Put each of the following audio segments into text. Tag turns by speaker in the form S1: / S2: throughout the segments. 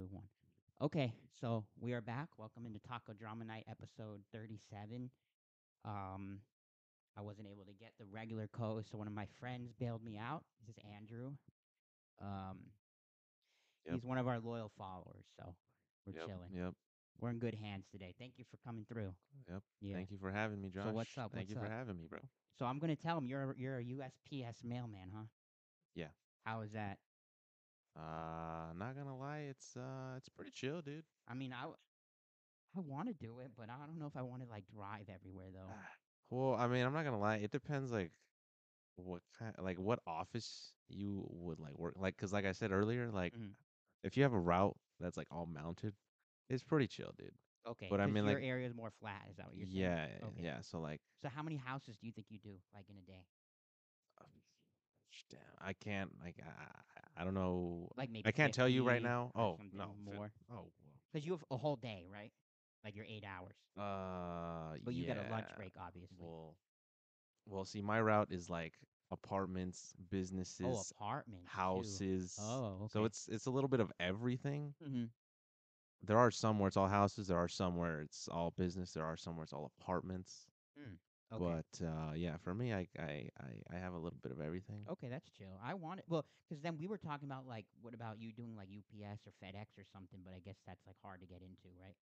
S1: Move on. Okay, so we are back. Welcome into Taco Drama Night, episode 37. Um, I wasn't able to get the regular code, so one of my friends bailed me out. This is Andrew. Um,
S2: Yep.
S1: he's one of our loyal followers, so we're
S2: Yep.
S1: chilling.
S2: Yep.
S1: We're in good hands today. Thank you for coming through.
S2: Yep.
S1: Yeah.
S2: Thank you for having me, Josh.
S1: So what's up,
S2: Thank
S1: what's
S2: you for
S1: up?
S2: having me, bro.
S1: So I'm gonna tell him you're a- you're a USPS mailman, huh?
S2: Yeah.
S1: How is that?
S2: Uh, not gonna lie, it's uh, it's pretty chill, dude.
S1: I mean, I w- I want to do it, but I don't know if I want to like drive everywhere though.
S2: Well, Ah, I mean, I'm not gonna lie. It depends, like, what kind, like, what office you would like work, like, cause like I said earlier, like,
S1: Mhm.
S2: if you have a route that's like all mounted, it's pretty chill, dude.
S1: Okay,
S2: but I
S1: 'cause
S2: mean,
S1: your
S2: like-
S1: area is more flat. Is that what Oh, you're saying?
S2: Yeah, eh,
S1: Okay.
S2: yeah. So like,
S1: So how many houses do you think you do like in a day?
S2: uh, damn, I can't, like, I, I, I don't know.
S1: Like maybe
S2: I can't tell you right
S1: 50
S2: now.
S1: or
S2: Oh
S1: something
S2: no, fi-
S1: more
S2: Oh, well.
S1: because you have a whole day, right? Like your eight hours,
S2: Uh,
S1: but you got a lunch
S2: yeah,
S1: break, obviously.
S2: Well, well, see, my route is like apartments,
S1: oh,
S2: businesses,
S1: apartments, too.
S2: houses.
S1: Oh,
S2: So
S1: okay.
S2: it's it's a little bit of everything.
S1: Mhm.
S2: There are some where it's all houses. There are some where it's all business. There are some where it's all apartments.
S1: Okay.
S2: But uh, yeah, for me, I, I I I have a little bit of everything.
S1: Okay, that's chill. I want it. Well, because then we were talking about like, what about you doing like UPS or FedEx or something? But I guess that's like hard to get into, right?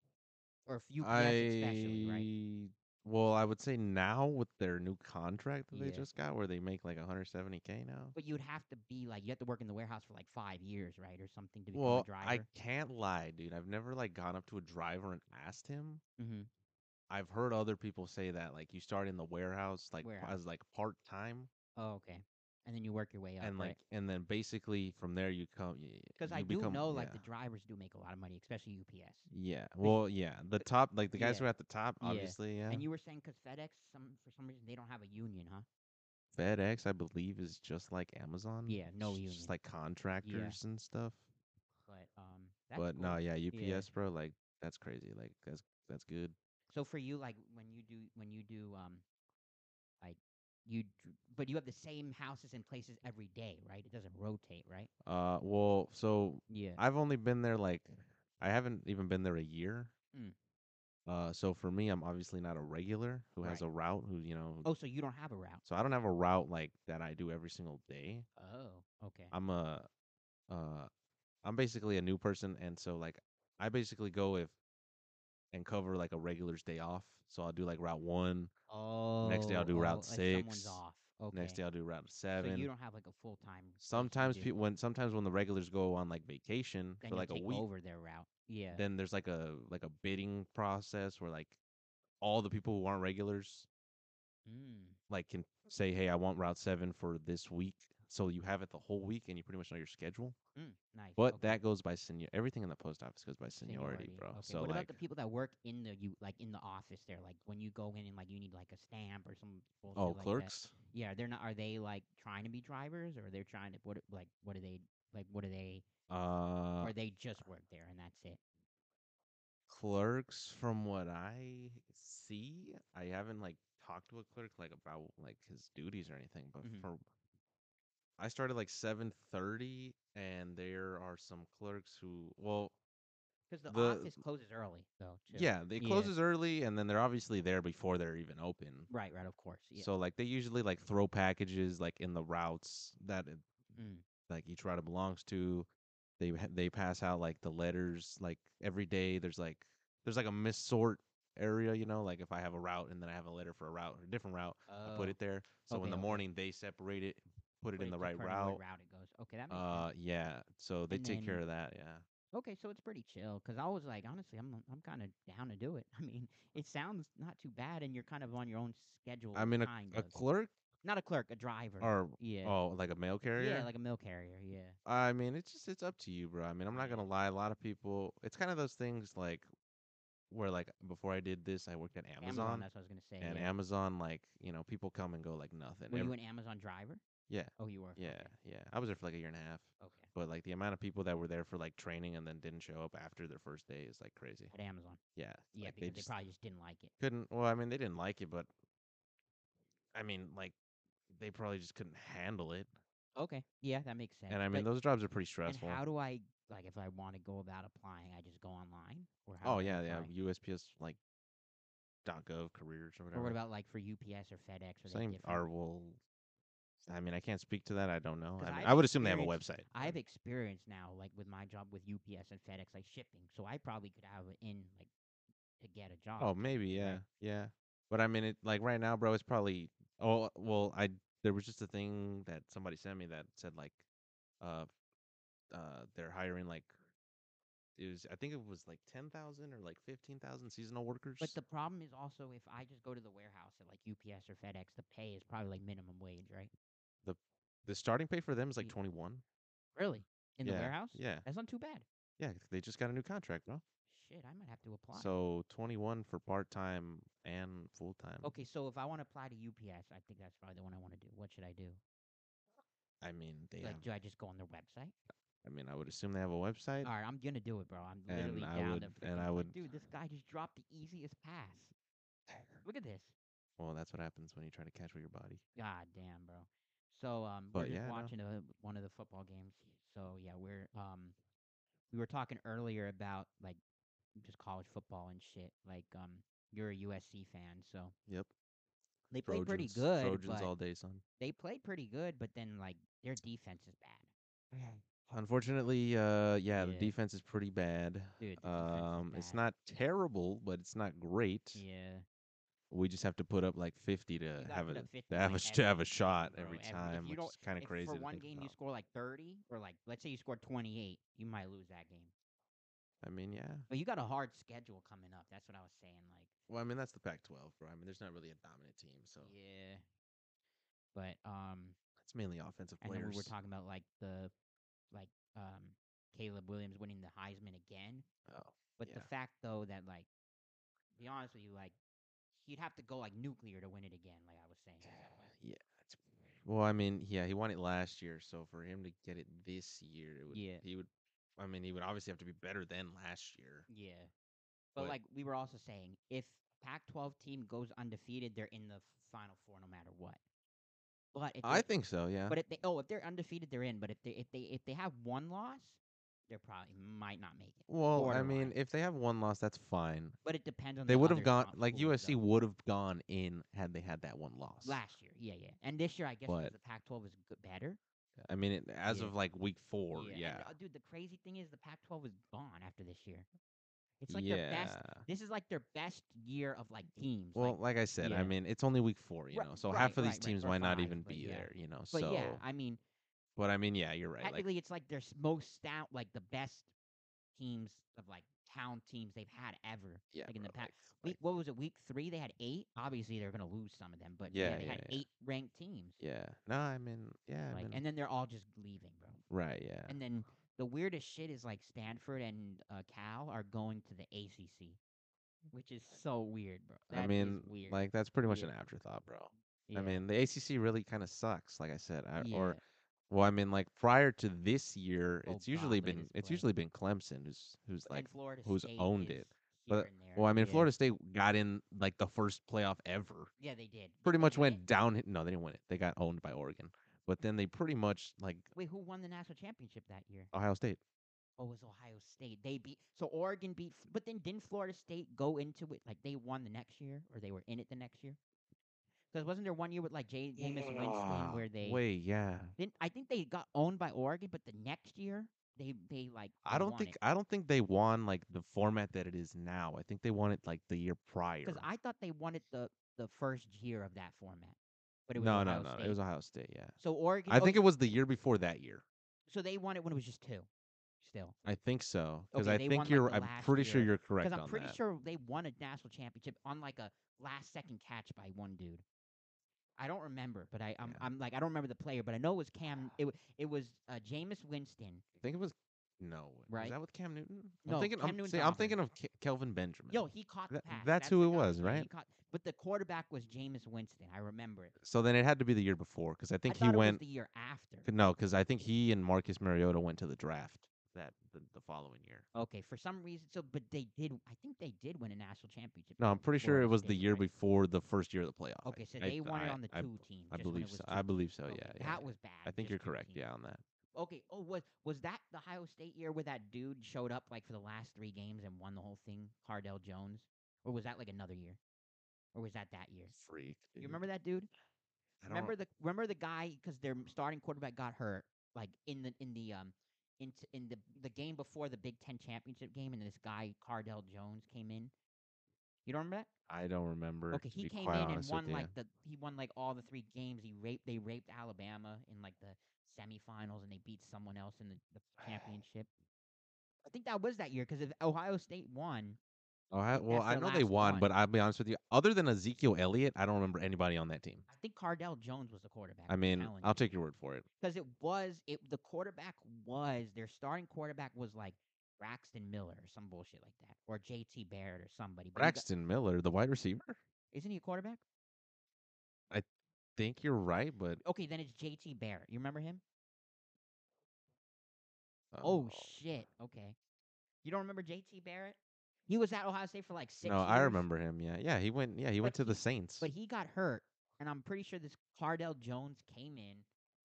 S1: Or if UPS especially, right?
S2: I- Well, I would say now with their new contract that they
S1: Yeah.
S2: just got, where they make like 170k now.
S1: But you'd have to be like, you have to work in the warehouse for like five years, right, or something to become
S2: Well,
S1: a
S2: I
S1: driver.
S2: can't lie, dude. I've never like gone up to a driver and asked him.
S1: mm-hmm.
S2: I've heard other people say that like you start in the warehouse like p-
S1: Warehouse.
S2: as like part time
S1: Oh, okay. And then you work your way up,
S2: and like and then basically from there you come
S1: Because I do know, like the drivers do make a lot of money, especially UPS.
S2: yeah well yeah the top like the guys who
S1: yeah.
S2: are at the top
S1: Yeah.
S2: obviously yeah,
S1: And you were saying because FedEx, some for some reason, they don't have a union, huh?
S2: FedEx I believe is just like Amazon
S1: Yeah, no
S2: it's
S1: union.
S2: just like contractors and stuff
S1: But um, that's
S2: but
S1: cool.
S2: no yeah UPS bro like that's crazy like that's that's good
S1: So for you, like when you do when you do um, like you, d- but you have the same houses and places every day, right? It doesn't rotate, right?
S2: uh well so
S1: Yeah.
S2: I've only been there like I haven't even been there a year.
S1: Mm.
S2: Uh, so for me, I'm obviously not a regular who has
S1: Right.
S2: a route. Who you know?
S1: oh, so you don't have a route.
S2: So I don't have a route like that I do every single day.
S1: Oh, okay.
S2: I'm a, uh, I'm basically a new person, and so like I basically go if, and cover like a regular's day off. So I'll do like route one.
S1: Oh.
S2: day I'll do
S1: oh,
S2: Route
S1: if Someone's
S2: six,
S1: off. Okay.
S2: Next day I'll do route
S1: So
S2: seven.
S1: you don't have like a full time.
S2: sometimes people when sometimes when the regulars go on like vacation
S1: then
S2: for
S1: you'll
S2: like a
S1: take
S2: week,
S1: over their route. Yeah.
S2: then there's like a like a bidding process where like all the people who aren't regulars
S1: Mm.
S2: like can say hey i want route 7 for this week so you have it the whole week and you pretty much know your schedule
S1: Mm. Nice.
S2: but
S1: okay.
S2: that goes by senior everything in the post office goes by seniority, bro
S1: Okay.
S2: so
S1: what about
S2: like
S1: the people that work in the you like in the office there? Like when you go in and like you need like a stamp or some. bullshit
S2: oh
S1: like that?
S2: clerks
S1: Yeah, they're not. Are they like trying to be drivers, or they're trying to what? Like what are they? Like what are they?
S2: uh
S1: or they just work there and that's it.
S2: clerks from what i see i haven't like talked to a clerk like about like his duties or anything but
S1: Mhm.
S2: for i started like 7:30 and there are some clerks who well
S1: Because the,
S2: The-
S1: office closes early, though. Too.
S2: Yeah, they
S1: Yeah.
S2: closes early, and then they're obviously there before they're even open.
S1: Right. Right. Of course. Yeah.
S2: So like they usually like throw packages like in the routes that it,
S1: Mm.
S2: like each route it belongs to. They ha- they pass out like the letters like every day. There's like there's like a missort area, you know. Like if I have a route and then I have a letter for a route or a different route, I put
S1: Oh,
S2: it there. So
S1: Okay,
S2: in the
S1: okay.
S2: morning they separate it, put it
S1: but
S2: in the
S1: it's
S2: right
S1: determined what
S2: route.
S1: route it goes. Okay, that makes
S2: Uh, yeah. So they
S1: And
S2: take care
S1: then-
S2: of that. Yeah.
S1: sense. Okay, so it's pretty chill. Because I was like, honestly, I'm I'm kind of down to do it. I mean, it sounds not too bad, and you're kind of on your own schedule.
S2: I mean, a,
S1: kind
S2: a
S1: of.
S2: clerk
S1: not a clerk, a driver.
S2: or
S1: yeah.
S2: oh, like a mail carrier.
S1: yeah, like a mail carrier. Yeah.
S2: I mean, it's just it's up to you, bro. I mean, I'm not gonna lie. A lot of people, it's kind of those things like where like before I did this, I worked at Amazon,
S1: that's what I was gonna say.
S2: and
S1: yeah.
S2: Amazon like you know people come and go like nothing.
S1: were you
S2: Every-
S1: an Amazon driver?
S2: Yeah.
S1: Oh, you were.
S2: yeah, yeah. I was there for like a year and a half,
S1: Okay. okay.
S2: but like the amount of people that were there for like training and then didn't show up after their first day is like crazy.
S1: At Amazon.
S2: Yeah,
S1: Yeah,
S2: like,
S1: because
S2: they
S1: they,
S2: just
S1: probably just didn't like it.
S2: couldn't. Well, I mean, they didn't like it, but I mean, like they probably just couldn't handle it.
S1: Okay. Yeah, that makes sense.
S2: And I mean,
S1: but-
S2: those jobs are pretty
S1: and
S2: stressful.
S1: how do I like if I want to go about applying, I just go online or how
S2: Oh
S1: do I
S2: yeah, yeah.
S1: apply?
S2: USPS like dot gov careers or whatever.
S1: Or what about like for UPS or FedEx or
S2: same? Or well, I mean, I can't speak to that. I don't know.
S1: 'Cause
S2: I, mean,
S1: I've
S2: I would assume they have a
S1: experienced-
S2: website.
S1: I have experience now, like with my job with UPS and FedEx, like shipping. So I probably could have it in like to get a job.
S2: Oh, maybe yeah, yeah. But I mean, it like right now, bro. It's probably oh well. I there was just a thing that somebody sent me that said like, uh, uh, they're hiring like it was I think it was like ten thousand or like fifteen thousand seasonal workers.
S1: But the problem is also if I just go to the warehouse at like UPS or FedEx, the pay is probably like minimum wage, right?
S2: the starting pay for them is like
S1: Ye-
S2: twenty one.
S1: Really? In
S2: yeah.
S1: the warehouse?
S2: Yeah,
S1: That's not too bad.
S2: yeah. They just got a new contract, bro.
S1: Shit, I might have to apply.
S2: So twenty one for part time and full time.
S1: okay, so if I want to apply to UPS, I think that's probably the one I want to do. What should I do?
S2: I mean, they.
S1: Like,
S2: have-
S1: do I just go on their website?
S2: I mean, I would assume they have a website.
S1: All right, I'm gonna do it, bro. I'm literally
S2: And I
S1: down
S2: would-
S1: to
S2: and
S1: freaking-
S2: I
S1: like,
S2: would-
S1: Dude, this guy just dropped the easiest pass. Look at this.
S2: Well, that's what happens when you try to catch with your body.
S1: God damn, bro. So um,
S2: But
S1: we're just
S2: yeah, no.
S1: watching a, one of the football games. So yeah, we're um, we were talking earlier about like just college football and shit. Like um, you're a USC fan, so
S2: Yep.
S1: they played pretty
S2: Trojans-
S1: good.
S2: Trojans
S1: but
S2: all day, son.
S1: they played pretty good, but then like their defense is bad.
S2: Unfortunately, uh, yeah, the
S1: Yeah.
S2: defense is pretty bad.
S1: Dude, the defense is
S2: um, it's
S1: bad.
S2: not terrible, but it's not great.
S1: Yeah,
S2: We just have to put up like fifty to
S1: gotta
S2: have
S1: put
S2: a
S1: up 50,
S2: to have
S1: like,
S2: a sh- to have
S1: every
S2: a shot
S1: bro,
S2: every
S1: every- if
S2: time,
S1: you
S2: which
S1: don't-
S2: is kind of
S1: If
S2: crazy.
S1: for
S2: to
S1: one
S2: think
S1: game you
S2: about.
S1: score like thirty, or like let's say you scored twenty eight, you might lose that game.
S2: I mean, yeah.
S1: But you got a hard schedule coming up. That's what I was saying. Like.
S2: Well, I mean, that's the Pac-12, bro. I mean, there's not really a dominant team, so
S1: Yeah. But um
S2: it's mainly offensive
S1: and
S2: players.
S1: then we were talking about like the like um Caleb Williams winning the Heisman again.
S2: Oh,
S1: But the
S2: yeah.
S1: fact though that like to be honest with you, like he'd have to go like nuclear to win it again, like I was saying.
S2: Yeah. it's- Well, I mean, yeah, he won it last year, so for him to get it this year, it would,
S1: Yeah.
S2: he would. I mean, he would obviously have to be better than last year.
S1: Yeah. But,
S2: But-
S1: like we were also saying, if Pac twelve team goes undefeated, they're in the f- final four no matter what. But if
S2: I
S1: they-
S2: think so. Yeah.
S1: but if they oh if they're undefeated they're in, but if they if they if they have one loss, they're probably might not make it.
S2: well, I mean,
S1: borderline.
S2: if they have one loss, that's fine.
S1: But it depends on.
S2: They
S1: the
S2: would have
S1: other
S2: gone
S1: top
S2: like
S1: schools,
S2: USC
S1: though.
S2: would have gone in had they had that one loss.
S1: last year. Yeah, yeah. And this year, I guess 'cause
S2: But-
S1: the Pac-12 is good, better.
S2: I mean, it, as
S1: Yeah.
S2: of like week four, yeah,
S1: and,
S2: yeah,
S1: uh, dude, the crazy thing is the Pac-12 is gone after this year. It's like their best. This is like their best year of like teams.
S2: Well,
S1: like,
S2: like I said,
S1: yeah.
S2: I mean, it's only week four, you
S1: Ri-
S2: know, so
S1: right,
S2: half of
S1: right,
S2: these
S1: right,
S2: teams
S1: or
S2: might not
S1: five,
S2: even
S1: but
S2: be
S1: yeah.
S2: there, you know.
S1: but
S2: so,
S1: yeah, I mean,
S2: but I mean, yeah, you're right. Like,
S1: technically, it's like their s- most stout, like the best teams of like town teams they've had ever.
S2: yeah,
S1: like in the
S2: bro,
S1: Pac-
S2: like-
S1: Week, what was it? Week three, they had eight. Obviously, they're gonna lose some of them, but yeah,
S2: Yeah,
S1: they
S2: yeah,
S1: had
S2: yeah.
S1: eight ranked teams.
S2: Yeah. No, I mean, yeah, I
S1: like,
S2: mean,
S1: and then they're all just leaving, bro.
S2: right, yeah.
S1: And then the weirdest shit is like Stanford and uh, Cal are going to the ACC, which is so weird, bro. That
S2: Mm. I
S1: is
S2: mean,
S1: weird.
S2: like that's pretty much
S1: Yeah.
S2: an afterthought, bro.
S1: Yeah.
S2: I mean, the ACC really kind of sucks, like I said, I, or
S1: Yeah.
S2: well, I mean, like prior to this year,
S1: Oh,
S2: it's usually
S1: God, look at
S2: been
S1: this
S2: it's
S1: play.
S2: usually been Clemson who's who's
S1: And
S2: like
S1: Florida
S2: who's
S1: State
S2: owned
S1: is
S2: it, but-
S1: here and there.
S2: well, I mean,
S1: yeah.
S2: Florida State got in like the first playoff ever.
S1: Yeah, they did. They
S2: Pretty much
S1: won it.
S2: went down. No, they didn't win it. They got owned by Oregon, but then they pretty much like
S1: Wait, who won the national championship that year?
S2: Ohio State.
S1: Oh, it was Ohio State. They beat. So Oregon beat. F- But then didn't Florida State go into it like they won the next year, or they were in it the next year? Because wasn't there one year with like Jay- Jameis Winston
S2: Ah,
S1: where they
S2: Wait, yeah.
S1: Then I think they got owned by Oregon, but the next year they they like
S2: I don't think I don't think they won like the format that it is now. I think they won it like the year prior.
S1: because I thought they wanted the the first year of that format, but it was
S2: no,
S1: Ohio
S2: no, no.
S1: State.
S2: It was Ohio State. Yeah,
S1: so Oregon.
S2: I
S1: oh,
S2: think it was the year before that year.
S1: so they won it when it was just two, still
S2: I think so because
S1: Okay,
S2: I
S1: they
S2: think
S1: won, like,
S2: you're.
S1: the
S2: I'm
S1: last
S2: pretty sure
S1: year,
S2: you're correct
S1: because I'm
S2: on
S1: pretty
S2: that.
S1: sure they won a national championship on like a last second catch by one dude. I don't remember, but I I'm,
S2: Yeah.
S1: I'm like I don't remember the player, but I know it was Cam. It wa- it was uh, Jameis Winston.
S2: I think it was. No,
S1: Right?
S2: Is that with Cam Newton?
S1: No,
S2: I'm thinking.
S1: Cam
S2: I'm,
S1: Newton's
S2: see,
S1: on
S2: I'm
S1: offense.
S2: thinking of Ke- Kelvin Benjamin.
S1: Yo, he caught the
S2: That-
S1: pass.
S2: that's who
S1: the
S2: it
S1: guy.
S2: was,
S1: Yeah,
S2: right?
S1: He caught, but the quarterback was Jameis Winston. I remember it.
S2: so then it had to be the year before because I think
S1: I thought
S2: he
S1: it
S2: went.
S1: was the year after.
S2: c- no, because I think he and Marcus Mariota went to the draft that the, the following year.
S1: Okay, for some reason. So, but they did. I think they did win a national championship.
S2: No, I'm pretty sure
S1: Florida
S2: it was the
S1: State,
S2: year
S1: right?
S2: before the first year of the playoff. I-
S1: Okay, so
S2: I-
S1: they won it
S2: I-
S1: on the
S2: I-
S1: two team.
S2: I
S1: just when
S2: believe
S1: it was
S2: so.
S1: two
S2: I believe so.
S1: team.
S2: Yeah,
S1: Okay,
S2: yeah.
S1: that was bad.
S2: I think
S1: just
S2: you're
S1: two
S2: correct.
S1: team.
S2: Yeah, on that.
S1: Okay. Oh, was was that the Ohio State year where that dude showed up like for the last three games and won the whole thing, Cardell Jones, or was that like another year, or was that that year?
S2: Freak. dude.
S1: You remember that dude?
S2: I don't-
S1: Remember the remember the guy because their starting quarterback got hurt like in the in the um in in the the game before the Big Ten championship game, and this guy Cardell Jones came in. You don't remember that?
S2: I don't remember.
S1: Okay,
S2: to
S1: he
S2: be
S1: came
S2: quite
S1: in and
S2: honest with
S1: won
S2: ya.
S1: like the he won like all the three games. He raped they raped Alabama in like the semifinals, and they beat someone else in the, the championship. I think that was that year because if Ohio State won,
S2: Ohio, well,
S1: that's
S2: Oh, I
S1: their
S2: know they
S1: last
S2: won,
S1: one.
S2: but I'll be honest with you. Other than Ezekiel Elliott, I don't remember anybody on that team.
S1: I think Cardell Jones was the quarterback.
S2: I mean, I'll take your word for it.
S1: because it was it the quarterback was their starting quarterback was like Braxton Miller or some bullshit like that, or J.T. Barrett or somebody. but he got-
S2: Braxton Miller, the wide receiver.
S1: isn't he a quarterback?
S2: Think you're right, but
S1: Okay, then it's J.T. Barrett. You remember him?
S2: uh,
S1: Oh shit. Okay. You don't remember JT Barrett? He was at Ohio State for like six
S2: No,
S1: years.
S2: I remember him. Yeah, yeah, he went. Yeah, he went
S1: But
S2: to the
S1: he-
S2: Saints.
S1: But he got hurt, and I'm pretty sure this Cardell Jones came in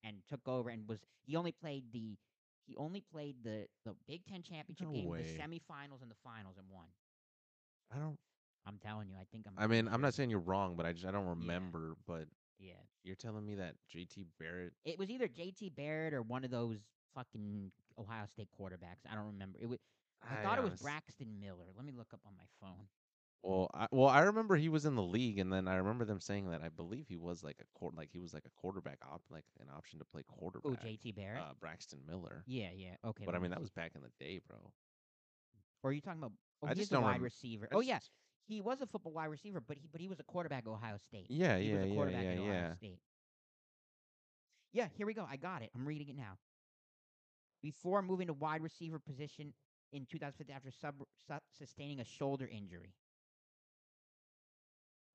S1: and took over and was he only played the he only played the the Big Ten championship
S2: No
S1: game,
S2: way.
S1: the semifinals and the finals and won.
S2: I don't.
S1: I'm telling you, I think I'm
S2: I mean,
S1: pretty
S2: I'm not
S1: sure.
S2: saying you're wrong, but I just I don't remember. But
S1: Yeah.
S2: you're telling me that JT Barrett.
S1: It was either JT Barrett or one of those fucking Ohio State quarterbacks. I don't remember. It was I, thought it was
S2: honest-
S1: Braxton Miller. Let me look up on my phone.
S2: Well, I, well, I remember he was in the league, and then I remember them saying that I believe he was like a court, like he was like a quarterback op, like an option to play quarterback.
S1: Oh, JT Barrett.
S2: uh, Braxton Miller.
S1: Yeah, yeah. Okay.
S2: But I
S1: let me
S2: mean, that
S1: see.
S2: was back in the day, bro.
S1: Or are you talking about? Oh,
S2: I
S1: he's
S2: just
S1: a
S2: don't
S1: wide
S2: rem-
S1: receiver.
S2: I
S1: oh
S2: just-
S1: yeah, he was a football wide receiver, but he but he was a quarterback at Ohio State.
S2: Yeah,
S1: he
S2: yeah,
S1: was a
S2: yeah,
S1: quarterback
S2: yeah,
S1: at Ohio
S2: yeah.
S1: State. Yeah, here we go. I got it. I'm reading it now. Before moving to wide receiver position in 2015 after sub, sub, sustaining a shoulder injury.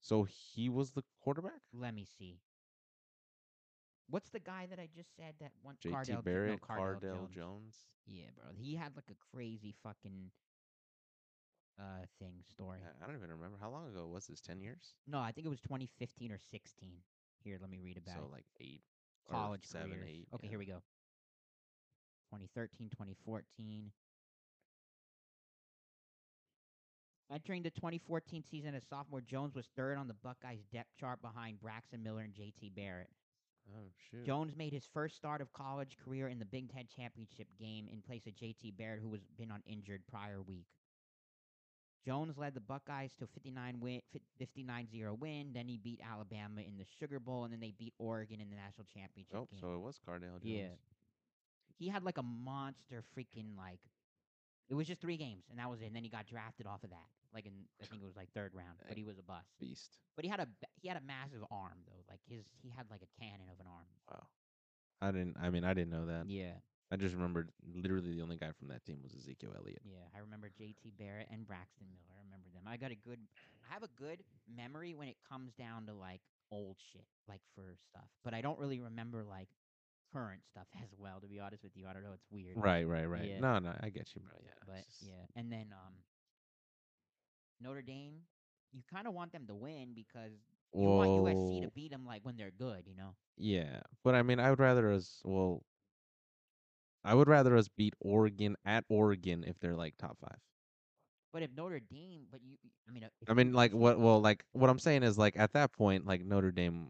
S2: So he was the quarterback.
S1: Let me see. What's the guy that I just said that one?
S2: JT
S1: Cardell, Jo- no,
S2: Barrett,
S1: Cardell,
S2: Cardell
S1: Jones.
S2: Jones.
S1: Yeah, bro. He had like a crazy fucking uh thing story.
S2: Yeah, I don't even remember how long ago was this. Ten years.
S1: No, I think it was 2015 or 16. Here, let me read about
S2: So
S1: it.
S2: like eight. or
S1: college
S2: seven,
S1: careers.
S2: eight,
S1: Okay,
S2: yeah.
S1: here we go. 2013, 2014. Entering the 2014 season as sophomore, Jones was third on the Buckeyes depth chart behind Braxton Miller and JT Barrett.
S2: Oh shoot.
S1: Jones made his first start of college career in the Big Ten championship game in place of JT Barrett, who was been on injured prior week. Jones led the Buckeyes to a 59 win, 59-0 win. Then he beat Alabama in the Sugar Bowl, and then they beat Oregon in the national championship
S2: Oh,
S1: game.
S2: so it was Cardell Jones.
S1: Yeah. He had like a monster freaking like. It was just three games, and that was it. And then he got drafted off of that, like in I think it was like third round, but
S2: Dang.
S1: he was a bust.
S2: Beast.
S1: But he had a ba- he had a massive arm though, like his he had like a cannon of an arm.
S2: Wow. I didn't. I mean, I didn't know that.
S1: Yeah.
S2: I just remembered literally the only guy from that team was Ezekiel Elliott.
S1: Yeah, I remember JT Barrett and Braxton
S2: Mm.
S1: Miller. I remember them. I got a good I have a good memory when it comes down to like old shit, like for stuff. But I don't really remember like current stuff as well, to be honest with you. I don't know, it's weird.
S2: Right, right, right.
S1: Yeah.
S2: No, no, I get you, bro. Yeah,
S1: But
S2: it's Mm. just-
S1: yeah. And then um Notre Dame, you kind of want them to win because you want USC to
S2: Well,
S1: beat them like when they're good, you know.
S2: Yeah, but I mean, I would rather us. Well, I would rather us beat Oregon at Oregon if they're like top five.
S1: But if Notre Dame, but you I mean uh, if
S2: I
S1: you-
S2: mean, like what? Well, like what I'm saying is like at that point, like Notre Dame,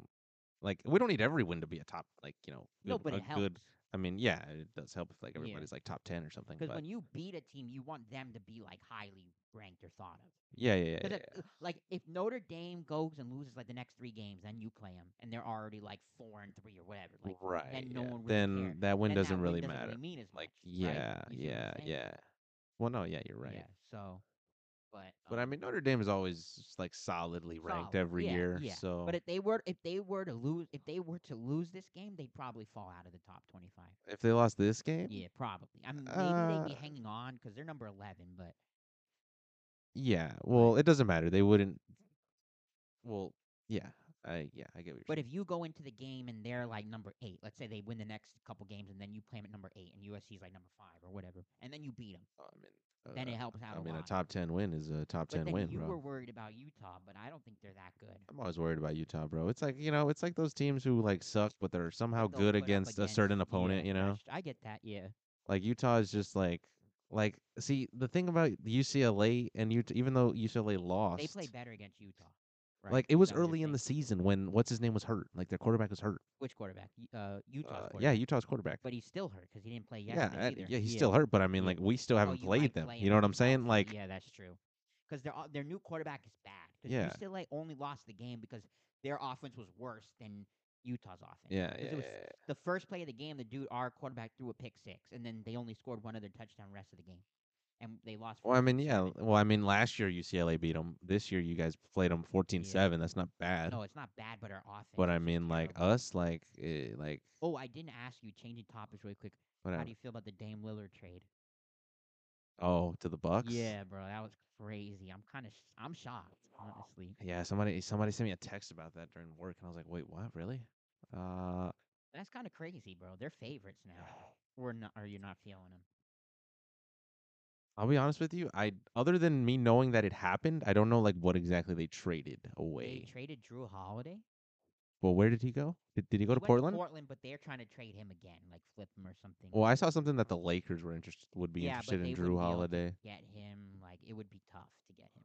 S2: like we don't need every win to be a top, like you know,
S1: no,
S2: good-
S1: but
S2: a
S1: it helps.
S2: good. I mean, yeah, it does help if like
S1: Yeah.
S2: everybody's like top ten or something. But
S1: Because when you beat a team, you want them to be like highly ranked or thought of.
S2: yeah, yeah, yeah, yeah,
S1: Because like if Notre Dame goes and loses like the next three games, then you play them, and they're already like four and three or whatever.
S2: yeah.
S1: Like
S2: right.
S1: then no
S2: yeah.
S1: one really
S2: then
S1: cares.
S2: that win
S1: then
S2: doesn't
S1: that
S2: really
S1: doesn't
S2: matter.
S1: mean as
S2: like
S1: much, right?
S2: yeah,
S1: You see what I'm
S2: yeah,
S1: saying?
S2: yeah. Well, no, yeah, you're right.
S1: Yeah, so, but
S2: But I
S1: um,
S2: mean, Notre Dame is always like solidly ranked
S1: Solid,
S2: every
S1: yeah,
S2: year.
S1: yeah,
S2: So,
S1: but if they were if they were to lose if they were to lose this game, they'd probably fall out of the top twenty five.
S2: if they lost this game,
S1: Yeah, probably. I mean, maybe they'd be
S2: Uh,
S1: hanging on because they're number eleven, but
S2: yeah, well, it doesn't matter. They wouldn't. Well, yeah, I yeah, I get what you're
S1: But
S2: saying.
S1: if you go into the game and they're like number eight, let's say they win the next couple games and then you play them at number eight and USC's like number five or whatever, and then you beat them.
S2: Oh, I mean,
S1: then
S2: uh,
S1: it helps out
S2: I
S1: a
S2: mean,
S1: lot.
S2: a top ten win is a top
S1: but
S2: ten
S1: then
S2: win,
S1: you
S2: bro.
S1: were worried about Utah, but I don't think they're that good.
S2: I'm always worried about Utah, bro. It's like you know, it's like those teams who like suck, but they're somehow
S1: They'll
S2: Oh, good
S1: put up
S2: against, a certain
S1: yeah,
S2: opponent. You know,
S1: that's- I get that. Yeah.
S2: like Utah is just like, like see the thing about UCLA and Utah, even though UCLA lost,
S1: They play better against Utah. Right?
S2: like it was
S1: That your
S2: early in
S1: thing.
S2: the season when what's his name was hurt, like their quarterback was hurt.
S1: Which quarterback? Y- Uh, Utah's
S2: Uh,
S1: quarterback.
S2: yeah, Utah's quarterback.
S1: But he's still hurt because he didn't play
S2: yeah,
S1: yesterday
S2: I-
S1: either.
S2: yeah, he's still hurt, but I mean,
S1: Yeah.
S2: like we still
S1: Oh,
S2: haven't
S1: you might
S2: played them.
S1: play
S2: You
S1: him
S2: know
S1: if
S2: what I'm
S1: he's
S2: saying?
S1: healthy.
S2: Like,
S1: yeah, that's true. Because their o- their new quarterback is bad. 'Cause
S2: Yeah.
S1: UCLA only lost the game because their offense was worse than Utah's offense.
S2: yeah,
S1: 'Cause
S2: yeah,
S1: it was
S2: yeah,
S1: the first play of the game, the dude, our quarterback, threw a pick six, and then they only scored one other touchdown rest of the game, and they lost.
S2: Well, I mean,
S1: 14-7.
S2: yeah. Well, I mean, last year UCLA beat them. This year you guys played them 14-7. That's not bad.
S1: No, it's not bad, but our offense.
S2: but I
S1: is just
S2: mean, like uh,
S1: terrible.
S2: us, like, eh, like
S1: Oh, I didn't ask you. Changing topics really quick.
S2: whatever.
S1: How do you feel about the Dame Lillard trade?
S2: Oh, to the Bucks.
S1: Yeah, bro, that was crazy. I'm kind of, sh- I'm shocked, honestly.
S2: Yeah. Somebody, somebody sent me a text about that during work, and I was like, wait, what? Really? Uh,
S1: That's kind of crazy, bro. They're favorites now. Or not? Are you not feeling them?
S2: I'll be honest with you. I other than me knowing that it happened, I don't know like what exactly they traded away.
S1: They traded Drew Holiday.
S2: well, where did he go? Did, did he go to Portland?
S1: Portland, but they're trying to trade him again, like flip him or something.
S2: well, I saw something that the Lakers were interested would be
S1: Yeah, but
S2: interested
S1: they
S2: in
S1: wouldn't
S2: Drew
S1: be able to
S2: Holiday.
S1: get him. Like it would be tough to get him.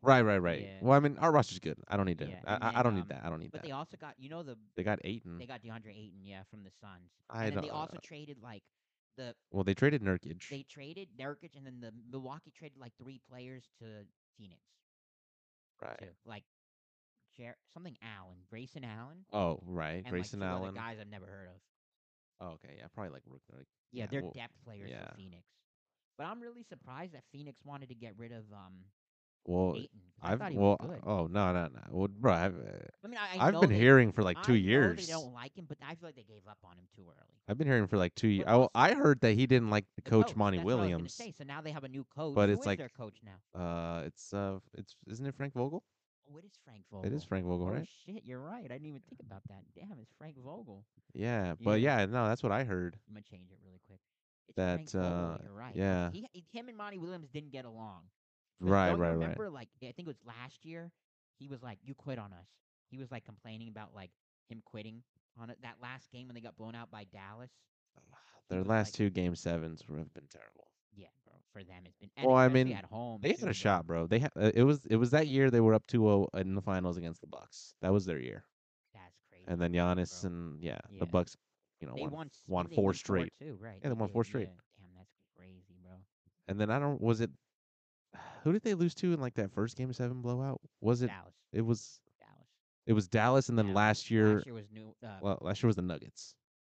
S2: Right, right, right.
S1: Yeah.
S2: Well, I mean, our roster's good. I don't need to.
S1: Yeah,
S2: I,
S1: and
S2: I- I
S1: then,
S2: don't need
S1: um,
S2: that. I don't need
S1: But
S2: that.
S1: they also got, you know, the
S2: They got Aiton.
S1: they got DeAndre Ayton, yeah, from the Suns.
S2: Mm. I
S1: and then they
S2: don't-
S1: also traded like the
S2: well, they traded Nurkic.
S1: they traded Nurkic, and then the Milwaukee traded like three players to Phoenix
S2: right.
S1: too, like Jer- something Allen, Grayson Allen,
S2: Oh, right.
S1: and
S2: Grayson
S1: like two other
S2: Allen.
S1: guys I've never heard of.
S2: Oh, okay. Yeah, probably like Rook. Like,
S1: Yeah,
S2: Yeah,
S1: they're
S2: well,
S1: depth players
S2: yeah.
S1: for Phoenix. But I'm really surprised that Phoenix wanted to get rid of um
S2: well,
S1: Ayton. 'cause I
S2: I've
S1: thought he
S2: well.
S1: was good.
S2: Oh no, no, no. Well, bro, I've uh,
S1: I mean, I, I
S2: I've
S1: know
S2: been
S1: they-
S2: hearing for like
S1: I
S2: two
S1: know
S2: years.
S1: They don't like him, but I feel like they gave up on him too early.
S2: I've been hearing for like two years.
S1: But
S2: I, well,
S1: also-
S2: I heard that he didn't like the,
S1: The
S2: coach, Monty
S1: Oh, that's what I was gonna
S2: Williams.
S1: say. So now they have a new coach.
S2: but
S1: Who
S2: it's
S1: is
S2: like-
S1: their coach now.
S2: Uh, it's uh, it's isn't it Frank Vogel?
S1: Oh, it is Frank Vogel.
S2: It is Frank Vogel,
S1: Oh
S2: right?
S1: shit, you're right. I didn't even think about that. Damn, it's Frank Vogel.
S2: Yeah, but
S1: Yeah.
S2: yeah, no, that's what I heard.
S1: I'm gonna change it really quick. It's
S2: That,
S1: Frank Vogel,
S2: uh,
S1: you're right.
S2: yeah.
S1: He, he- him and Monty Williams didn't get along. 'Cause
S2: Right,
S1: don't you
S2: right, right.
S1: remember, like I think it was last year, he was like, "You quit on us." He was like complaining about like him quitting on it. that last game when they got blown out by Dallas. he
S2: Ah, Their
S1: was
S2: last
S1: like-
S2: two game sevens were- have been terrible.
S1: Yeah, bro. For them, it's been.
S2: Well, I
S1: especially
S2: mean,
S1: at home,
S2: They
S1: too,
S2: had
S1: bro.
S2: a shot, bro. They ha- uh, it was it was that year they were up 2-0 in the finals against the Bucks. That was their year.
S1: That's crazy.
S2: And then Giannis
S1: bro.
S2: and yeah,
S1: Yeah.
S2: the Bucks, you know,
S1: they
S2: won.
S1: won, s-
S2: won
S1: they
S2: four straight.
S1: too, right?
S2: Yeah, they won
S1: did,
S2: four straight.
S1: yeah. Damn, that's crazy, bro.
S2: And then I don't was it who did they lose to in like that first game seven blowout? Was it
S1: Dallas,
S2: it was
S1: Dallas.
S2: it was Dallas and then
S1: Dallas.
S2: last year,
S1: last year was new. Uh,
S2: well last year was the Nuggets.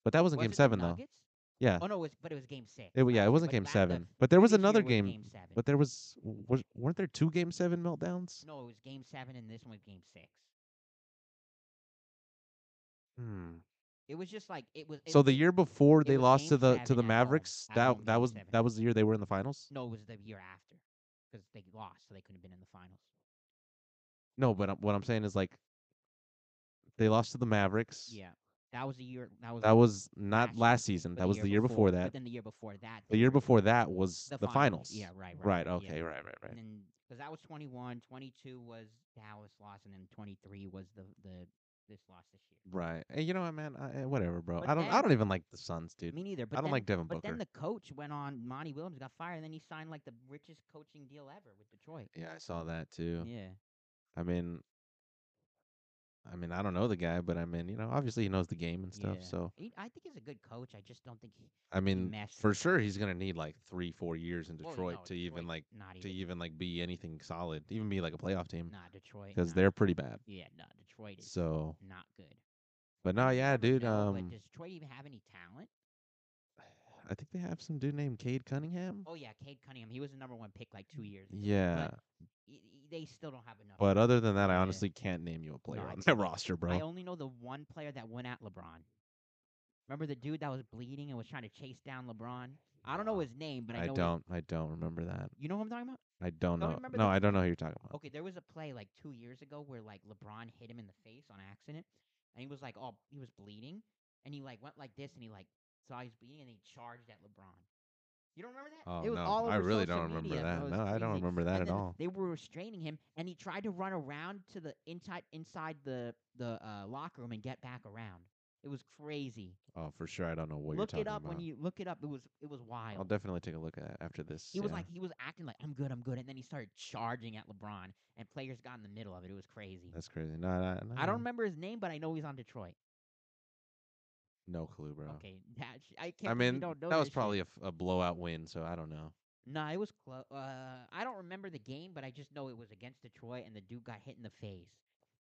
S2: But that wasn't
S1: was
S2: game
S1: it the
S2: seven though.
S1: Nuggets?
S2: Yeah.
S1: Oh no, it was, but it was game six.
S2: It, wa-
S1: last
S2: yeah, it
S1: year,
S2: wasn't
S1: but
S2: game
S1: la- the
S2: seven. But there was
S1: previous year
S2: another
S1: was
S2: game,
S1: game seven.
S2: but there was, was weren't there two game seven meltdowns?
S1: no, it was game seven, and this one was game six.
S2: Hmm.
S1: It was just like it was. It,
S2: So the year before
S1: it
S2: they
S1: was
S2: lost
S1: game
S2: to the to
S1: seven
S2: the
S1: at home,
S2: Mavericks,
S1: at
S2: that
S1: home,
S2: that
S1: game
S2: was
S1: seven.
S2: that was the year they were in the finals.
S1: no, it was the year after because they lost, so they couldn't have been in the finals.
S2: No, but I'm- what I'm saying is like they lost to the Mavericks.
S1: Yeah, that was the year. That was
S2: That was not
S1: last
S2: last,
S1: year,
S2: season.
S1: but
S2: That was the year before, that.
S1: But then the year before that,
S2: The
S1: they
S2: year
S1: were in
S2: before that was the, finals.
S1: Yeah, right, right.
S2: Right.
S1: yeah.
S2: Okay. Right. Right. Right.
S1: And then because that was 21, 22 was Dallas loss, and then 23 was the the this loss this year.
S2: Right. And you know what, man? I, eh, whatever, bro.
S1: But
S2: I don't. I
S1: then-
S2: don't even like the Suns, dude.
S1: Me neither. But
S2: I don't
S1: then,
S2: like Devin
S1: But
S2: Booker.
S1: then the coach went on. Monty Williams got fired, and then he signed like the richest coaching deal ever with Detroit.
S2: yeah, I saw that too.
S1: Yeah,
S2: I mean, I mean, I don't know the guy, but I mean, you know, obviously he knows the game and stuff.
S1: Yeah.
S2: So
S1: He- I think he's a good coach. I just don't think he.
S2: I mean,
S1: messed
S2: for
S1: up.
S2: sure he's gonna need like three, four years in
S1: well,
S2: Detroit
S1: no,
S2: to even
S1: Detroit's
S2: like
S1: not
S2: to
S1: even,
S2: even like be anything solid, even be like a playoff team
S1: not Detroit
S2: because
S1: nah.
S2: they're pretty bad.
S1: yeah, no Detroit is
S2: So,
S1: not good.
S2: but
S1: I
S2: no,
S1: mean, you
S2: yeah,
S1: never
S2: dude.
S1: know,
S2: um,
S1: but does Detroit even have any talent?
S2: I think they have some dude named Cade Cunningham.
S1: Oh yeah, Cade Cunningham. He was the number one pick like two years. ago,
S2: Yeah,
S1: but y- y- they still don't have enough.
S2: but other than that, I
S1: Yeah.
S2: honestly can't name you a player
S1: I
S2: on
S1: think
S2: that
S1: they-
S2: roster, bro.
S1: I only know the one player that went at LeBron. Remember the dude that was bleeding and was trying to chase down LeBron? I don't know
S2: No,
S1: his name, but I,
S2: I
S1: know his-
S2: don't. I don't remember that.
S1: you know who I'm talking about?
S2: I don't
S1: Don't
S2: know.
S1: remember
S2: No,
S1: the-
S2: I don't know who you're talking about.
S1: Okay, there was a play like two years ago where like LeBron hit him in the face on accident, and he was like, oh, he was bleeding, and he like went like this, and he like saw he's bleeding, and he charged at LeBron. You don't remember that?
S2: Oh,
S1: it was
S2: no,
S1: all over
S2: I really
S1: social
S2: don't remember
S1: media.
S2: that.
S1: It was
S2: No, I don't
S1: crazy.
S2: remember that
S1: And
S2: at
S1: then
S2: all.
S1: They were restraining him, and he tried to run around to the inside inside the the uh, locker room and get back around. It was crazy.
S2: Oh, for sure. I don't know what
S1: look
S2: you're
S1: it
S2: talking
S1: up
S2: about.
S1: when you look it up. It was it was wild.
S2: I'll definitely take a look at that after this.
S1: He was
S2: yeah.
S1: like he was acting like I'm good, I'm good, and then he started charging at LeBron, and players got in the middle of it. It was crazy.
S2: that's crazy. No, no, no,
S1: I don't remember his name, but I know he's on Detroit.
S2: No clue, bro.
S1: Okay, that sh- I can't.
S2: Oh. I
S1: believe you
S2: mean,
S1: don't know
S2: that was
S1: this shit.
S2: probably a, f- a blowout win, so I don't know.
S1: No, it was close. Uh, I don't remember the game, but I just know it was against Detroit, and the dude got hit in the face.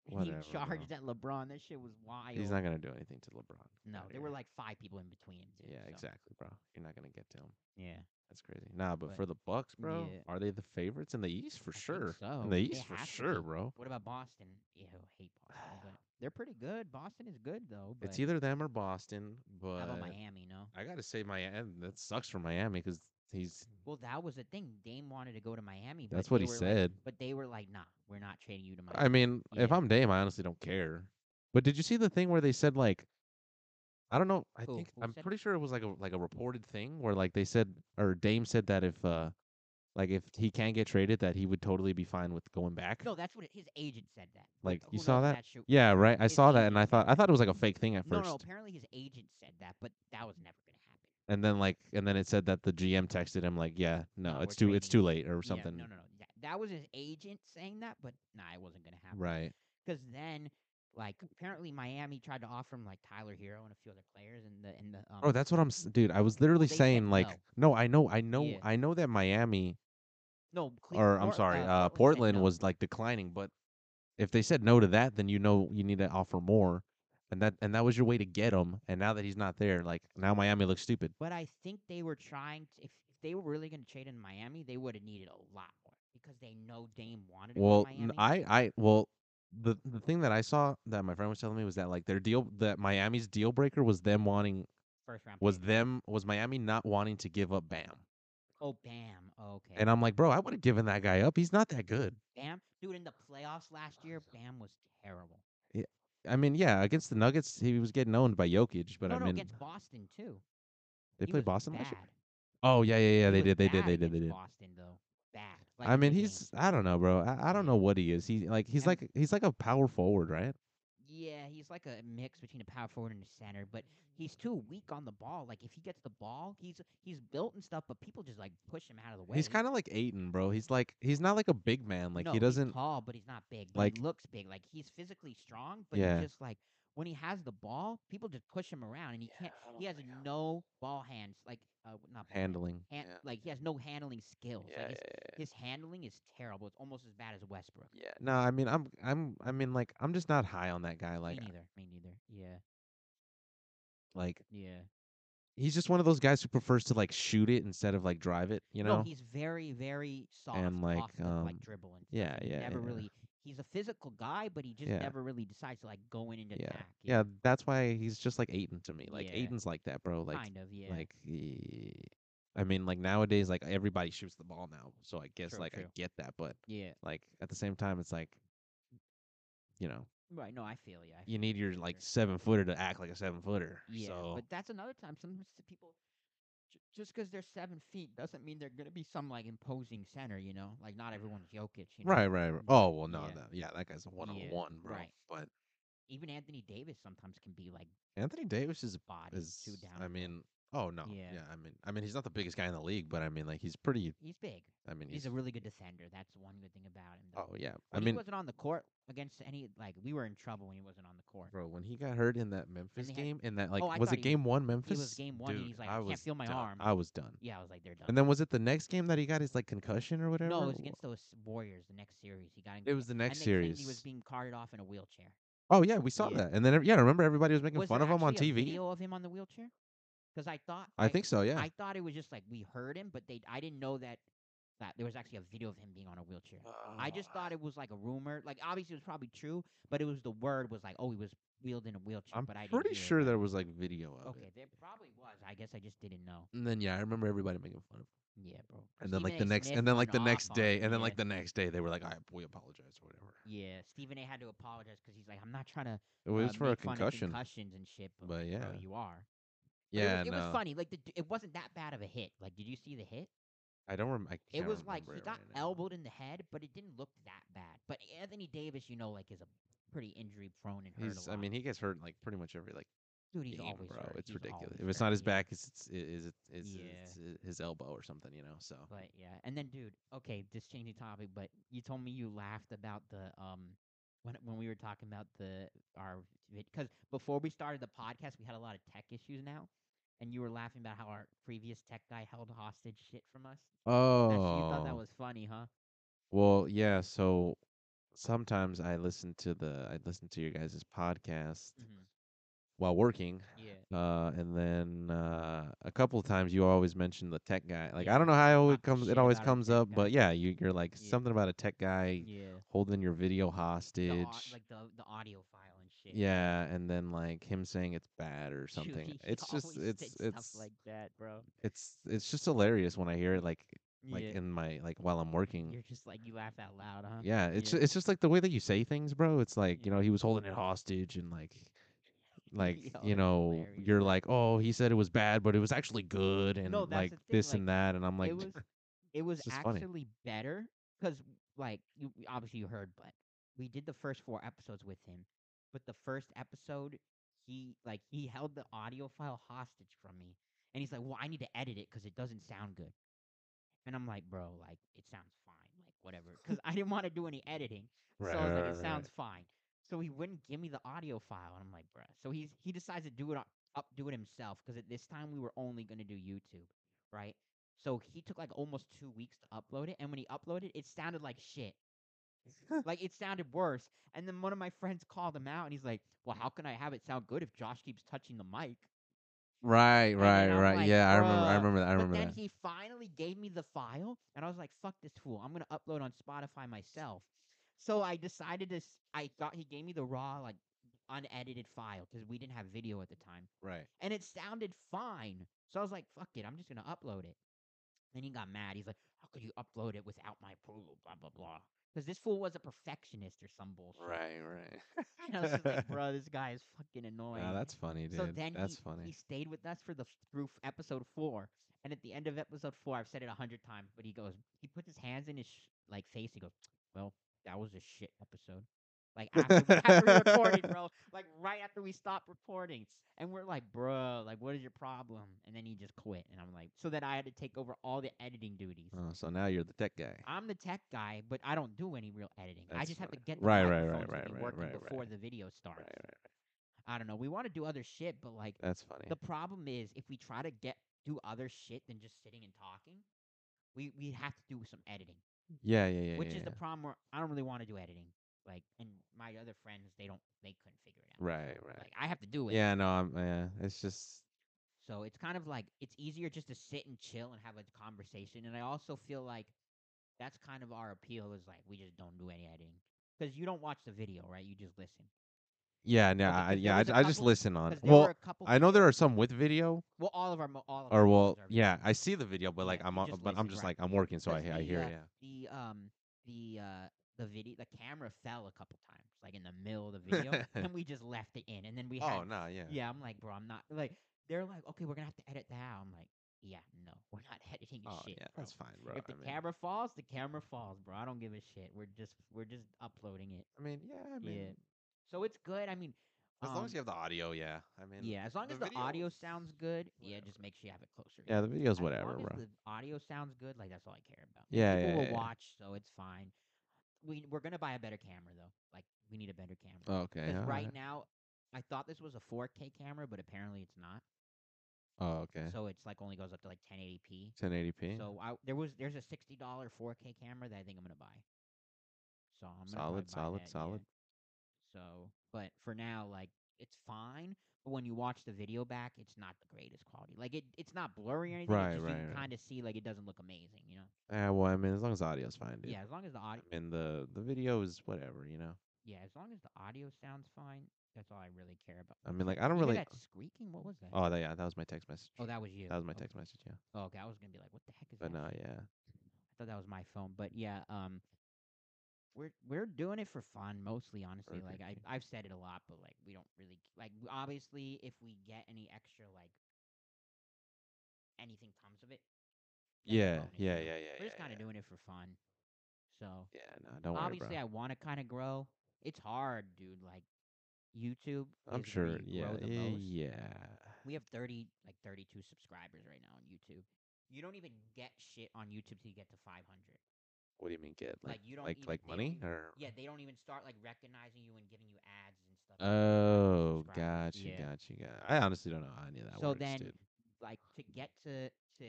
S1: And
S2: Whatever,
S1: he
S2: bro.
S1: charged at LeBron. That shit was wild.
S2: He's not gonna do anything to LeBron.
S1: no,
S2: Outta
S1: there were
S2: here.
S1: like five people in between him. Too,
S2: yeah,
S1: so.
S2: exactly, bro. You're not gonna get to him.
S1: Yeah,
S2: That's crazy. Nah, but,
S1: But-
S2: for the Bucks, bro,
S1: yeah.
S2: are they the favorites in the East for
S1: think
S2: sure?
S1: so.
S2: In the
S1: They
S2: East for
S1: have to
S2: sure,
S1: be.
S2: bro.
S1: What about Boston? Ew, I hate Boston, but they're pretty good. Boston is good though. But
S2: It's either uh, them or Boston, but
S1: how about Miami? No.
S2: I gotta say Miami. That sucks for Miami because he's.
S1: Well, that was the thing. Dame wanted to go to Miami. but
S2: That's what
S1: they
S2: he
S1: were like-
S2: said.
S1: but they were like, "Nah, we're not trading you to Miami."
S2: I mean, if
S1: Yeah.
S2: I'm Dame, I honestly don't care. But did you see the thing where they said like, I don't know. I
S1: Who-
S2: think
S1: who
S2: I'm
S1: said it?
S2: pretty sure it was like a like a reported thing where like they said or Dame said that if uh like if he can get traded that he would totally be fine with going back.
S1: no, that's what it- his agent said. That but
S2: Like, you
S1: who knows
S2: saw
S1: if
S2: that?
S1: shit-
S2: Yeah, right. I
S1: his
S2: saw that
S1: agent
S2: and I
S1: said
S2: thought I
S1: that.
S2: thought it was like a fake thing at
S1: No,
S2: first.
S1: no. Apparently, his agent said that, but that was never gonna happen.
S2: And then like and then it said that the GM texted him like, yeah, no,
S1: No,
S2: it's
S1: we're
S2: too it's
S1: trading
S2: too late or
S1: Yeah,
S2: something.
S1: no, no, no. That, that was his agent saying that, but nah, it wasn't gonna happen.
S2: Right.
S1: Because then, like, apparently Miami tried to offer him like Tyler Hero and a few other players, and the and the um,
S2: Oh, that's what I'm s- dude, I was literally
S1: they said
S2: saying like, no, I know, I know,
S1: Yeah.
S2: I know that Miami
S1: no, Cle-
S2: or I'm
S1: Port-
S2: sorry, uh,
S1: said
S2: Portland
S1: no.
S2: was like declining. But if they said no to that, then you know you need to offer more, and that and that was your way to get him. And now that he's not there, like now Miami looks stupid.
S1: But I think they were trying to. If, if they were really going to trade in Miami, they would have needed a lot more because they know Dame wanted to
S2: Well,
S1: go to
S2: n-
S1: Miami.
S2: I I well the the thing that I saw that my friend was telling me was that like their deal that Miami's deal breaker was them wanting
S1: first round
S2: was
S1: pick.
S2: them was Miami not wanting to give up Bam.
S1: Oh, Bam. Oh, okay.
S2: And I'm like, bro, I would have given that guy up. He's not that good.
S1: Bam, dude, in the playoffs last year, Bam was terrible.
S2: I mean, yeah, against the Nuggets, he was getting owned by Jokic, but
S1: no,
S2: I
S1: no,
S2: mean,
S1: against Boston too.
S2: they
S1: He
S2: played
S1: was
S2: Boston
S1: bad.
S2: last year. Oh yeah, yeah, yeah,
S1: He
S2: they
S1: was
S2: did, they did,
S1: bad
S2: they did, they
S1: against
S2: did.
S1: Boston though, bad. Like,
S2: I mean,
S1: no game.
S2: he's I don't know, bro. I, I don't
S1: Yeah.
S2: know what he is. He's like he's
S1: And-
S2: like he's like a power forward, right?
S1: Yeah, he's like a mix between a power forward and a center, but he's too weak on the ball. Like if he gets the ball, he's he's built and stuff, but people just like push him out of the way.
S2: He's kind of like Aiton, bro. He's like he's not like a big man. Like
S1: no,
S2: he doesn't.
S1: he's tall, but he's not big. But
S2: like-
S1: he looks big. Like he's physically strong, but
S2: Yeah.
S1: he just like when he has the ball, people just push him around, and he can't.
S2: Oh
S1: He has no ball hands, like uh, not ball hands,
S2: handling.
S1: hand, like he has no handling skills. like his, his handling is terrible. It's almost as bad as Westbrook.
S2: yeah. No, I mean I'm I'm I mean like I'm just not high on that guy. Like
S1: me neither. Me neither. Yeah.
S2: like
S1: Yeah.
S2: he's just one of those guys who prefers to like shoot it instead of like drive it. You know?
S1: no, he's very, very soft
S2: And, like,
S1: off the,
S2: um,
S1: like dribble and stuff.
S2: yeah,
S1: He
S2: yeah,
S1: never
S2: yeah, yeah.
S1: really. He's a physical guy, but he just
S2: Yeah.
S1: never really decides to like go in and
S2: Yeah,
S1: attack.
S2: yeah. That's why he's just like Aiton to me. Like
S1: Yeah.
S2: Aiton's like that, bro. Like
S1: kind of. Yeah.
S2: like eh, I mean like nowadays like everybody shoots the ball now, so I guess
S1: True,
S2: like I
S1: true.
S2: get that, but
S1: yeah.
S2: like at the same time it's like you know
S1: Right. No, I feel you. I
S2: you need your
S1: for
S2: like
S1: sure.
S2: seven footer to act like a seven footer
S1: Yeah,
S2: so
S1: but that's another time. Sometimes the people, j- just because they're seven feet doesn't mean they're gonna be some like imposing center. You know, like not everyone's Jokic. You know? mm,
S2: right right right. oh well no
S1: Yeah.
S2: that, yeah that guy's a one-on-one bro
S1: right.
S2: but
S1: Even Anthony Davis sometimes can be like
S2: anthony davis is
S1: body
S2: is
S1: too down.
S2: i mean oh no yeah.
S1: Yeah.
S2: i mean i mean he's not the biggest guy in the league but i mean like he's pretty
S1: he's big.
S2: i mean he's,
S1: He's a really good defender. That's one good thing about him. though.
S2: oh yeah i
S1: When
S2: mean
S1: he wasn't on the court against any like we were in trouble when he wasn't on the court.
S2: bro when he got hurt in that memphis
S1: they had-
S2: game and that like
S1: Oh, I
S2: was
S1: thought
S2: it
S1: he was-
S2: game one memphis
S1: game one, and he's like, "I can't
S2: was
S1: feel my
S2: done.
S1: arm."
S2: i was done
S1: Yeah, I was like, they're done.
S2: and then was it the next game that he got his like concussion or whatever
S1: no, it was
S2: Wh-
S1: against those Warriors. The next series, he got. in-
S2: it was the
S1: and
S2: next
S1: they claimed
S2: series
S1: he was being carted off in a wheelchair.
S2: Oh yeah, we saw
S1: Yeah.
S2: that, and then ev- yeah, remember everybody was making
S1: was
S2: fun
S1: there
S2: of him on
S1: actually a
S2: TV.
S1: Video of him on the wheelchair? Because I thought.
S2: I think so. Yeah.
S1: I thought it was just like we heard him, but they I didn't know that that there was actually a video of him being on a wheelchair. I just thought
S2: Ah.
S1: it was like a rumor. Like obviously it was probably true, but it was the word was like, oh, he was wheeled in a wheelchair.
S2: I'm
S1: but I didn't
S2: pretty
S1: hear
S2: sure
S1: that.
S2: there was like video of
S1: Okay,
S2: it.
S1: there probably was. I guess I just didn't know.
S2: And then yeah, I remember everybody making fun of him.
S1: Yeah, bro.
S2: And then like the
S1: Stephen A.
S2: next,
S1: Smith
S2: and then
S1: went
S2: like the
S1: off
S2: next
S1: on
S2: day,
S1: him,
S2: and then
S1: yeah.
S2: like the next day, they were like, "I we apologize or whatever."
S1: Yeah, Stephen A. had to apologize because he's like, I'm not trying to.
S2: It was
S1: uh,
S2: for a
S1: make fun of
S2: concussion,
S1: concussions and shit. But,
S2: but yeah,
S1: bro, you are. But it
S2: Yeah,
S1: was, it
S2: no,
S1: was funny. Like the, d- it wasn't that bad of a hit. Like, did you see the hit?
S2: I don't rem- I
S1: It
S2: can't remember.
S1: was like he got
S2: right now.
S1: elbowed in the head, but it didn't look that bad. But Anthony Davis, you know, like is a pretty injury prone and hurt
S2: He's,
S1: a
S2: I
S1: lot.
S2: mean, he gets hurt like pretty much every like
S1: dude, he's
S2: game,
S1: always
S2: bro.
S1: hurt.
S2: It's
S1: He's
S2: ridiculous.
S1: always
S2: If it's
S1: hurt,
S2: not his
S1: yeah.
S2: back, it's, it's it is it is
S1: Yeah.
S2: it's, uh, his elbow or something, you know. So
S1: But yeah, and then dude, okay, just changing topic, but you told me you laughed about the um when when we were talking about the our because before we started the podcast, we had a lot of tech issues now, and you were laughing about how our previous tech guy held hostage shit from us.
S2: oh,
S1: That sh- you thought that was funny, huh?
S2: Well, yeah, so sometimes I listen to the I listen to your guys' podcast
S1: Mm-hmm.
S2: while working.
S1: Yeah,
S2: Uh and then uh a couple of times you always mention the tech guy. Like
S1: Yeah,
S2: I don't know how
S1: talking
S2: it comes
S1: shit
S2: it always
S1: about our
S2: comes
S1: tech
S2: up,
S1: guy.
S2: but yeah, you you're like
S1: Yeah.
S2: something about a tech guy
S1: yeah.
S2: holding your video
S1: The au-
S2: hostage.
S1: like the the audio file and shit.
S2: yeah, and then like him saying it's bad or
S1: Dude,
S2: something.
S1: he
S2: it's just
S1: always said
S2: it's
S1: stuff
S2: it's
S1: like that, bro.
S2: it's it's just hilarious when I hear it like like
S1: yeah.
S2: in my like while I'm working.
S1: you're just like you laugh out loud, huh?
S2: Yeah, it's
S1: Yeah.
S2: ju- it's just like the way that you say things, bro. It's like you
S1: Yeah.
S2: know he was holding it hostage and like like
S1: Yo,
S2: you
S1: that's
S2: know
S1: hilarious.
S2: you're like oh he said it was bad but it was actually good and
S1: No, that's
S2: like
S1: the thing,
S2: this
S1: like,
S2: and that and I'm like
S1: it was it was
S2: just funny.
S1: actually better because like you you- obviously you heard but we did the first four episodes with him but the first episode he like he held the audio file hostage from me and he's like well i need to edit it because it doesn't sound good and i'm like bro like it sounds fine like whatever because i didn't want to do any editing so I was like, it sounds fine. So he wouldn't give me the audio file, and I'm like, bruh. So he's he decides to do it up, up do it himself because at this time we were only gonna do YouTube, right? So he took like almost two weeks to upload it, and when he uploaded, it sounded like shit. like it sounded worse. And then one of my friends called him out, and he's like, "Well, how can I have it sound good if Josh keeps touching the mic?"
S2: right
S1: then
S2: right
S1: I'm
S2: right
S1: like,
S2: yeah I remember I
S1: "Bruh."
S2: remember that I
S1: but
S2: remember
S1: then
S2: that
S1: he finally gave me the file, and I was like, "Fuck this fool! I'm gonna upload on Spotify myself." So I decided to. s- I got he gave me the raw, like, unedited file because we didn't have video at the time,
S2: right
S1: and it sounded fine. So I was like, "Fuck it! I'm just gonna upload it." Then he got mad. He's like, "How could you upload it without my approval?" Blah blah blah. Because this fool was a perfectionist or some bullshit.
S2: right right
S1: And I was just like, "Bro, this guy is fucking annoying."
S2: Nah, that's funny dude
S1: So then
S2: that's
S1: he, he
S2: funny
S1: stayed with us for the f- through f- episode four, and at the end of episode four, I've said it a hundred times, but he goes, he puts his hands in his sh- like face, he goes, "Well, that was a shit episode." Like after, we- after we recorded, bro, like right after we stopped recording, and we're like, "Bro, like what is your problem?" And then he just quit, and I'm like, so that I had to take over all the editing duties.
S2: oh so now you're the tech guy
S1: I'm the tech guy, but I don't do any real editing. I
S2: That's
S1: just have to
S2: fine.
S1: get the
S2: Right, right, right,
S1: microphones to
S2: right,
S1: be
S2: right,
S1: working
S2: right, right.
S1: before the video starts.
S2: right right
S1: I don't know. We want to do other shit, but like
S2: that's funny
S1: the problem is if we try to get do other shit than just sitting and talking, we we have to do some editing,
S2: yeah yeah yeah
S1: which
S2: yeah,
S1: is the
S2: yeah.
S1: problem where I don't really want to do editing. Like, and my other friends, they don't, they couldn't figure it out.
S2: right right
S1: Like, I have to do it.
S2: yeah no I'm yeah it's just
S1: So it's kind of like it's easier just to sit and chill and have a conversation. And I also feel like that's kind of our appeal is like we just don't do any editing because you don't watch the video, right? You just listen.
S2: yeah no
S1: Because
S2: I,
S1: there
S2: yeah
S1: was a
S2: I, I just
S1: couple-
S2: listen on
S1: 'Cause there were
S2: well
S1: a couple.
S2: I know there are some with video
S1: Well, all of our, mo- all of our
S2: or well
S1: episodes are
S2: yeah I see the video but
S1: Yeah,
S2: like
S1: you
S2: I'm on,
S1: just
S2: but I'm
S1: listen,
S2: just
S1: right.
S2: like I'm working so I,
S1: Because
S2: I
S1: the,
S2: hear
S1: uh,
S2: yeah
S1: the um the uh the video the camera fell a couple times like in the middle of the video and we just left it in and then we had
S2: oh no yeah
S1: yeah. I'm like bro I'm not like they're like okay we're gonna have to edit that out I'm like yeah no we're not editing
S2: oh
S1: shit
S2: yeah
S1: bro.
S2: that's fine bro
S1: if the
S2: I mean,
S1: camera falls the camera falls bro I don't give a shit we're just we're just uploading it
S2: I mean yeah I mean
S1: so it's good I mean
S2: as long as
S1: um,
S2: you have the audio yeah I mean
S1: yeah as long
S2: the
S1: as the audio
S2: video's
S1: sounds good yeah
S2: whatever.
S1: just make sure you have it closer
S2: yeah the video's
S1: as
S2: whatever
S1: long as
S2: bro
S1: the audio sounds good, like that's all I care about. Like,
S2: Yeah,
S1: people
S2: yeah,
S1: will
S2: yeah, yeah.
S1: watch, so it's fine. We we're gonna buy a better camera though. Like we need a better camera.
S2: okay
S1: Because
S2: all
S1: right now, I thought this was a 4K camera, but apparently it's not.
S2: oh okay
S1: So it's like only goes up to like 1080p.
S2: 1080p
S1: So I there was there's a sixty dollar 4K camera that I think I'm gonna buy. So I'm gonna probably
S2: Solid,
S1: buy
S2: solid,
S1: that, yeah.
S2: solid.
S1: So, but for now, like it's fine. But when you watch the video back, it's not the greatest quality. Like it, it's not blurry or anything.
S2: Right,
S1: it's just
S2: right,
S1: you can
S2: right.
S1: kind of see like it doesn't look amazing, you know.
S2: yeah well I mean as long as the audio's fine dude
S1: Yeah, as long as the audio,
S2: I mean the the video is whatever you know
S1: yeah, as long as the audio sounds fine, that's all I really care about.
S2: I mean like I don't
S1: Even
S2: really
S1: that squeaking. What was that?
S2: oh that, yeah that was my text message
S1: oh, that was you.
S2: that was my
S1: Okay.
S2: text message yeah
S1: Oh, okay, I was gonna be like, what the heck is
S2: but
S1: that?
S2: no yeah
S1: I thought that was my phone, but yeah, um, we're we're doing it for fun mostly. Honestly, like I
S2: Perfect.
S1: I've said it a lot, but like we don't really like w- obviously if we get any extra like anything comes of it. that's
S2: Yeah,
S1: bonus, you
S2: yeah, yeah,
S1: know?
S2: yeah.
S1: We're
S2: yeah,
S1: just kind of
S2: yeah.
S1: doing it for fun. So
S2: Yeah, no, don't
S1: obviously, I
S2: worry,
S1: want to kind of grow. It's hard, dude. Like YouTube,
S2: bro. I'm
S1: is where
S2: sure.
S1: you
S2: Yeah,
S1: grow the
S2: yeah,
S1: most.
S2: yeah.
S1: We have thirty, like thirty-two subscribers right now on YouTube. You don't even get shit on YouTube till you get to five hundred.
S2: What do you mean get like
S1: Like, you don't
S2: like
S1: even-
S2: like
S1: they don't
S2: money
S1: even-
S2: or?
S1: Yeah, they don't even start like recognizing you and giving you ads and stuff. like that until you
S2: Oh,
S1: hit 1,000 subscribers.
S2: gotcha,
S1: Yeah.
S2: gotcha, gotcha. I honestly don't know how any of that
S1: So
S2: works,
S1: then,
S2: dude.
S1: like to get to to,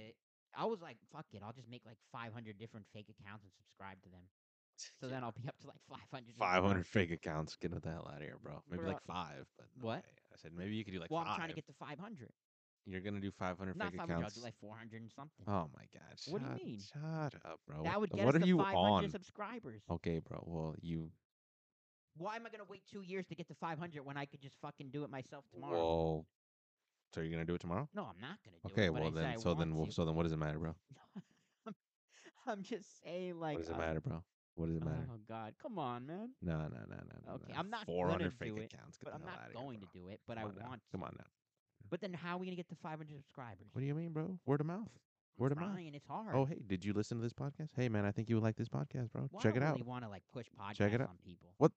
S1: I was like, fuck it, I'll just make like five hundred different fake accounts and subscribe to them. So then I'll be up to like five hundred.
S2: Five hundred fake accounts. Get the hell out of here, bro. Maybe
S1: Bro,
S2: like five. But no
S1: what?
S2: way. I said maybe you could do like
S1: well,
S2: five.
S1: I'm trying to get to five hundred.
S2: You're gonna do five hundred
S1: Not
S2: fake
S1: five hundred. I'll
S2: accounts.
S1: do like four hundred and something.
S2: Oh my God! Shut,
S1: What do you mean?
S2: Shut up, bro.
S1: that
S2: What-
S1: would get
S2: what
S1: us
S2: are
S1: to
S2: you
S1: 500
S2: on? Oh.
S1: subscribers.
S2: Okay, bro. Well, you.
S1: Why am I going to wait two years to get to 500 when I could just fucking do it myself tomorrow?
S2: Whoa. So you're gonna do it tomorrow?
S1: No, I'm not going to do
S2: Okay.
S1: it. but I
S2: Well
S1: said I
S2: then, so then,
S1: want
S2: well,
S1: to.
S2: so then, what does it matter, bro?
S1: I'm, I'm just saying, like,
S2: What does
S1: uh,
S2: it matter, bro? What does it matter?
S1: oh god, come on, man.
S2: No, no, no, no. no,
S1: Okay,
S2: no.
S1: I'm not gonna
S2: 400
S1: do
S2: fake
S1: it,
S2: accounts. Get
S1: But
S2: the
S1: I'm
S2: hell
S1: not
S2: outta here,
S1: going
S2: bro.
S1: to do it. But
S2: Come
S1: I
S2: on now.
S1: want.
S2: Come
S1: to.
S2: on now.
S1: But then, how are we going to get to 500 subscribers?
S2: What do you mean, bro? Word of mouth.
S1: I'm
S2: word of mouth?
S1: trying, It's hard.
S2: Oh, hey, did you listen to this podcast? Hey, man, I think you would like this podcast, bro.
S1: Well, I
S2: Check it
S1: don't
S2: out.
S1: really want to like push podcasts
S2: Check it out.
S1: on people.
S2: What?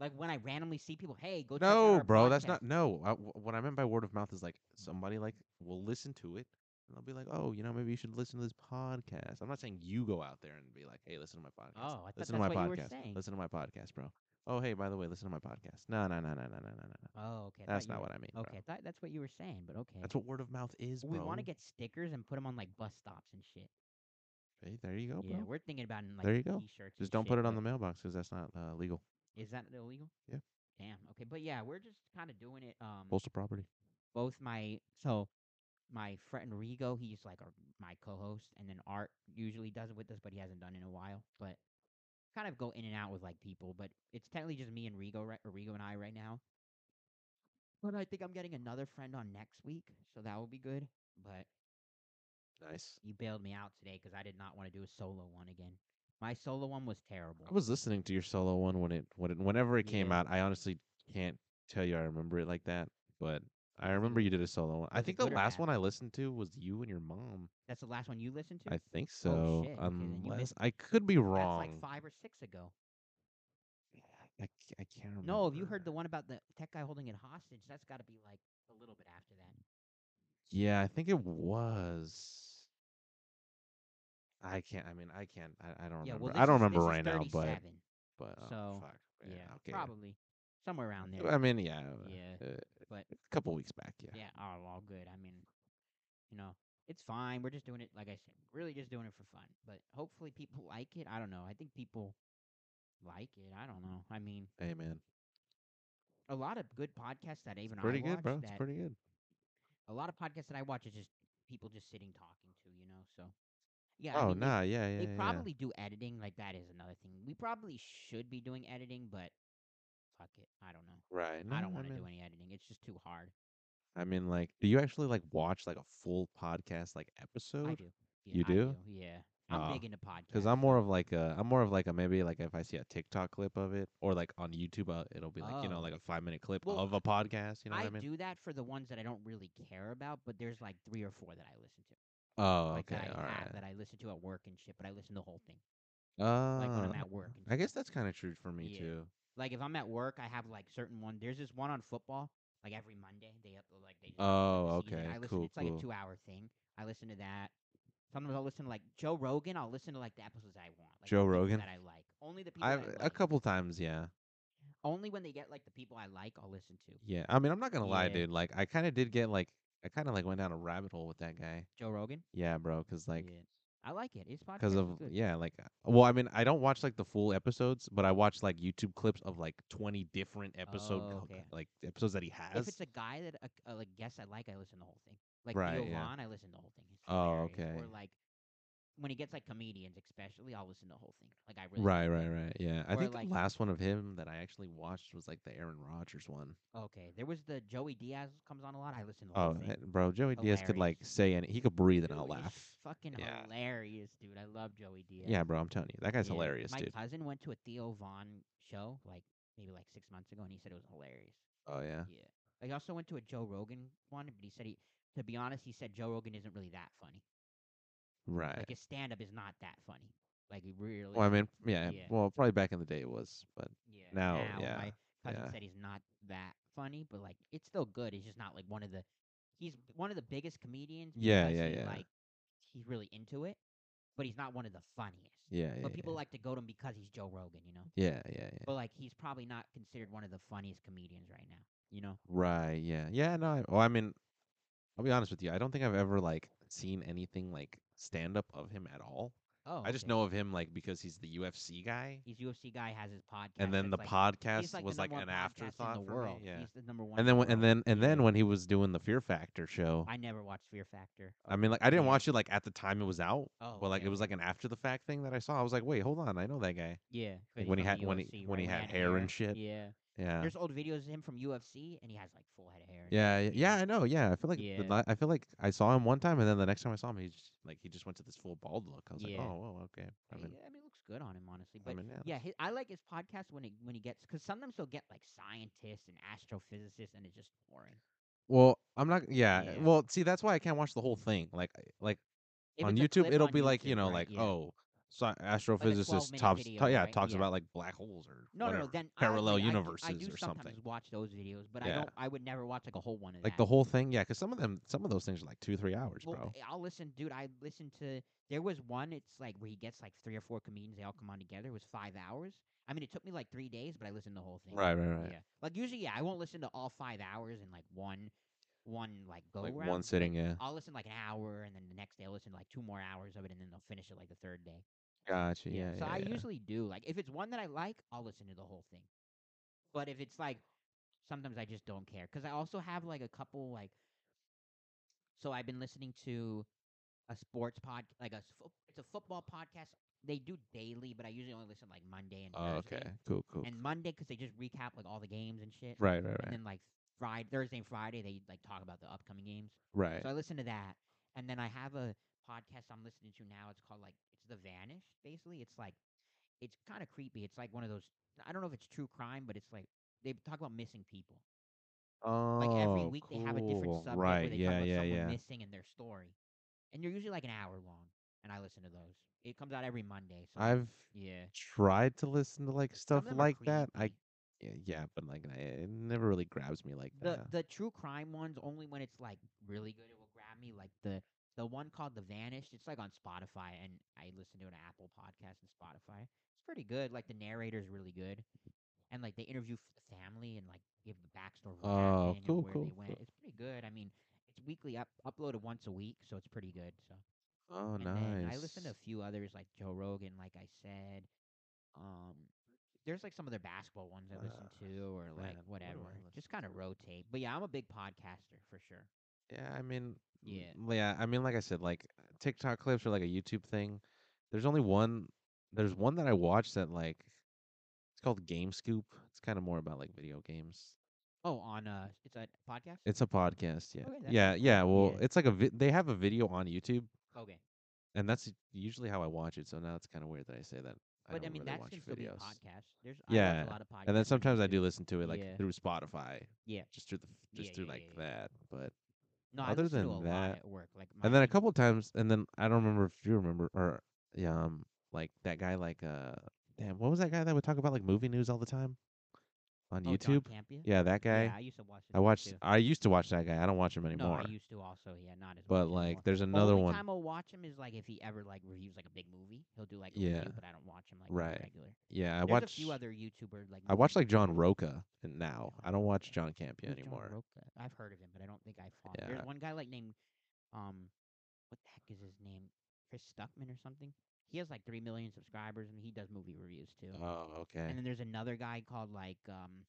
S1: Like when I randomly see people, hey, go. check out
S2: No,
S1: our
S2: bro, that's
S1: podcast."
S2: not. No, I, wh- what I meant by word of mouth is like somebody like will listen to it and they'll be like, oh, you know, maybe you should listen to this podcast. I'm not saying you go out there and be like, hey, listen to my podcast.
S1: Oh, I thought
S2: listen
S1: that's
S2: to my
S1: what you were
S2: podcast.
S1: saying.
S2: Listen to my podcast, bro. Oh, hey, by the way, listen to my podcast. No, no, no, no, no, no,
S1: Oh, okay. I
S2: no, no.
S1: thought
S2: That's
S1: you
S2: not
S1: were-
S2: what I mean, bro.
S1: Okay, I thought that's what you were saying, but okay.
S2: That's what word of mouth is, bro.
S1: we want to get stickers and put them on like bus stops and shit.
S2: Hey, there you go,
S1: yeah,
S2: bro.
S1: we're thinking about it in like
S2: There you go.
S1: t-shirts.
S2: Just
S1: and
S2: don't put
S1: shit,
S2: it on the
S1: but-
S2: mailbox because that's not uh, legal.
S1: Is that illegal?
S2: Yeah.
S1: Damn. Okay, but yeah, we're just kind of doing it. Um,
S2: Postal property.
S1: both my so my friend Rigo, he's like our, my co-host, and then Art usually does it with us, but he hasn't done it in a while. But kind of go in and out with like people, but it's technically just me and Rigo, right, or Rigo and I right now. But I think I'm getting another friend on next week, so that will be good. But
S2: Nice.
S1: you bailed me out today because I did not want to do a solo one again. My solo one was terrible.
S2: I was listening to your solo one when it when it whenever it came
S1: Yeah.
S2: out. I honestly can't tell you I remember it like that, but I
S1: it
S2: remember you did a solo one. I
S1: was it
S2: think the
S1: good or
S2: last
S1: bad?
S2: one I listened to was you and your mom.
S1: That's the last one you listened to.
S2: I think so.
S1: Oh, shit. Okay, then you
S2: unless
S1: missed-
S2: I could be wrong.
S1: That's like five or six ago.
S2: I, c- I can't remember.
S1: No, have you heard the one about the tech guy holding it hostage? That's got to be like a little bit after that.
S2: Yeah, I think it was. I can't. I mean, I can't. I, I don't
S1: Yeah,
S2: remember.
S1: well,
S2: I don't
S1: this is-
S2: remember right
S1: this is
S2: now, but
S1: 37,
S2: but oh,
S1: so,
S2: fuck,
S1: yeah,
S2: man, okay.
S1: probably somewhere around there.
S2: I mean, yeah, uh,
S1: Yeah,
S2: uh,
S1: but-
S2: a couple weeks back, yeah.
S1: yeah, all all good. I mean, you know, it's fine. We're just doing it, like I said, really just doing it for fun. But hopefully, people like it. I don't know. I think people like it. I don't know. I mean,
S2: Hey, man,
S1: a lot of good podcasts that even
S2: pretty
S1: I
S2: good,
S1: watch
S2: bro. It's
S1: that
S2: pretty good.
S1: a lot of podcasts that I watch is just people just sitting talking to you know. So yeah, I
S2: oh,
S1: mean, they-
S2: nah, yeah, yeah,
S1: they
S2: yeah, yeah.
S1: probably do editing. Like that is another thing. We probably should be doing editing, but fuck it. I don't know.
S2: Right.
S1: I
S2: no,
S1: don't want to
S2: mean-
S1: do any editing. It's just too hard.
S2: I mean, like, do you actually like watch like a full podcast like episode?
S1: I do. Yeah,
S2: You
S1: I
S2: do?
S1: Yeah. I'm
S2: Oh,
S1: big into podcasts.
S2: Because I'm more of like a, I'm more of like a maybe like if I see a TikTok clip of it or like on YouTube, uh, it'll be like you know
S1: Oh.
S2: like a five minute clip
S1: Well,
S2: of a podcast. You know
S1: I
S2: what I mean?
S1: do that for the ones that I don't really care about, but there's like three or four that I listen to.
S2: Oh,
S1: like
S2: okay,
S1: that I
S2: all
S1: have
S2: right.
S1: that I listen to at work and shit, but I listen to the whole thing.
S2: Oh,
S1: Like when I'm at work. And
S2: I guess
S1: stuff.
S2: that's kind of true for me
S1: Yeah.
S2: too.
S1: like if I'm at work, I have like certain one. There's this one on football. Like every Monday, they upload like they. Just
S2: Oh,
S1: the season.
S2: okay,
S1: I listen.
S2: cool,
S1: it's like
S2: cool.
S1: a two-hour thing. I listen to that. Sometimes I'll listen to like Joe Rogan. I'll listen to like the episodes I want. Like the
S2: Joe
S1: people
S2: Rogan?
S1: that I like. Only the people.
S2: I've
S1: that I
S2: a
S1: like.
S2: couple times, yeah,
S1: Only when they get like the people I like, I'll listen to
S2: yeah. I mean, I'm not gonna lie,
S1: Yeah.
S2: dude. Like, I kind of did get like, I kind of like went down a rabbit hole with that guy.
S1: Joe Rogan.
S2: Yeah, bro, because like.
S1: Yeah. I like it. It's podcast.
S2: because
S1: is
S2: of
S1: good.
S2: yeah like uh, well i mean i don't watch like the full episodes but i watch like youtube clips of like 20 different episode
S1: Oh,
S2: co-
S1: okay.
S2: like episodes that he has
S1: If it's a guy that a, a like guest I like, I listen to the whole thing. Like
S2: Right,
S1: Theo
S2: yeah.
S1: Von, I listen to the whole thing. It's
S2: Oh,
S1: hilarious. Or
S2: okay.
S1: like when he gets like comedians, especially, I'll listen to the whole thing. Like I really like
S2: right
S1: it.
S2: right right yeah i
S1: Or,
S2: think
S1: like-
S2: the last one of him that i actually watched was like the aaron Rodgers one.
S1: Okay, there was the Joey Diaz comes on a lot. I listen to the whole
S2: Oh,
S1: thing.
S2: eh, bro joey diaz could like
S1: Hilarious.
S2: say and he could breathe and
S1: Dude,
S2: i'll
S1: it's
S2: laugh
S1: Fucking
S2: Yeah.
S1: hilarious, dude. I love Joey Diaz.
S2: yeah. bro i'm telling you that guy's
S1: Yeah.
S2: hilarious
S1: My
S2: dude
S1: cousin went to a Theo Vaughn show like maybe like six months ago, and he said it was hilarious.
S2: oh yeah
S1: Yeah. I also went to a Joe Rogan one, but he said he to be honest, he said Joe Rogan isn't really that funny.
S2: Right.
S1: Like his stand up is not that funny. Like he really.
S2: Well, I mean, yeah,
S1: Yeah.
S2: Well, probably back in the day it was, but
S1: yeah.
S2: now, yeah,
S1: my cousin
S2: yeah.
S1: said he's not that funny, but like it's still good. It's just not like one of the. He's one of the biggest comedians.
S2: Yeah,
S1: because
S2: yeah,
S1: he,
S2: yeah.
S1: Like he's really into it, but he's not one of the funniest.
S2: yeah, yeah.
S1: But people like to go to him because he's Joe Rogan, you know.
S2: yeah, yeah, yeah.
S1: But like he's probably not considered one of the funniest comedians right now, you know.
S2: Right. Yeah. Yeah. No. I, well, I mean, I'll be honest with you. I don't think I've ever like seen anything like stand up of him at all.
S1: Oh,
S2: I just
S1: okay.
S2: know of him like because he's the UFC guy,
S1: He's UFC guy has his podcast,
S2: and then
S1: that's,
S2: the
S1: like,
S2: podcast
S1: he's, like, the
S2: was like
S1: number
S2: an
S1: one podcast
S2: afterthought
S1: in the
S2: for
S1: world.
S2: me. Yeah.
S1: He's the number one. in
S2: and then
S1: the
S2: when, and
S1: world.
S2: then and then when he was doing the Fear Factor show,
S1: I never watched Fear Factor.
S2: I mean, like I didn't
S1: yeah.
S2: watch it like at the time it was out,
S1: Oh,
S2: but like
S1: okay.
S2: it was like an after the fact thing that I saw. I was like, wait, hold on, I know that guy.
S1: yeah. 'cause he's
S2: when he
S1: from
S2: had-
S1: the
S2: when he-
S1: UFC,
S2: when he
S1: right?
S2: had hair and shit.
S1: Yeah.
S2: Yeah.
S1: There's old videos of him from UFC, and he has like full head of hair. and
S2: yeah,
S1: shit,
S2: yeah,
S1: you
S2: yeah,
S1: know?
S2: I know. Yeah, I feel like
S1: Yeah.
S2: the la I feel like I saw him one time, and then the next time I saw him, he just like he just went to this full bald look. I was
S1: Yeah.
S2: like, oh, whoa, okay. I
S1: Hey,
S2: mean,
S1: I mean, it looks good on him, honestly.
S2: I
S1: But
S2: mean, yeah,
S1: yeah, hi I like his podcast when he when he gets because sometimes he'll get like scientists and astrophysicists, and it's just boring.
S2: Well, I'm not. Yeah.
S1: Yeah.
S2: Well, see, that's why I can't watch the whole thing. Like, I- like
S1: If
S2: on
S1: it's a
S2: YouTube,
S1: clip
S2: it'll
S1: on
S2: be like you
S1: YouTube,
S2: know,
S1: right,
S2: like
S1: yeah.
S2: oh, so
S1: 12-minute
S2: astrophysicist talks. ta-
S1: video,
S2: yeah,
S1: right?
S2: talks
S1: Yeah.
S2: about like black holes or
S1: No,
S2: whatever.
S1: no, no. Then I agree,
S2: parallel
S1: I do- I
S2: universes
S1: do
S2: or
S1: sometimes
S2: something.
S1: watch those videos, but I
S2: Yeah.
S1: don't. I would never watch like a whole one of
S2: Like
S1: that.
S2: the whole thing. Yeah, because some of them, some of those things are like two, three hours,
S1: Well, eh,
S2: bro.
S1: I- I'll listen, dude. I listened to. There was one. It's like where he gets like three or four comedians. They all come on together. It was five hours. I mean, it took me like three days, but I listened to the whole thing.
S2: Right, right, right.
S1: Yeah. Like usually, yeah, I won't listen to all five hours in like one, one like go
S2: Like
S1: round.
S2: one
S1: but
S2: sitting. Yeah.
S1: I'll listen like an hour, and then the next day I'll listen to like two more hours of it, and then they'll finish it like the third day.
S2: Gotcha. Yeah.
S1: So
S2: yeah,
S1: I
S2: yeah.
S1: usually do like if it's one that I like, I'll listen to the whole thing. But if it's like sometimes I just don't care because I also have like a couple like. So I've been listening to a sports pod like a s- fo- it's a football podcast. They do daily, but I usually only listen like Monday and
S2: Oh,
S1: Thursday.
S2: okay. Cool. Cool.
S1: And Monday because they just recap like all the games and shit.
S2: right. Right.
S1: And
S2: Right.
S1: then like Friday, Thursday and Friday they like talk about the upcoming games.
S2: Right.
S1: So I listen to that, and then I have a podcast I'm listening to now. It's called like it's The Vanished. Basically, it's like it's kind of creepy. It's like one of those I don't know if it's true crime, but it's like they talk about missing people.
S2: oh,
S1: Like every week they have a different
S2: cool.
S1: subject
S2: Right.
S1: where they
S2: yeah.
S1: talk about
S2: yeah.
S1: someone
S2: Yeah.
S1: missing and their story, and they're usually like an hour long. And I listen to those. It comes out every Monday. So like,
S2: I've
S1: yeah
S2: tried to listen to like
S1: Some
S2: stuff
S1: of them are
S2: like that. I
S1: creepy.
S2: Yeah, yeah, but like I- it never really grabs me like
S1: the
S2: that.
S1: the true crime ones only when it's like really good it will grab me like the the one called the vanished it's like on spotify and i listen to an apple podcast and spotify it's pretty good like the narrator's really good and like they interview f- the family and like give the backstory of what
S2: Oh,
S1: happened and
S2: cool,
S1: where
S2: cool,
S1: they went
S2: cool.
S1: it's pretty good i mean it's weekly up uploaded once a week so it's pretty good so
S2: oh,
S1: and
S2: nice.
S1: then I listen to a few others like Joe Rogan, like I said. Um, there's like some other basketball ones I listen
S2: Uh,
S1: to, or like
S2: man, what do
S1: whatever.
S2: I listen
S1: Just kind of rotate. But yeah, I'm a big podcaster for sure.
S2: yeah, I mean,
S1: Yeah.
S2: m- yeah. I mean, like I said, like TikTok clips are like a YouTube thing. There's only one. There's one that I watch that like it's called Game Scoop. It's kind of more about like video games.
S1: Oh, on uh, it's a podcast.
S2: It's a podcast. Yeah,
S1: Okay, that's
S2: yeah, yeah. Well,
S1: Yeah.
S2: it's like a vi- they have a video on YouTube,
S1: okay,
S2: and that's usually how I watch it. So now it's kind of weird that I say that.
S1: but I,
S2: don't
S1: mean
S2: really
S1: that
S2: watch
S1: can still be a
S2: videos.
S1: podcast. There's I
S2: Yeah,
S1: watch a lot of podcasts.
S2: and then
S1: on
S2: sometimes I
S1: YouTube.
S2: do listen to it like
S1: Yeah.
S2: through Spotify.
S1: Yeah.
S2: just through the f- just
S1: Yeah,
S2: through
S1: yeah,
S2: like
S1: yeah,
S2: that. But
S1: No, I
S2: other
S1: listen to
S2: than
S1: a lot
S2: that-
S1: at work. Like my
S2: and then a
S1: people-
S2: couple times, and then I don't remember if you remember or yeah, um, like that guy like uh, damn, what was that guy that would talk about like movie news all the time on
S1: oh, John
S2: YouTube?
S1: Campia?
S2: Yeah, that guy.
S1: Yeah, I used to watch. his
S2: I
S1: stuff,
S2: watched.
S1: too.
S2: I used to watch that guy. I don't watch him anymore.
S1: No, I used to also. Yeah, not as.
S2: but
S1: much
S2: like,
S1: anymore.
S2: there's another
S1: only
S2: one.
S1: time I'll watch him is like if he ever like reviews like a big movie, he'll do like a
S2: Yeah.
S1: review, but I don't watch him like
S2: Right.
S1: regular.
S2: yeah, I
S1: There's
S2: watch.
S1: a few other YouTubers like
S2: I watch
S1: movie
S2: like John Roca and now. I don't watch John Campia
S1: Who's John
S2: anymore.
S1: Roca? I've heard of him, but I don't think I follow.
S2: Yeah.
S1: There's one guy like named um, what the heck is his name? Chris Stuckman or something. He has like three million subscribers, and he does movie reviews too.
S2: oh, okay.
S1: And then there's another guy called like um,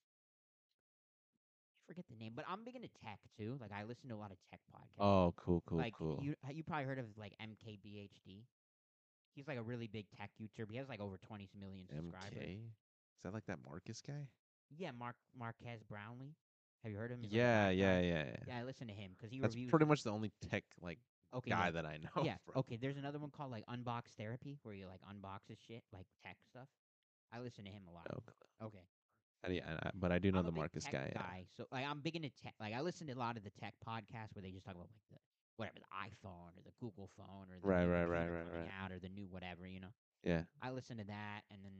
S1: I forget the name, but I'm big into tech too. Like I listen to a lot of tech podcasts.
S2: oh, cool, cool,
S1: like
S2: cool.
S1: you you probably heard of like MKBHD. He's like a really big tech YouTuber. He has like over 20 million subscribers.
S2: MK. Is that like that Marcus guy?
S1: Yeah, Mark Marquez Brownlee. Have you heard of him? He's, like, a
S2: Yeah,
S1: black
S2: yeah,
S1: guy.
S2: yeah, yeah.
S1: Yeah, I listen to him because he
S2: That's
S1: reviews.
S2: pretty much the only tech like
S1: okay,
S2: guy
S1: yeah.
S2: that I know.
S1: yeah.
S2: bro.
S1: Okay, there's another one called like Unbox Therapy where you like unboxes shit like tech stuff. I listen to him a lot.
S2: No clue.
S1: Okay.
S2: I, yeah, I- I- but I do know
S1: I'm a
S2: the
S1: big
S2: Marcus
S1: tech
S2: guy. yeah.
S1: So like, I'm big into tech. Like I listen to a lot of the tech podcasts where they just talk about like the whatever the iPhone or the Google phone or the
S2: Right,
S1: new
S2: right, right,
S1: computer
S2: right,
S1: coming
S2: right.
S1: out or the new whatever. You know,
S2: Yeah.
S1: I listen to that, and then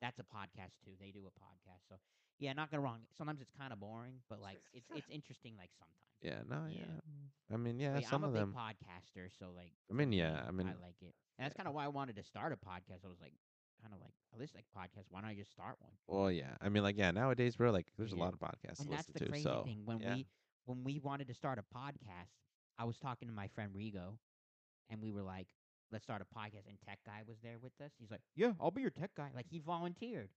S1: that's a podcast too. They do a podcast. So yeah, not gonna wrong. Sometimes it's kind of boring, but like it's it's interesting. Like sometimes.
S2: Yeah. No. Yeah.
S1: Yeah.
S2: I mean, yeah.
S1: But yeah,
S2: some
S1: I'm
S2: of
S1: a
S2: them.
S1: big podcaster, so like.
S2: I mean,
S1: for me,
S2: yeah, I mean,
S1: I like it, and that's kind of why I wanted to start a podcast. I was like, kind of like, I listen like podcasts. Why don't I just start one?
S2: Well, yeah. I mean, like, yeah. Nowadays, bro, like, there's a
S1: Yeah.
S2: lot of podcasts
S1: and
S2: to
S1: that's
S2: listen
S1: the
S2: to.
S1: crazy
S2: so,
S1: thing when
S2: yeah.
S1: we when we wanted to start a podcast i was talking to my friend rigo and we were like let's start a podcast and tech guy was there with us he's like yeah i'll be your tech guy like he volunteered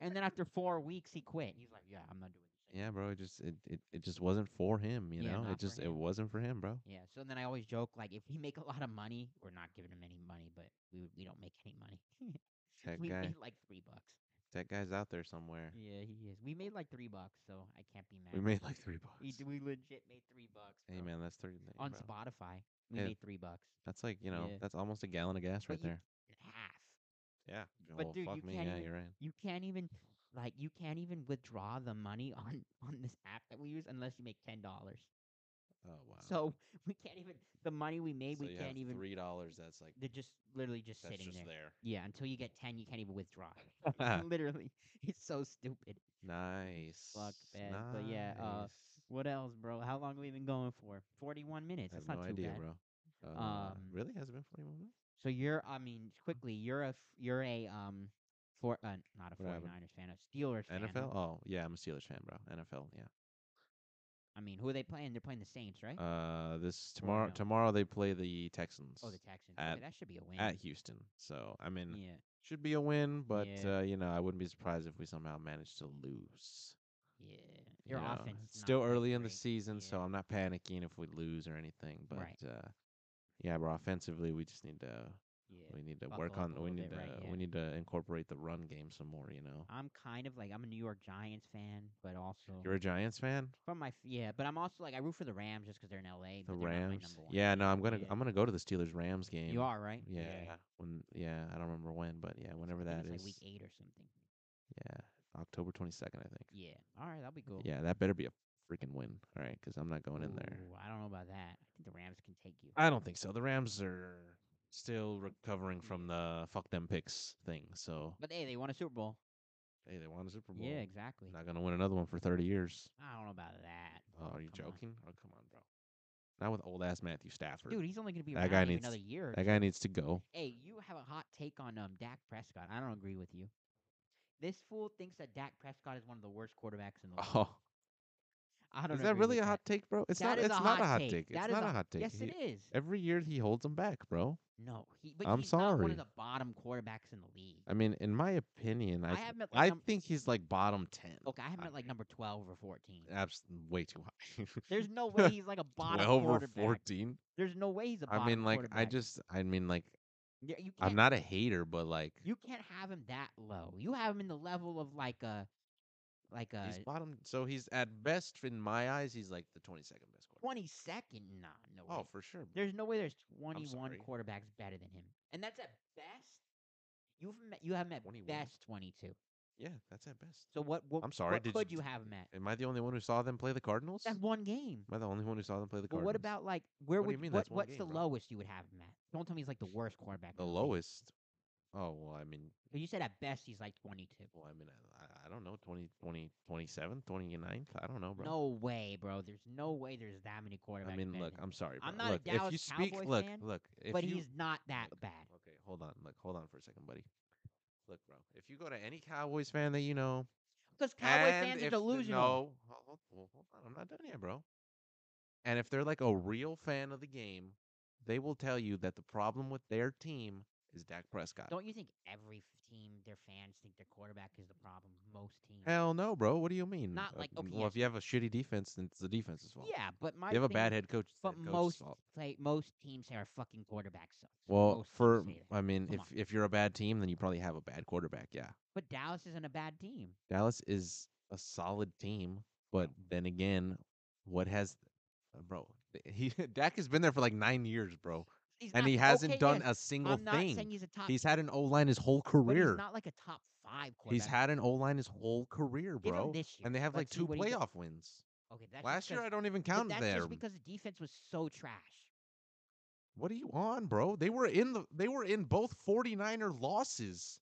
S1: and then after four weeks he quit he's like yeah i'm not doing this anymore."
S2: yeah, bro. It just it, it it just wasn't for him. You
S1: Yeah,
S2: know,
S1: not
S2: it
S1: for
S2: just it
S1: him.
S2: wasn't for him, bro.
S1: yeah so then i always joke like if we make a lot of money we're not giving him any money but we we don't make any money
S2: Tech
S1: we
S2: guy.
S1: made like three bucks
S2: That guy's out there somewhere.
S1: yeah he is we made like three bucks so i can't be mad
S2: We made like three bucks.
S1: we, d- we legit made three bucks
S2: Hey
S1: bro.
S2: man, that's thirty.
S1: on
S2: bro.
S1: spotify we
S2: Yeah.
S1: made three bucks
S2: That's like you know,
S1: Yeah.
S2: that's almost a gallon of gas
S1: But
S2: right
S1: you-
S2: there.
S1: half.
S2: Yeah.
S1: but
S2: well,
S1: dude,
S2: fuck
S1: you
S2: me.
S1: can't
S2: Yeah,
S1: even-
S2: you're right.
S1: You can't even like you can't even withdraw the money on on this app that we use unless you make ten dollars.
S2: Oh wow.
S1: So we can't even the money we made
S2: So
S1: we
S2: you
S1: can't
S2: have
S1: even
S2: three dollars. That's like
S1: they're just literally just
S2: that's
S1: sitting
S2: just
S1: there.
S2: there.
S1: Yeah, until you get ten, you can't even withdraw. literally, it's so stupid.
S2: nice.
S1: man. But yeah, uh,
S2: nice.
S1: What else, bro? How long have we been going for? Forty-one minutes.
S2: I have
S1: That's
S2: no
S1: not too
S2: idea,
S1: bad.
S2: bro. Uh,
S1: Um,
S2: really has it been forty minutes?
S1: So you're, I mean, quickly, you're a f- you're a um, for uh, not a
S2: What happened?
S1: 49ers fan, a Steelers fan. huh?
S2: NFL? Oh yeah, I'm a Steelers fan, bro. NFL, yeah.
S1: I mean, who are they playing? They're playing the Saints, right?
S2: Uh, this
S1: Or
S2: tomorrow
S1: no.
S2: tomorrow they play the Texans
S1: oh, the Texans.
S2: at-
S1: okay, that should be a win.
S2: at Houston. So I mean,
S1: Yeah.
S2: should be a win, but
S1: Yeah.
S2: uh, you know, I wouldn't be surprised if we somehow manage to lose.
S1: Yeah,
S2: you
S1: your
S2: know.
S1: offense
S2: It's
S1: not
S2: still
S1: that
S2: early in the
S1: great.
S2: season, so
S1: Yeah.
S2: I'm not panicking if we lose or anything. But
S1: Right.
S2: uh, yeah, bro, offensively we just need to
S1: Yeah,
S2: we need to
S1: buckle
S2: work
S1: up
S2: on
S1: a
S2: we
S1: little
S2: need
S1: bit,
S2: to
S1: right, yeah.
S2: we need to incorporate the run game some more. You know,
S1: I'm kind of like I'm a New York Giants fan, but also
S2: you're a Giants fan.
S1: from my f- yeah, but I'm also like I root for the Rams just 'cause they're in L.A.
S2: The
S1: but they're not my
S2: Rams.
S1: number one
S2: Yeah,
S1: fan.
S2: no, I'm gonna
S1: Yeah.
S2: I'm gonna go to the Steelers Rams game.
S1: You are right.
S2: Yeah. When yeah, I don't remember when, but yeah, whenever
S1: I
S2: that
S1: think
S2: is.
S1: it's like week eight or something.
S2: Yeah, October 22nd, I think.
S1: Yeah. All right, that'll be cool.
S2: Yeah, that better be a freaking win. All right, because I'm not going in there.
S1: Ooh, I don't know about that. I think the Rams can take you.
S2: I don't think so. The Rams are still
S1: Mm.
S2: recovering from the fuck them picks thing. So
S1: But hey, they won a Super Bowl.
S2: hey, they won a Super Bowl.
S1: Yeah, exactly.
S2: Not gonna win another one for 30 years.
S1: I don't know about that,
S2: Oh, are you
S1: Come on.
S2: joking? Oh, come on, bro. Not with old ass Matthew Stafford.
S1: dude. He's only gonna be
S2: That
S1: around
S2: guy
S1: maybe
S2: needs-
S1: another year. or
S2: that guy needs to go.
S1: Hey, you have a hot take on um Dak Prescott. I don't agree with you. This fool thinks that Dak Prescott is one of the worst quarterbacks in the world.
S2: Oh,
S1: I don't
S2: is that
S1: agree
S2: really
S1: with
S2: a hot take, bro? It's
S1: That
S2: not.
S1: is
S2: It's not a hot take. It's
S1: That is
S2: not a hot take.
S1: Yes,
S2: He-
S1: it is.
S2: Every year he holds them back, bro.
S1: No, he, but
S2: I'm
S1: he's not one
S2: sorry.
S1: of the bottom quarterbacks in the league.
S2: I mean, in my opinion, I
S1: I
S2: th-
S1: have him at, like,
S2: I
S1: num-
S2: think he's like bottom ten.
S1: Okay, I have him
S2: I-
S1: at like number twelve or fourteen.
S2: Abs- way too high.
S1: There's no way he's like a bottom
S2: Twelve or
S1: quarterback.
S2: fourteen.
S1: There's no way he's a bottom
S2: I mean, like, I
S1: quarterback.
S2: just, I mean, like,
S1: Yeah, you can't,
S2: I'm not a hater, but like,
S1: You can't have him that low. You have him in the level of like a, like a
S2: he's bottom. So he's at best, in my eyes, he's like the 22nd best quarterback.
S1: twenty second. Nah, no way.
S2: Oh, for sure. bro.
S1: There's no way there's 21
S2: sorry.
S1: quarterbacks better than him. And that's at best. You've met, you have him at
S2: 21?
S1: best 22.
S2: Yeah, that's at best.
S1: So what, what
S2: I'm sorry,
S1: what
S2: did
S1: could
S2: you-
S1: you have him at?
S2: Am I the only one who saw them play the Cardinals?
S1: That's
S2: Am
S1: one game.
S2: I the only one who saw them play the
S1: But
S2: Cardinals?
S1: what about like where
S2: What do
S1: would
S2: you mean
S1: what,
S2: that's one
S1: what's the
S2: game, bro?
S1: lowest you would have him at? Don't tell me he's like the worst quarterback.
S2: the
S1: in league.
S2: lowest? Oh well, I mean,
S1: 'Cause You said at best he's like 22.
S2: well, I mean, I, I- I don't know, 20, 20, 27th, 29th? I don't know, bro.
S1: No way, bro. There's no way there's that many quarterbacks.
S2: I mean,
S1: better
S2: look,
S1: than him.
S2: I'm sorry, bro.
S1: I'm not a
S2: look, if you
S1: Dallas
S2: speak,
S1: Cowboys
S2: look,
S1: fan,
S2: look, if
S1: but
S2: you,
S1: he's not that
S2: Look,
S1: bad.
S2: Okay, hold on, look, hold on for a second, buddy. Look, bro, if you go to any Cowboys fan that you know,
S1: Because Cowboys
S2: and
S1: fans are
S2: if the-
S1: delusional.
S2: no, hold, hold- well, hold on, I'm not done yet, bro. And if they're like a real fan of the game, they will tell you that the problem with their team is Dak Prescott.
S1: Don't you think every f- team, their fans think their quarterback is the problem? Most teams.
S2: Hell no, bro. What do you mean? Uh,
S1: Not like- okay,
S2: well,
S1: yes.
S2: if you have a shitty defense, then it's the defense's fault.
S1: Yeah, but my
S2: you have a
S1: thing
S2: bad
S1: is-
S2: head coach. it's the
S1: But
S2: head coach's
S1: most
S2: fault.
S1: play, most teams say our fucking quarterback sucks.
S2: Well,
S1: Most teams
S2: for
S1: say that.
S2: I mean,
S1: Come
S2: if
S1: on.
S2: if you're a bad team, then you probably have a bad quarterback. Yeah,
S1: but Dallas isn't a bad team.
S2: Dallas is a solid team, but then again, what has, uh, bro? He Dak has been there for like nine years, bro.
S1: he's
S2: and
S1: not-
S2: he hasn't
S1: okay,
S2: done
S1: yes,
S2: a single
S1: I'm not saying
S2: thing.
S1: he's a top.
S2: He's had an O line his whole
S1: but he's
S2: career.
S1: not like a top five quarterback.
S2: He's had an O line his whole career,
S1: Give him
S2: bro.
S1: this year.
S2: And they have like
S1: Let's see
S2: two
S1: what he do-
S2: playoff wins.
S1: Okay, that's just
S2: Last year,
S1: because-
S2: I don't even
S1: but
S2: count
S1: that's
S2: them.
S1: just because the defense was so trash.
S2: What are you on, bro? They were in the they were in both 49er losses.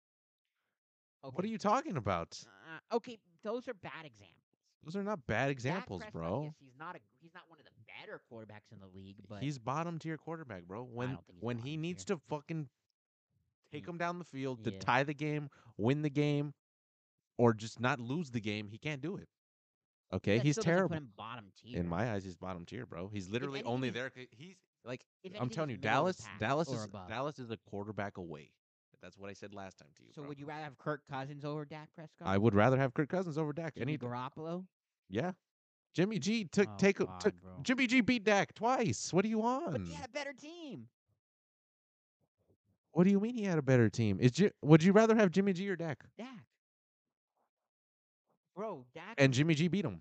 S1: Okay.
S2: What are you talking about?
S1: Uh, okay, those are bad examples.
S2: Those are not bad
S1: Dak
S2: examples,
S1: Prescott,
S2: bro.
S1: yes, he's not a he's not one of the better quarterbacks in the league, but
S2: He's bottom tier quarterback, bro. When
S1: don't think he's
S2: when he
S1: bottom
S2: needs
S1: tier.
S2: to fucking take
S1: Mm.
S2: him down the field to
S1: Yeah.
S2: tie the game, win the game, or just not lose the game, he can't do it. Okay,
S1: that
S2: he's
S1: still doesn't
S2: terrible.
S1: Put him bottom tier.
S2: In my eyes, he's bottom tier, bro. He's literally
S1: anything,
S2: only
S1: he's-
S2: there. 'cause He's like
S1: If
S2: I'm
S1: anything,
S2: telling
S1: he's
S2: you,
S1: middle of
S2: Dallas,
S1: the pack
S2: Dallas
S1: or
S2: is
S1: above.
S2: Dallas is a quarterback away. That's what I said last time to you.
S1: So
S2: bro.
S1: would you rather have Kirk Cousins over Dak Prescott?
S2: I would rather have Kirk Cousins over Dak.
S1: Jimmy
S2: Any,
S1: Garoppolo.
S2: yeah. Jimmy G took
S1: Oh,
S2: take a-
S1: God,
S2: took
S1: bro.
S2: Jimmy G beat Dak twice. What do you want?
S1: But he had a better team.
S2: What do you mean he had a better team? Is Ji- would you rather have Jimmy G or Dak?
S1: Dak. Bro, Dak.
S2: And Jimmy G beat him.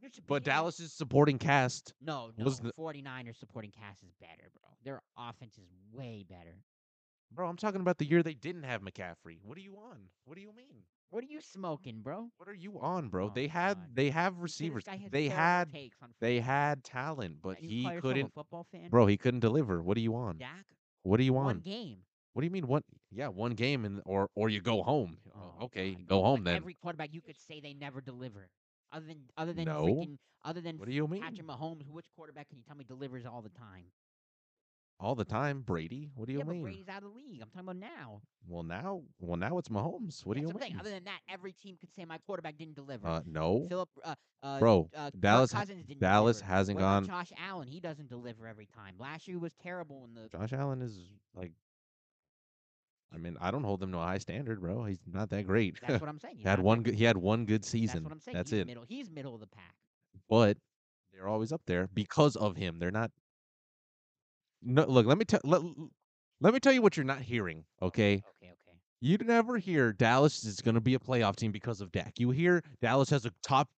S1: there should
S2: But
S1: be no-
S2: Dallas's supporting cast,
S1: No, no.
S2: was the-
S1: 49ers supporting cast is better, bro. Their offense is way better.
S2: bro. I'm talking about the year they didn't have McCaffrey. What are you on? What do you mean?
S1: What are you smoking, bro?
S2: What are you on, bro?
S1: Oh,
S2: they had
S1: God.
S2: they have
S1: You say this
S2: receivers.
S1: guy has
S2: They
S1: terrible
S2: had
S1: takes on
S2: they
S1: football,
S2: had talent, but
S1: and you
S2: he
S1: call yourself
S2: couldn't.
S1: A football fan,
S2: Bro, he couldn't deliver. What are you on?
S1: Dak.
S2: What are you
S1: One
S2: on?
S1: game.
S2: What do you mean one? Yeah, one game and or or you go home. Oh,
S1: Oh,
S2: okay,
S1: God,
S2: go
S1: bro.
S2: home
S1: Like,
S2: then.
S1: Every quarterback you could say they never deliver, other than other than
S2: No.
S1: freaking other than
S2: What do you mean?
S1: Patrick Mahomes. Which quarterback can you tell me delivers all the time?
S2: All the time, Brady. What do you
S1: yeah,
S2: mean?
S1: but Brady's out of the league. I'm talking about now.
S2: Well, now, well now it's Mahomes. What
S1: That's
S2: do
S1: what I'm saying.
S2: you mean?
S1: Other than that, every team could say my quarterback didn't deliver.
S2: Uh, no,
S1: Philip, uh, uh,
S2: bro.
S1: uh, Kirk
S2: Dallas ha-
S1: Cousins didn't
S2: Dallas
S1: deliver.
S2: hasn't
S1: What about
S2: gone.
S1: Josh Allen, he doesn't deliver every time. Last year he was terrible in the.
S2: Josh Allen is like. I mean, I don't hold him to a high standard, bro. He's not that great.
S1: That's what I'm saying.
S2: he
S1: He's
S2: had
S1: not
S2: one.
S1: that-
S2: Good, he had one good
S1: That's
S2: season.
S1: what I'm saying. he's
S2: it.
S1: Middle. He's middle of the pack.
S2: But they're always up there because of him. They're not. No, look. Let me tell. Let, let me tell you what you're not hearing. Okay.
S1: Okay. Okay.
S2: You never hear Dallas is going to be a playoff team because of Dak. You hear Dallas has a top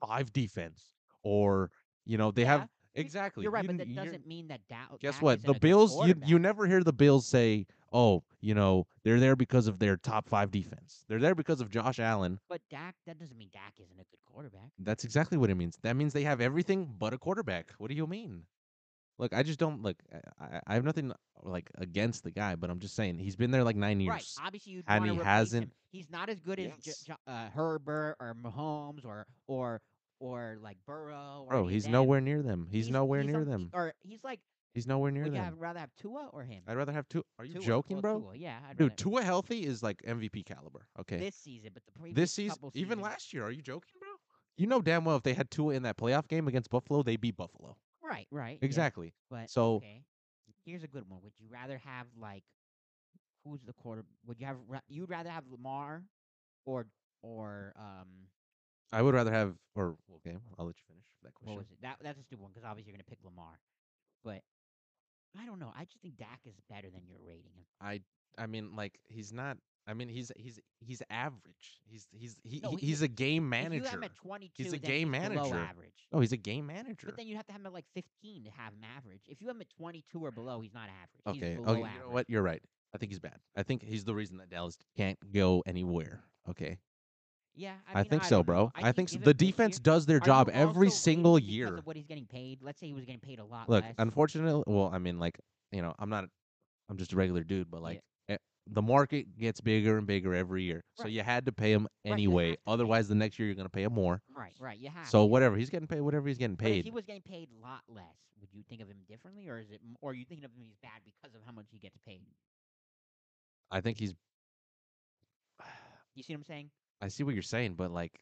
S2: five defense, or you know they have
S1: you-
S2: exactly.
S1: You're right,
S2: you
S1: but
S2: n-
S1: that
S2: you're-
S1: doesn't mean that Dow-
S2: Guess
S1: Dak
S2: what?
S1: isn't
S2: The
S1: a good
S2: Bills. You you
S1: quarterback.
S2: never hear the Bills say, "Oh, you know they're there because of their top five defense. They're there because of Josh Allen."
S1: But Dak, that doesn't mean Dak isn't a good quarterback.
S2: That's exactly what it means. That means they have everything but a quarterback. What do you mean? Look, I just don't look. I, I- I have nothing like against the guy, but I'm just saying he's been there like nine years.
S1: Right. Obviously, you
S2: And he hasn't-
S1: He's not as good as J-
S2: Yes.
S1: J- uh, Herbert or Mahomes or or or like Burrow. Or
S2: Bro,
S1: any of
S2: Oh, he's
S1: them.
S2: nowhere near them. He's, nowhere
S1: he's
S2: near
S1: on- he-
S2: them.
S1: Or he's like,
S2: He's nowhere near
S1: would you
S2: them.
S1: have, rather have Tua or him?
S2: I'd rather have two. Are you
S1: Tua.
S2: joking,
S1: Well,
S2: bro?
S1: Tua, yeah, I'd
S2: Dude,
S1: rather-
S2: Tua healthy is like MVP caliber. Okay. This,
S1: This season, but the previous
S2: season,
S1: couple
S2: even
S1: seasons-
S2: last year, are you joking, bro? You know damn well if they had Tua in that playoff game against Buffalo, they beat Buffalo.
S1: Right. Right. yeah,
S2: Exactly.
S1: but
S2: so-
S1: okay. here's a good one. Would you rather have like, who's the quarter? Would you have? ra- You'd rather have Lamar, or or um.
S2: I would rather have, or okay, I'll let you finish that
S1: what
S2: question.
S1: was it? That that's a stupid one because obviously you're gonna pick Lamar, but I don't know. I just think Dak is better than you're rating him.
S2: I mean, like he's not. I mean, he's he's he's average. He's he's he,
S1: No,
S2: he-
S1: he-
S2: he's a game
S1: If you have
S2: manager.
S1: him at 22,
S2: He's a
S1: then
S2: game
S1: he's below
S2: manager.
S1: average.
S2: Oh, he's a game manager.
S1: But then you have to have him at like 15 to have him average. If you have him at 22 or below, he's not average.
S2: Okay.
S1: He's below
S2: Okay. You
S1: average.
S2: know what? You're right. I think he's bad. I think he's the reason that Dallas can't go anywhere. Okay.
S1: Yeah,
S2: I,
S1: I, mean,
S2: think
S1: I
S2: so,
S1: don't know.
S2: bro. I, think so.
S1: give it
S2: the
S1: this year.
S2: defense does their
S1: Are you
S2: job every
S1: also rating
S2: single
S1: him because
S2: year.
S1: of what he's getting paid. Let's say he was getting paid a lot
S2: Look,
S1: less.
S2: unfortunately, well, I mean, like, you know, I'm not, I'm just a regular dude, but
S1: Yeah.
S2: like, eh, the market gets bigger and bigger every year. So
S1: Right.
S2: you had to pay him
S1: you
S2: anyway.
S1: have to pay him.
S2: Otherwise, the next year you're gonna pay him more.
S1: right, right. You have.
S2: So
S1: to.
S2: whatever he's getting paid, whatever he's getting
S1: But if
S2: paid.
S1: he was getting paid a lot less, would you think of him differently, or is it, m- or are you thinking of him as bad because of how much he gets paid?
S2: I think he's.
S1: You see what I'm saying?
S2: I see what you're saying, but like,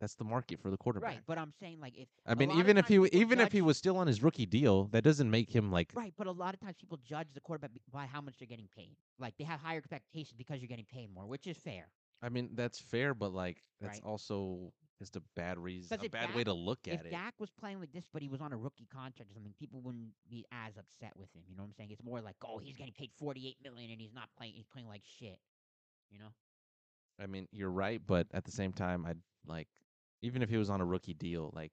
S2: that's the market for the quarterback.
S1: Right, but I'm saying like if
S2: I mean,
S1: lot of
S2: even if
S1: times
S2: he w-
S1: people
S2: even if he
S1: judge-
S2: was still on his rookie deal, that doesn't make him like
S1: right, but a lot of times people judge the quarterback be- by how much they're getting paid. Like they have higher expectations because you're getting paid more, which is fair.
S2: I mean, that's fair, but like that's
S1: Right.
S2: also just a bad reason, a
S1: if
S2: bad way
S1: Dak-
S2: to look
S1: if
S2: at it.
S1: Dak was playing like this, but he was on a rookie contract or something, people wouldn't be as upset with him. You know what I'm saying? It's more like, oh, he's getting paid 48 million and he's not playing. He's playing like shit. You know?
S2: I mean, you're right, but at the same time, I'd like even if he was on a rookie deal, like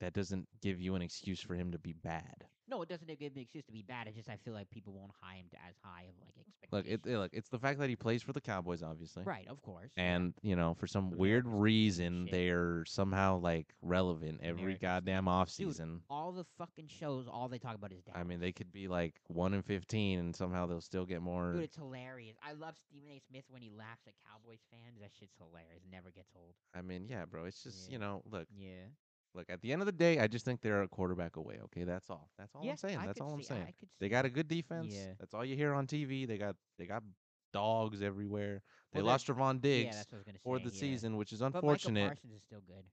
S2: that doesn't give you an excuse for him to be bad.
S1: No, it doesn't give me excuse to be bad. It's just I feel like people won't high him to as high of like
S2: Look, it,
S1: expectations.
S2: it- look, it's the fact that he plays for the Cowboys, obviously.
S1: right, of course. yeah.
S2: And you know, for some
S1: Who knows
S2: weird
S1: what's gonna
S2: reason,
S1: shit.
S2: they're somehow like relevant every
S1: America's
S2: goddamn
S1: Dude,
S2: offseason.
S1: all the fucking shows, all they talk about is Dallas.
S2: I mean, they could be like one in fifteen, and somehow they'll still get more.
S1: Dude, it's hilarious. I love Stephen A. Smith when he laughs at Cowboys fans. That shit's hilarious. Never gets old.
S2: I mean, yeah, bro. It's just
S1: Yeah.
S2: you know, look,
S1: Yeah.
S2: look. At the end of the day, I just think they're a quarterback away. Okay, that's all. That's all
S1: yeah,
S2: I'm saying.
S1: I
S2: That's
S1: could
S2: all I'm
S1: see- I-
S2: saying.
S1: I could
S2: They
S1: see
S2: got a
S1: it.
S2: good defense.
S1: Yeah.
S2: That's all you hear on TV. They got they got dogs everywhere. They
S1: Well, they're-
S2: lost Trevon Diggs
S1: yeah, that's what I was gonna
S2: for
S1: say,
S2: the
S1: yeah.
S2: season, which is
S1: But Michael
S2: unfortunate.
S1: Parsons is still good.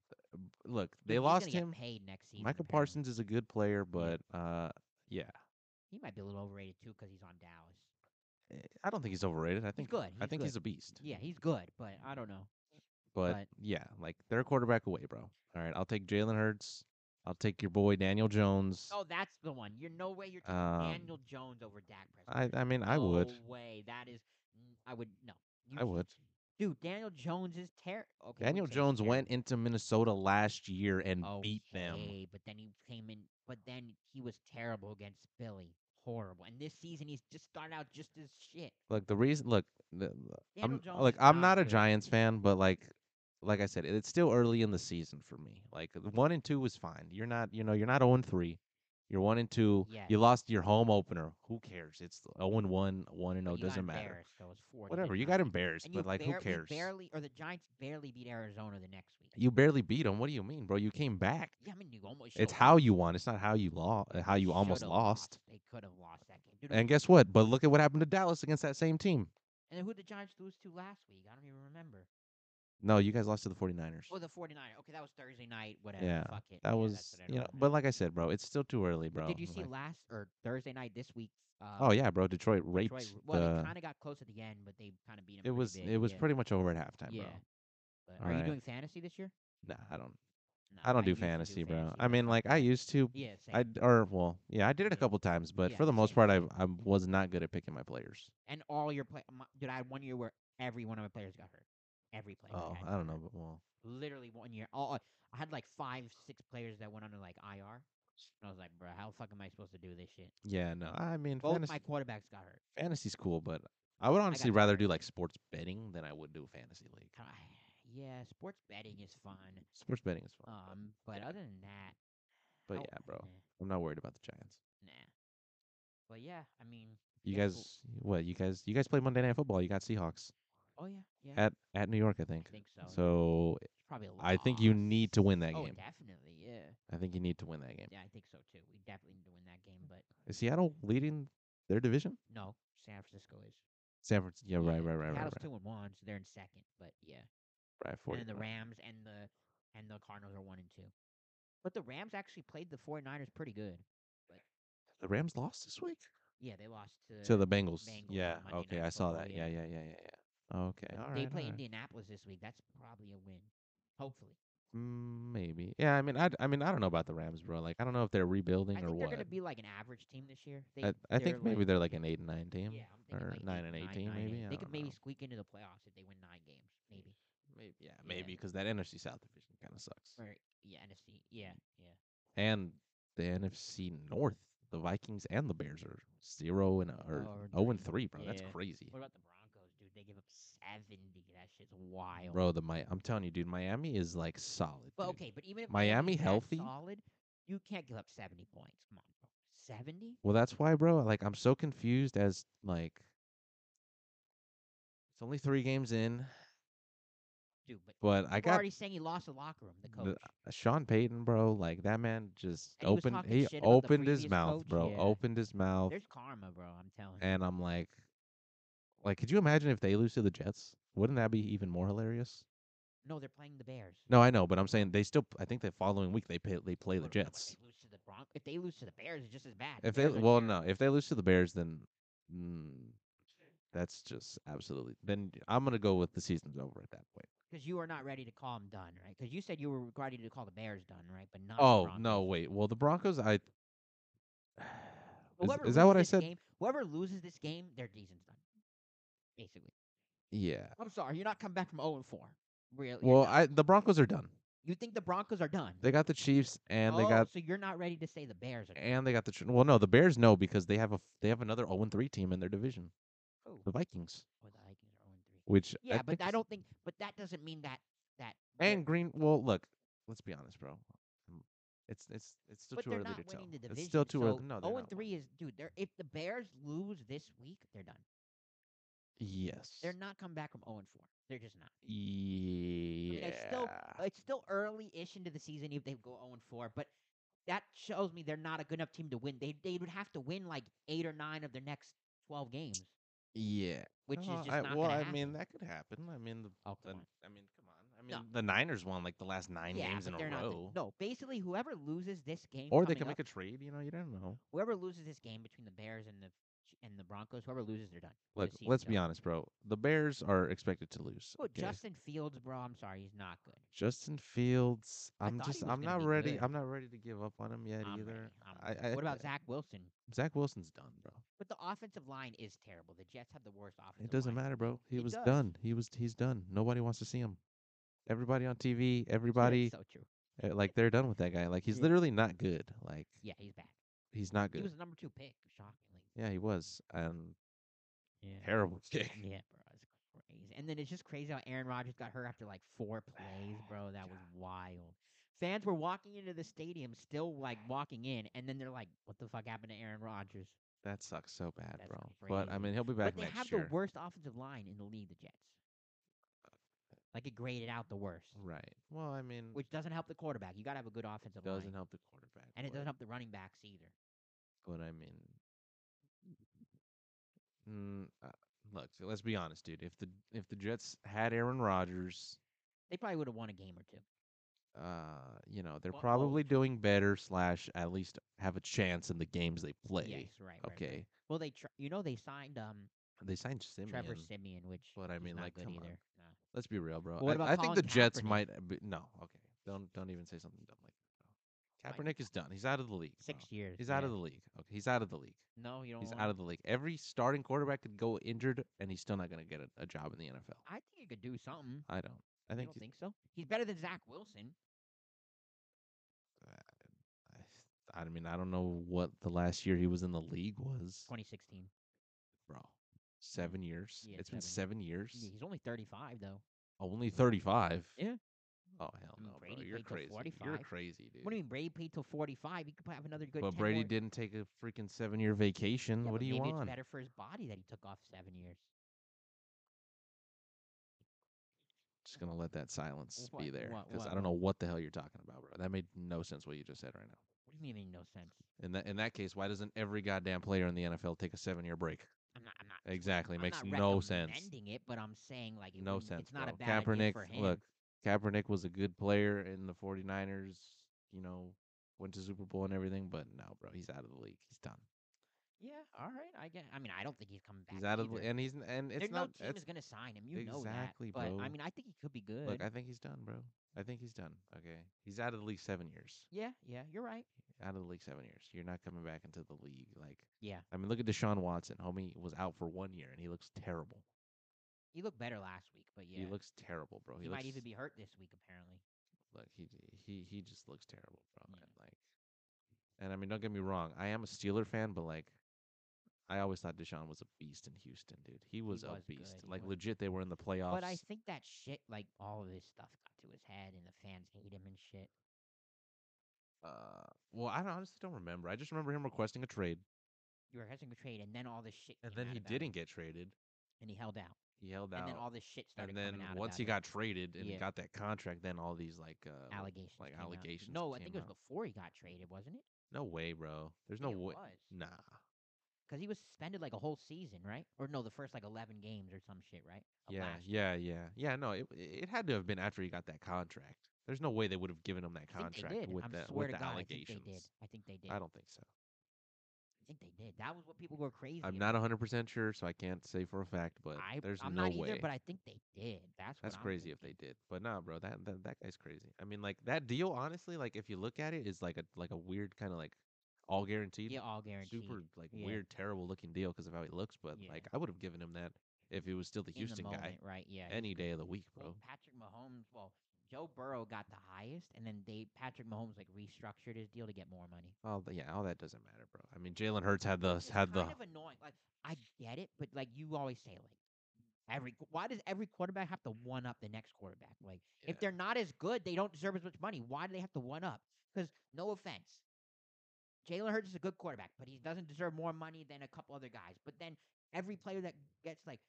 S2: Look,
S1: Dude,
S2: they
S1: he's gonna
S2: lost
S1: get
S2: him.
S1: paid next season.
S2: Michael
S1: apparently.
S2: Parsons is a good player, but uh, yeah,
S1: He might be a little overrated too because he's on Dallas.
S2: Eh, I don't think he's overrated. I think
S1: good,
S2: I
S1: he's
S2: think
S1: good.
S2: he's a beast.
S1: Yeah, he's good, but I don't know.
S2: But,
S1: but-
S2: yeah, like they're a quarterback away, bro. All right, I'll take Jalen Hurts. I'll take your boy Daniel Jones.
S1: Oh, that's the one. You're no way you're taking
S2: Um,
S1: Daniel Oh, Jones over Dak
S2: I
S1: Prescott.
S2: I mean I would.
S1: No way. That is. n- I would no. You
S2: I would.
S1: Dude, Daniel Jones is terrible. Okay, I
S2: Daniel
S1: wouldn't say he's
S2: Jones
S1: terrible.
S2: went into Minnesota last year and beat them.
S1: Okay, Oh, But then he came in. But then he was terrible against Philly. Horrible. And this season he's just started out just as shit.
S2: Look, the reason look, the,
S1: Daniel
S2: I'm
S1: Jones
S2: like
S1: is
S2: I'm not a
S1: good.
S2: Giants fan, but like like I said, it- it's still early in the season for me. Like the one and two was fine. You're not you know you're not zero and three. You're one and two.
S1: Yes.
S2: You lost your home opener. Who cares? It's zero and one, one and
S1: But
S2: zero.
S1: you got
S2: Doesn't matter.
S1: embarrassed, though. It's four to
S2: Whatever. You
S1: nothing.
S2: got embarrassed,
S1: And you
S2: but like
S1: bar-
S2: who
S1: we
S2: cares?
S1: Barely, or the Giants barely beat Arizona the next week.
S2: You barely beat them. What do you mean, bro? You came back.
S1: yeah, I mean you almost.
S2: It's
S1: should've
S2: how
S1: lost.
S2: you won. It's not how you lost. How you almost
S1: Should've
S2: lost.
S1: They could have lost that game. Dude,
S2: And guess what? But look at what happened to Dallas against that same team.
S1: And who did the Giants lose to last week? I don't even remember.
S2: No, you guys lost to the 49ers.
S1: Oh, the 49. Okay, that was Thursday night. Whatever.
S2: Yeah,
S1: Fuck it. Yeah,
S2: that
S1: that's
S2: was,
S1: what I
S2: you know,
S1: remember.
S2: but like I said, bro, it's still too early, bro.
S1: But did you see
S2: Like,
S1: last or Thursday night this week? Uh,
S2: oh yeah, bro, Detroit raped
S1: Detroit, well, they
S2: the-
S1: kind of got close at the end, but they kind of beat them.
S2: it was it was pretty much over at halftime,
S1: Yeah.
S2: bro.
S1: But
S2: All
S1: are
S2: right.
S1: you doing fantasy this year?
S2: Nah, I don't,
S1: No,
S2: I don't do
S1: used to
S2: fantasy, bro.
S1: fantasy,
S2: I
S1: but
S2: mean, like I used to,
S1: yeah, same.
S2: I d- or well, yeah, I did it a
S1: Yeah.
S2: couple times, but
S1: Yeah,
S2: for the most
S1: same.
S2: part, I I was not good at picking my players.
S1: and all your play. My, dude, I had one year where every one of my players got hurt. Every player.
S2: Oh,
S1: had
S2: I
S1: got
S2: don't know,
S1: hurt.
S2: but well,
S1: Literally one year. All I had like five, six players that went under like IR. And I was like, bro, how the fuck am I supposed to do this shit?
S2: yeah, no, I mean,
S1: Both
S2: fantasy,
S1: my quarterbacks got hurt.
S2: fantasy's cool, but I would honestly
S1: got
S2: rather
S1: tired.
S2: do like sports betting than I would do fantasy league.
S1: Kinda- Yeah, sports betting is fun.
S2: Sports betting is fun,
S1: Um, but other than that,
S2: but
S1: I-
S2: yeah, bro,
S1: eh,
S2: I'm not worried about the Giants.
S1: Nah. But yeah, I mean,
S2: You
S1: Yes, cool.
S2: guys, what you guys, you guys play Monday Night Football. You got Seahawks
S1: oh yeah, yeah.
S2: at at New York, I
S1: I
S2: think.
S1: think so.
S2: So
S1: it's probably a
S2: I think you
S1: loss.
S2: need to win that
S1: Oh,
S2: game.
S1: definitely, yeah.
S2: I think you need to win that game.
S1: Yeah, I think so too. We definitely need to win that game, but
S2: Is Seattle leading their division?
S1: no, San Francisco is.
S2: San Francisco. Yeah, right, right, right, right, right.
S1: Seattle's two and one, so they're in second. But yeah,
S2: right
S1: and
S2: 40,
S1: then the Rams and the and the Cardinals are one and two. But the Rams actually played the 49ers pretty good.
S2: the Rams lost this week
S1: Yeah, they lost to
S2: to the Bengals.
S1: Bengals on
S2: yeah.
S1: Monday
S2: Okay,
S1: Night
S2: I saw
S1: Football,
S2: that.
S1: yeah.
S2: Yeah, yeah, yeah, yeah, yeah. Okay. All right.
S1: they play
S2: all right.
S1: Indianapolis this week. That's probably a win. Hopefully.
S2: Mm, maybe. Yeah. I mean, I, d- I mean, I don't know about the Rams, bro. Like, I don't know if they're rebuilding
S1: I
S2: or
S1: think they're
S2: what.
S1: going to be like an average team this year. They,
S2: I, I think
S1: they're,
S2: maybe
S1: like-
S2: they're like an eight and nine team.
S1: yeah, I'm thinking
S2: or
S1: like
S2: nine and eight team,
S1: nine,
S2: maybe?
S1: eight.
S2: I
S1: They could
S2: don't
S1: maybe
S2: know.
S1: squeak into the playoffs if they win nine games, maybe.
S2: Maybe. Yeah.
S1: Yeah.
S2: Maybe because that NFC South division kind of sucks.
S1: Or yeah, NFC. Yeah,
S2: Mm,
S1: yeah.
S2: And the NFC North, the Vikings and the Bears are zero and or
S1: Or
S2: zero and
S1: three.
S2: three, bro. That's
S1: Yeah.
S2: crazy.
S1: What about the Broncos, dude? They give up seventy. That shit's wild.
S2: Bro, the Mi- I'm telling you, dude, Miami is like solid.
S1: but
S2: dude.
S1: okay, but even if
S2: Miami
S1: Miami's that
S2: healthy?
S1: solid, you can't give up seventy points. Come on, bro. Seventy?
S2: Well, that's why, bro. Like, I'm so confused as like, it's only three games in,
S1: Dude, but
S2: but I
S1: I
S2: got
S1: already saying he lost the locker room. The
S2: the-
S1: coach.
S2: Sean Payton, bro. Like that man just
S1: And he was
S2: opened
S1: talking
S2: he
S1: shit about the
S2: opened his
S1: previous
S2: mouth,
S1: coach,
S2: bro.
S1: yeah.
S2: Opened his mouth,
S1: There's karma, bro. I'm telling you.
S2: oh, and I'm like, like, could you imagine if they lose to the Jets? Wouldn't that be even more hilarious?
S1: No, they're playing the Bears.
S2: No, I know, but I'm saying they still. I think the following week they pay, they play
S1: Well,
S2: the
S1: no, but if
S2: Jets.
S1: they lose to the Bronc- if they lose to the Bears, it's just as bad.
S2: If
S1: The
S2: they
S1: Bears are
S2: well,
S1: terrible.
S2: no, if they lose to the Bears, then mm, that's just absolutely. Then I'm gonna go with the season's over at that point.
S1: Because you are not ready to call them done, right? Because you said you were ready to call the Bears done, right? But not. the
S2: Oh no,
S1: Broncos.
S2: wait. Well, the Broncos, I. Is,
S1: Whoever
S2: is that what I
S1: loses this
S2: said?
S1: Game, whoever loses this game, their season's done. Basically,
S2: Yeah.
S1: I'm sorry, you're not coming back from 0 and 4. Really? you're
S2: Well,
S1: not.
S2: I the Broncos are done.
S1: You think the Broncos are done?
S2: They got the Chiefs and they
S1: Oh,
S2: got
S1: So you're not ready to say the Bears are. done.
S2: and they got the Ch- well no the Bears no because they have a f- they have another 0 3 team in their division
S1: Oh,
S2: the Vikings
S1: or the Vikings are 0-3.
S2: which
S1: Yeah, but
S2: think
S1: I
S2: is-
S1: don't think. But that doesn't mean that that. they're-
S2: and Green well look let's be honest bro Mm, it's it's it's still
S1: but
S2: too
S1: they're
S2: early
S1: not
S2: to tell
S1: winning the division.
S2: it's still too
S1: so
S2: early no they're
S1: zero
S2: not.
S1: and three is dude. They're if the Bears lose this week, they're done.
S2: yes
S1: They're not coming back from zero and four. They're just not.
S2: yeah
S1: mean, it's still- It's still early-ish into the season if they go zero and four, but that shows me they're not a good enough team to win. They they would have to win like eight or nine of their next twelve games,
S2: yeah
S1: which
S2: No,
S1: is just
S2: Uh, I,
S1: not
S2: well
S1: gonna
S2: I
S1: happen.
S2: mean that could happen I mean the
S1: Oh,
S2: the-
S1: come on.
S2: I mean come on I mean
S1: No.
S2: the Niners won like the last nine
S1: yeah,
S2: games
S1: but
S2: in a
S1: they're not the-
S2: row
S1: no, basically whoever loses this game,
S2: or they
S1: coming
S2: can
S1: up-
S2: make a trade you know you don't know
S1: whoever loses this game between the Bears and the Ch- and the Broncos, whoever loses, they're done. The
S2: Look,
S1: season's
S2: let's be
S1: done.
S2: honest, bro. The Bears are expected to lose.
S1: Oh,
S2: okay?
S1: Justin Fields, bro. I'm sorry, he's not good.
S2: Justin Fields,
S1: I
S2: I'm
S1: thought he
S2: just,
S1: was
S2: I'm
S1: gonna
S2: not
S1: be
S2: ready.
S1: good.
S2: I'm not ready to give up on him yet
S1: I'm
S2: either.
S1: ready, I'm
S2: I-
S1: ready.
S2: I-
S1: what about
S2: I-
S1: Zach Wilson?
S2: Zach Wilson's done, bro.
S1: But the offensive line is terrible. The Jets have the worst offensive.
S2: It doesn't
S1: line.
S2: matter, bro. He
S1: It
S2: was
S1: does.
S2: done. He was, he's done. Nobody wants to see him. Everybody on TV,
S1: True, that's
S2: everybody,
S1: So true.
S2: uh, like they're done with that guy. Like he's
S1: Yeah.
S2: literally not good. Like
S1: Yeah, he's bad.
S2: he's not
S1: He
S2: good.
S1: was the number two pick, shockingly.
S2: yeah, he was, and
S1: Yeah.
S2: terrible kick.
S1: Yeah, bro. It's crazy. And then it's just crazy how Aaron Rodgers got hurt after like four plays, bro. That was wild. Fans were walking into the stadium, still like walking in, and then they're like, "What the fuck happened to Aaron Rodgers?"
S2: That sucks so bad,
S1: That's
S2: bro. But I
S1: crazy.
S2: mean, he'll be
S1: but
S2: back
S1: they
S2: next
S1: have
S2: year.
S1: the worst offensive line in the league, the Jets. Like it graded out the worst,
S2: right. Well, I mean,
S1: which doesn't help the quarterback. You gotta have a good offensive
S2: doesn't
S1: line,
S2: help the quarterback,
S1: and it
S2: but-
S1: doesn't help the running backs either.
S2: But I mean, mm, uh, look, so let's be honest, dude. If the if the Jets had Aaron Rodgers,
S1: They probably would have won a game or two.
S2: uh, you know, they're
S1: Well, well,
S2: probably doing better. Slash, at least have a chance in the games they play.
S1: Yes, right. right, right.
S2: okay,
S1: Well, they tr- you know they signed um
S2: they signed Simeon.
S1: Trevor Simeon, which
S2: but I
S1: is
S2: mean,
S1: not
S2: like,
S1: good
S2: come on.
S1: either. Nah.
S2: let's be real, bro.
S1: What
S2: I,
S1: about
S2: I think
S1: Colin
S2: the Jets
S1: Kaepernick?
S2: might. uh, Be, no, okay, don't don't even say something dumb like that. Bro.
S1: Right.
S2: Kaepernick is done. He's out of the league.
S1: Six
S2: bro.
S1: years.
S2: He's out of the league. Okay, he's out of the league.
S1: No, you don't.
S2: He's
S1: wanna-
S2: out of the league. Every starting quarterback could go injured, and he's still not going to get a, a job in the NFL.
S1: I think he could do something.
S2: I don't. I
S1: I
S2: think
S1: don't think so. He's better than Zach Wilson.
S2: I, I mean, I don't know what the last year he was in the league was,
S1: 2016.
S2: bro. Seven years.
S1: Yeah,
S2: it's been
S1: seven.
S2: seven years.
S1: Yeah, he's only 35 though.
S2: Only thirty-five.
S1: Yeah.
S2: Oh hell
S1: Mm,
S2: no, bro.
S1: Brady
S2: You're
S1: played till
S2: crazy. You're
S1: 45.
S2: crazy, dude.
S1: What do you mean Brady played till 45? He could have another good.
S2: but
S1: 10
S2: Brady
S1: more-
S2: didn't take a freaking seven-year vacation.
S1: Yeah,
S2: what
S1: but
S2: do you
S1: maybe
S2: want?
S1: It's better for his body that he took off seven years.
S2: Just gonna let that silence be
S1: What-
S2: there
S1: what-
S2: because
S1: what-
S2: I don't
S1: what?
S2: know what the hell you're talking about, bro. That made no sense what you just said right now.
S1: What do you mean? made No sense.
S2: In that in that case, why doesn't every goddamn player in the NFL take a seven-year break?
S1: I'm not. I'm not.
S2: Exactly,
S1: I'm
S2: makes
S1: not
S2: no sense.
S1: recommending it, but I'm saying like it
S2: No
S1: wouldn't-
S2: sense.
S1: It's not
S2: bro.
S1: a bad
S2: Kaepernick,
S1: idea for him.
S2: Look, Kaepernick was a good player in the 49ers, you know, went to Super Bowl and everything, but no, bro, he's out of the league. He's done.
S1: Yeah. All right. I get. I mean, I don't think he's coming back.
S2: He's out of the
S1: either.
S2: and he's n- and it's
S1: There's
S2: not
S1: no team
S2: it's,
S1: is going to sign him. You
S2: Exactly,
S1: know that. But
S2: bro.
S1: I mean, I think he could be good.
S2: Look, I think he's done, bro. I think he's done. Okay. He's out of the league 7 years.
S1: yeah. Yeah. You're right.
S2: Out of the league 7 years. You're not coming back into the league like
S1: Yeah.
S2: I mean, look at Deshaun Watson. Homie was out for 1 year and he looks terrible.
S1: He looked better last week, but yeah.
S2: He looks terrible, bro.
S1: he
S2: He, looks,
S1: might even be hurt this week, apparently.
S2: Look, he he he just looks terrible, bro.
S1: Yeah.
S2: And like, and I mean, don't get me wrong, I am a Steeler fan, but like, I always thought Deshaun was a beast in Houston, dude. He was a
S1: was good,
S2: beast.
S1: he
S2: Like,
S1: was.
S2: legit, they were in the playoffs.
S1: But I think that shit, like all of this stuff, got to his head, and the fans hate him and shit.
S2: uh, well, I don't, honestly don't remember. I just remember him requesting a trade,
S1: You were hesitant to trade, and then all this shit.
S2: and
S1: came
S2: then
S1: out
S2: he
S1: about
S2: didn't
S1: him,
S2: get traded.
S1: and he held out,
S2: He held
S1: and then
S2: out,
S1: all this shit started.
S2: and then
S1: coming out
S2: once
S1: about
S2: he
S1: him.
S2: got traded and
S1: Yeah.
S2: got that contract, then all these like uh, like-
S1: allegations,
S2: like
S1: came out.
S2: allegations.
S1: No, I
S2: came
S1: think it was
S2: out.
S1: before he got traded, wasn't it?
S2: no way, bro. There's no
S1: Yeah, it
S2: way.
S1: was.
S2: Nah,
S1: Because he was suspended like a whole season, right? Or no, the first like eleven games or some shit, right? Of
S2: Yeah,
S1: last
S2: yeah, yeah, yeah. No, it it had to have been after he got that contract. There's no way they would have given him that
S1: I think
S2: contract
S1: they did.
S2: with
S1: I
S2: the
S1: swear
S2: with
S1: to
S2: the
S1: God,
S2: allegations.
S1: I think they did. I think they did.
S2: I don't think so.
S1: I think they did. That was what people were crazy.
S2: I'm
S1: about.
S2: not 100 percent sure, so I can't say for a fact. But
S1: I,
S2: there's
S1: I'm
S2: no
S1: not
S2: way.
S1: either, but I think they did. That's what
S2: That's
S1: I'm
S2: crazy if
S1: thinking.
S2: they did. But nah, bro, that, that that guy's crazy. I mean, like that deal, honestly, like if you look at it, is like a like a weird kind of like all guaranteed,
S1: Yeah, all guaranteed.
S2: super like
S1: Yeah.
S2: weird, terrible looking deal because of how he looks. But
S1: Yeah.
S2: like, I would have given him that if he was still the
S1: in
S2: Houston
S1: the
S2: guy
S1: moment, right? Yeah.
S2: any day of the week,
S1: Well,
S2: bro.
S1: Patrick Mahomes. Well, Joe Burrow got the highest, and then they Patrick Mahomes like restructured his deal to get more money.
S2: Oh th- yeah, all that doesn't matter, bro. I mean, Jalen Hurts had the
S1: It's
S2: had the
S1: kind of annoying. Like I get it, but like you always say, like every qu- why does every quarterback have to one up the next quarterback? Like
S2: Yeah.
S1: if they're not as good, they don't deserve as much money. Why do they have to one up? Because no offense, Jalen Hurts is a good quarterback, but he doesn't deserve more money than a couple other guys. But then every player that gets like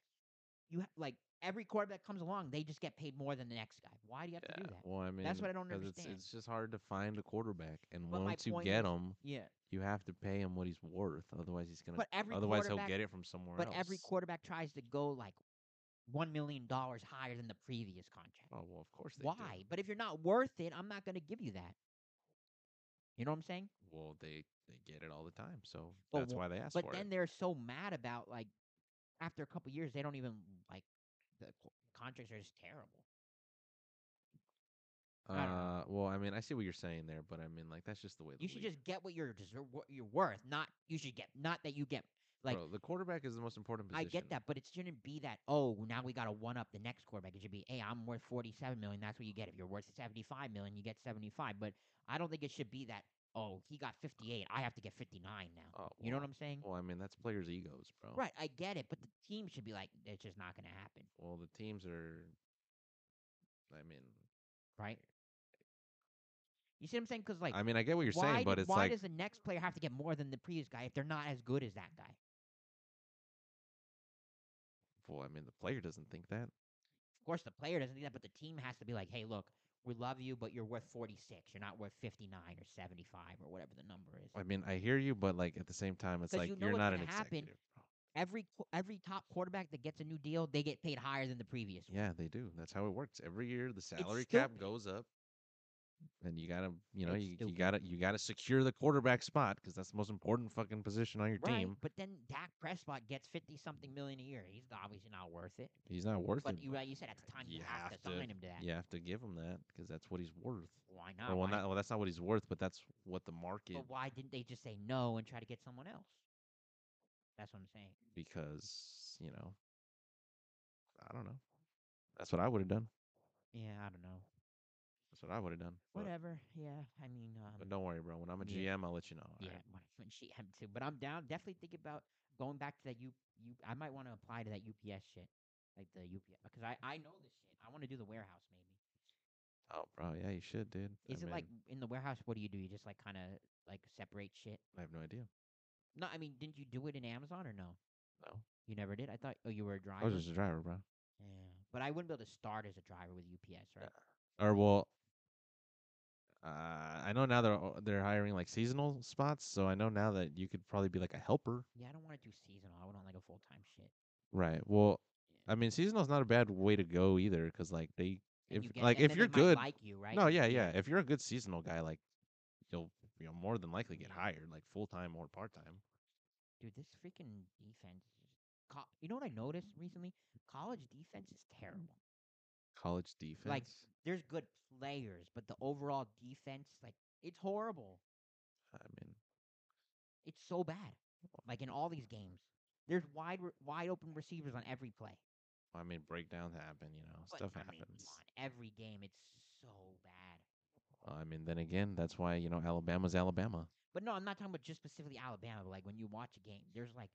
S1: you ha- like every quarterback comes along, they just get paid more than the next guy. Why do you have to do that?
S2: Well, Oh, I mean,
S1: That's what I don't
S2: 'cause
S1: understand.
S2: It's, it's just hard to find a quarterback, and
S1: But my
S2: once you
S1: point
S2: get
S1: is-
S2: him,
S1: Yeah,
S2: you have to pay him what he's worth. Otherwise, he's gonna.
S1: but every
S2: Otherwise, he'll
S1: quarterback-
S2: get it from somewhere
S1: But
S2: else.
S1: every quarterback tries to go like one million dollars higher than the previous contract.
S2: Oh well, of course they do.
S1: Why? But if you're not worth it, I'm not going to give you that. You know what I'm saying?
S2: Well, they they get it all the time, so
S1: But
S2: that's
S1: wha-
S2: why they ask
S1: but
S2: for
S1: then
S2: it.
S1: they're so mad about like after a couple years, they don't even like the co- contracts are just terrible. I don't know.
S2: Uh, well, I mean, I see what you're saying there, but I mean, like that's just the way. The
S1: You should
S2: league-
S1: just get what you're deserve, what you're worth. Not you should get not that you get. like-
S2: Bro, the quarterback is the most important
S1: I
S2: position.
S1: get that, but it shouldn't be that. Oh, now we got to one up the next quarterback. It should be, hey, I'm worth 47 million. That's what you get. If you're worth 75 million, you get 75. But I don't think it should be that. Oh, he got 58. I have to get 59 now.
S2: Oh,
S1: you know
S2: well,
S1: what I'm saying?
S2: Well, I mean, that's players' egos, bro.
S1: Right, I get it, but the team should be like, it's just not going to happen,
S2: Well, the teams are. I mean,
S1: right? You see what I'm saying? Because like,
S2: I mean, I get what you're
S1: why,
S2: saying,
S1: do-
S2: but it's
S1: why
S2: like,
S1: does the next player have to get more than the previous guy if they're not as good as that guy?
S2: well, I mean, the player doesn't think that.
S1: Of course, the player doesn't do that, but the team has to be like, hey, look, we love you, but you're worth 46. You're not worth 59 or 75 or whatever the number is.
S2: I mean, I hear you, but like at the same time, it's
S1: 'Cause
S2: like
S1: you
S2: you
S1: know
S2: are
S1: what's
S2: not an
S1: gonna happen.
S2: executive. bro.
S1: Every qu- every top quarterback that gets a new deal, they get paid higher than the previous one.
S2: Yeah, they do. That's how it works. Every year, the salary
S1: stupid.
S2: cap goes up, and you gotta, you know,
S1: It's
S2: you, you
S1: stupid.
S2: gotta, you gotta secure the quarterback spot because that's the most important fucking position on your
S1: Right,
S2: team.
S1: but then Dak Prescott gets fifty something million a year. He's obviously not worth it.
S2: He's not worth
S1: But
S2: it.
S1: you, like you said at the time you, have, to, sign him to that.
S2: You have to give him that because that's what he's worth.
S1: Why
S2: Or,
S1: not?
S2: well,
S1: Why-
S2: not, well, that's not what he's worth, but that's what the market
S1: but why didn't they just say no and try to get someone else? That's what I'm saying.
S2: because you know, I don't know. That's what I would have done.
S1: Yeah, I don't know.
S2: That's what I would have done. but-
S1: Whatever. Yeah, I mean,
S2: But
S1: um,
S2: don't worry, bro. When I'm a
S1: yeah.
S2: GM, I'll let you know. all
S1: yeah,
S2: right?
S1: when, when she am too. But I'm down. Definitely think about going back to that. U, U I might want to apply to that UPS shit, like the UPS, because I I know this shit. I want to do the warehouse maybe.
S2: Oh, bro. Yeah, you should, dude. I
S1: Is it like
S2: mean,
S1: in the warehouse? What do you do? You just like kind of like separate shit.
S2: I have no idea.
S1: No, I mean, didn't you do it in Amazon or no?
S2: No.
S1: You never did. I thought. Oh, you were a
S2: I
S1: driver.
S2: was just a driver, bro.
S1: Yeah, but I wouldn't be able to start as a driver with UPS, right?
S2: Or well, uh, I know now they're o- they're hiring like seasonal spots, so I know now that you could probably be like a helper.
S1: Yeah, I don't want to do seasonal. I want like a full time shit.
S2: Right. Well,
S1: Yeah.
S2: I mean, seasonal's not a bad way to go either, because like they
S1: And
S2: if
S1: you get-
S2: like
S1: and
S2: if
S1: then
S2: you're
S1: they might
S2: good,
S1: like you, right?
S2: no,
S1: And
S2: yeah,
S1: be
S2: yeah.
S1: like,
S2: If you're a good seasonal guy, like you'll you'll more than likely get
S1: Yeah.
S2: hired, like full time or part time.
S1: Dude, this freaking defense. is just Co- you know what I noticed recently? College defense is
S2: Mm.
S1: terrible.
S2: College defense.
S1: There's good players, but the overall defense, like, it's horrible.
S2: I mean,
S1: It's so bad. Like in all these games, there's wide re- wide open receivers on every play.
S2: I mean, breakdowns happen. You know,
S1: But,
S2: stuff
S1: I mean,
S2: happens.
S1: come on, every game, it's so bad.
S2: I mean, then again, that's why you know Alabama's Alabama.
S1: But no, I'm not talking about just specifically Alabama. But like when you watch a game, there's like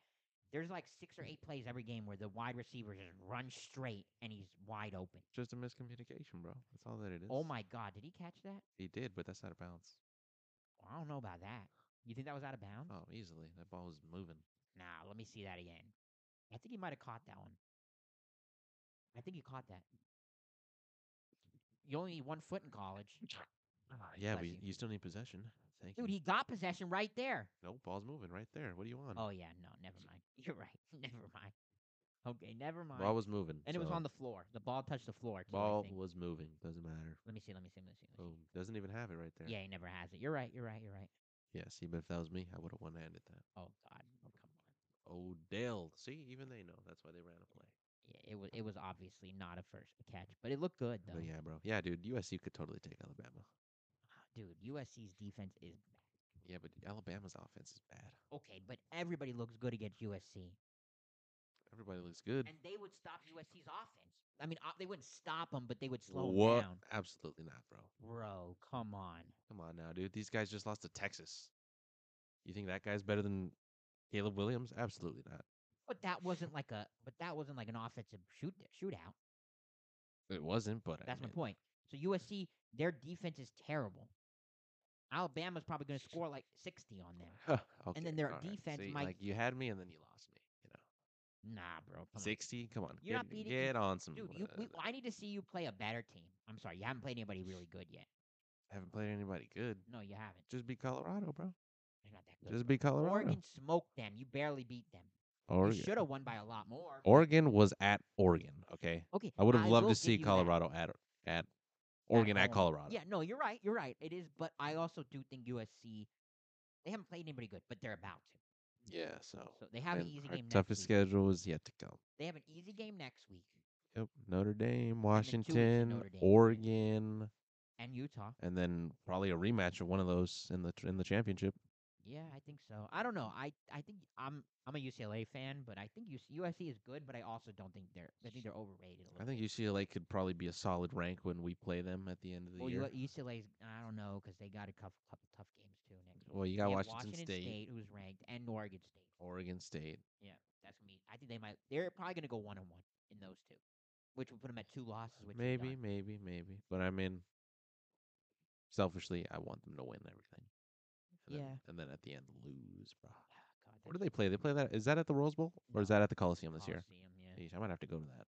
S1: there's like six or eight plays every game where the wide receiver just runs straight and he's wide open.
S2: Just a miscommunication, bro. That's all that it is.
S1: Oh my god, did he catch that?
S2: He did, but that's out of bounds.
S1: I don't know about that. You think that was out of bounds?
S2: Oh, easily. That ball was moving.
S1: Nah, let me see that again. I think he might have caught that one. I think he caught that. You only need one foot in college.
S2: Ah, yeah,
S1: bless
S2: but
S1: you.
S2: you. still need possession. Thank
S1: Dude,
S2: you.
S1: he got possession right there.
S2: No, ball's moving right there. What do you want?
S1: Oh yeah, no, never mind. You're right. Never mind. Okay, never mind.
S2: ball was moving.
S1: and it was
S2: so
S1: on the floor. The ball touched the floor. Too, I
S2: ball
S1: think.
S2: was moving. Doesn't matter.
S1: Let me see. Let me see. Let me see. Let me
S2: Boom. Doesn't even have it right there.
S1: see. Yeah, he never has it. You're right. You're right. You're right.
S2: Yeah. See, but if that was me, I would have one handed that.
S1: Oh God, oh, come on.
S2: Odell. See, even they know. That's why they ran a play.
S1: Yeah, it was. It was obviously not a first catch, but it looked good though.
S2: But yeah, bro. Yeah, dude. USC could totally take Alabama.
S1: Dude, USC's defense is bad.
S2: Yeah, but Alabama's offense is bad.
S1: Okay, but everybody looks good against USC.
S2: Everybody looks good.
S1: Mm, and they would stop USC's offense. I mean, uh, they wouldn't stop them, but they would slow 'em
S2: what?
S1: down.
S2: Absolutely not, bro.
S1: Bro, come on.
S2: Come on now, dude. These guys just lost to Texas. You think that guy's better than Caleb Williams? Absolutely not.
S1: But that wasn't like a. But that wasn't like an offensive shoot shootout.
S2: It wasn't, but I
S1: That's my
S2: mean,
S1: point. So USC, their defense is terrible. Alabama's probably going to score like sixty on them.
S2: Okay,
S1: then their
S2: all right.
S1: defense
S2: See,
S1: might-
S2: like you had me and then you lost me. You know,
S1: Nah, bro. come on.
S2: sixty. Come on,
S1: You're not
S2: get,
S1: beating-
S2: get on some.
S1: Dude, you, we,
S2: uh,
S1: I need to see you play a better team. I'm sorry, you haven't played anybody really good yet.
S2: haven't played anybody good.
S1: No, you haven't.
S2: Just be Colorado, bro.
S1: They're not that good.
S2: Just be Colorado.
S1: Oregon smoked them. You barely beat them.
S2: Oregon.
S1: You should have won by a lot more.
S2: Oregon was at Oregon. Okay,
S1: okay,
S2: I would have loved
S1: will
S2: to
S1: give
S2: see
S1: you that.
S2: Colorado at at Oregon at
S1: home.
S2: Colorado.
S1: Yeah, no, you're right. You're right. It is, but I also do think USC. They haven't played anybody good, but they're about to.
S2: yeah. So,
S1: So they have an
S2: and
S1: easy
S2: our
S1: game.
S2: toughest
S1: next week.
S2: schedule is yet to come.
S1: They have an easy game next week,
S2: Yep, Notre Dame,
S1: then two weeks in
S2: Washington,
S1: Notre Dame.
S2: Oregon,
S1: and Utah.
S2: and then probably a rematch of one of those in the tr- in the championship.
S1: Yeah, I think so. I don't know. I I think I'm I'm a UCLA fan, but I think UC, USC is good, but I also don't think they're I think they're overrated. A little
S2: I think UCLA could probably be a solid rank when we play them at the end of the
S1: Well,
S2: year.
S1: U- UCLA's I don't know because they got a couple, couple tough games too next week.
S2: well, you
S1: They
S2: got
S1: have
S2: Washington, State,
S1: who's ranked, and Oregon State.
S2: Oregon State.
S1: Yeah, that's gonna be. I think they might. They're probably gonna go one on one in those two, which would put them at two losses. Which they've
S2: maybe,
S1: done.
S2: maybe, maybe. But I mean, selfishly, I want them to win everything. And Then,
S1: Yeah.
S2: and then at the end, lose, bro.
S1: Ah, God,
S2: Where do
S1: that
S2: they play? They play that. Is that at the Rose Bowl or is
S1: No,
S2: that at the Coliseum this year?
S1: Coliseum, Yeah,
S2: Yeesh, I might have to go to that.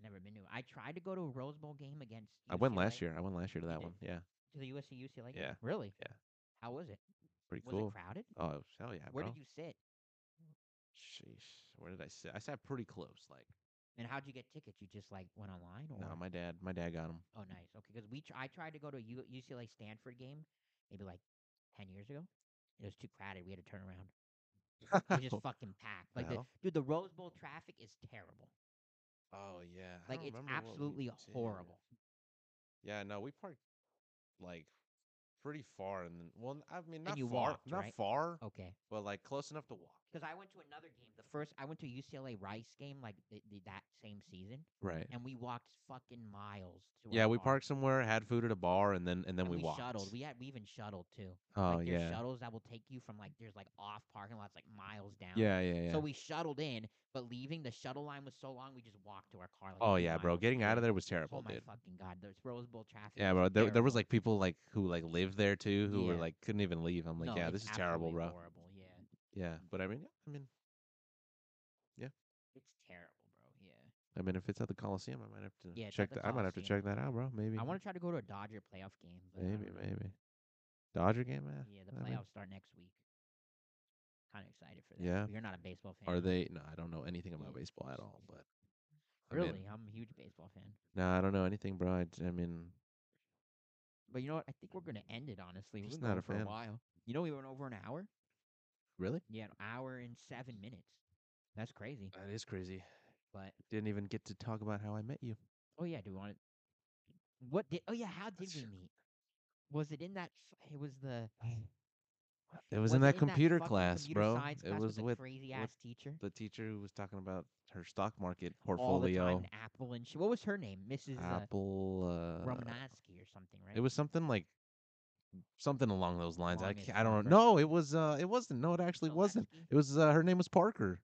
S1: never been to. I tried to go to a Rose Bowl game against.
S2: I went
S1: UCLA
S2: last year. I went last year to
S1: You
S2: that
S1: did?
S2: one. Yeah,
S1: to the USC UCLA. game?
S2: Yeah,
S1: really.
S2: yeah.
S1: How was it?
S2: pretty
S1: Was
S2: cool.
S1: it crowded?
S2: Oh it was- hell yeah,
S1: Where
S2: bro.
S1: did you sit?
S2: Sheesh, where did I sit? I sat pretty close. Like,
S1: And how'd you get tickets? You just like went online or?
S2: no, my dad, my dad got them.
S1: oh, nice. Okay, because we tr- I tried to go to a U- UCLA Stanford game, maybe like ten years ago. It was too crowded. We had to turn around. It was just fucking packed. Like the,
S2: hell?
S1: dude, the Rose Bowl traffic is terrible.
S2: oh yeah, I
S1: Like
S2: don't
S1: it's
S2: remember what we
S1: absolutely
S2: did.
S1: horrible.
S2: Yeah, no, we parked like pretty far, and then well, I mean, not
S1: you
S2: far,
S1: walked,
S2: not
S1: right? Oh.
S2: far,
S1: Okay.
S2: but like close enough to walk.
S1: Because I went to another game. The first I went to a UCLA Rice game like the, the, that same season,
S2: Right.
S1: and we walked fucking miles. To our
S2: Yeah, we
S1: car.
S2: parked somewhere, had food at a bar, and then and then
S1: And
S2: we, walked.
S1: shuttled. We had we even shuttled too.
S2: oh
S1: like there's
S2: yeah.
S1: shuttles that will take you from like there's like off parking lots like miles down.
S2: yeah, yeah, yeah.
S1: So we shuttled in, but leaving the shuttle line was so long we just walked to our car. Like
S2: oh
S1: two
S2: yeah, bro,
S1: miles.
S2: getting out of
S1: Yeah.
S2: there was
S1: Oh
S2: terrible,
S1: my
S2: dude.
S1: fucking god, there's Rose Bowl traffic.
S2: Yeah,
S1: was
S2: bro. There, there was
S1: terrible.
S2: like people like who like lived there too, who were
S1: Yeah.
S2: like couldn't even leave. I'm like,
S1: No,
S2: yeah,
S1: it's
S2: this is terrible,
S1: absolutely
S2: bro.
S1: Horrible, yeah.
S2: Yeah, but I mean, I mean,
S1: It's terrible, bro. Yeah.
S2: I mean, if it's at the Coliseum, I might have to
S1: Yeah, it's at
S2: check.
S1: the
S2: That. I might have to
S1: Coliseum.
S2: check that out, bro. Maybe.
S1: I want to try to go to a Dodger playoff game. But I
S2: Maybe,
S1: don't know.
S2: maybe. Dodger game, man.
S1: Yeah, the
S2: I
S1: playoffs
S2: mean-
S1: start next week. Kind of excited for that.
S2: Yeah.
S1: but You're not a baseball fan.
S2: Are they? No, I don't know anything
S1: Yeah.
S2: about baseball at all. But I mean,
S1: Really? I'm a huge baseball fan.
S2: no, I don't know anything, bro. I, j- I mean,
S1: But you know what? I think we're gonna end it honestly. We've
S2: Just
S1: been
S2: not
S1: going for a
S2: a fan.
S1: while. You know, we went over an hour.
S2: really,
S1: Yeah, an hour and seven minutes. That's crazy.
S2: that is crazy.
S1: But
S2: Didn't even get to talk about how I met you.
S1: oh yeah, do we want to? What did? Oh yeah, how did we meet? Was it in that? f- It was the.
S2: It was, in
S1: it
S2: that computer
S1: fucking
S2: class,
S1: computer
S2: bro.
S1: science
S2: It
S1: class
S2: was
S1: the
S2: with
S1: crazy ass teacher.
S2: the teacher who was talking about her stock market
S1: All the time,
S2: portfolio,
S1: and Apple and she. What was her name? Mrs. Uh,
S2: Apple. Uh,
S1: Romanowski or something, right?
S2: It was something like something along those lines. I
S1: Long as
S2: ca- I don't
S1: hell,
S2: know. No, it was. Uh, it wasn't. No, it actually wasn't.
S1: Pulaski?
S2: It was. Uh, her name was Parker.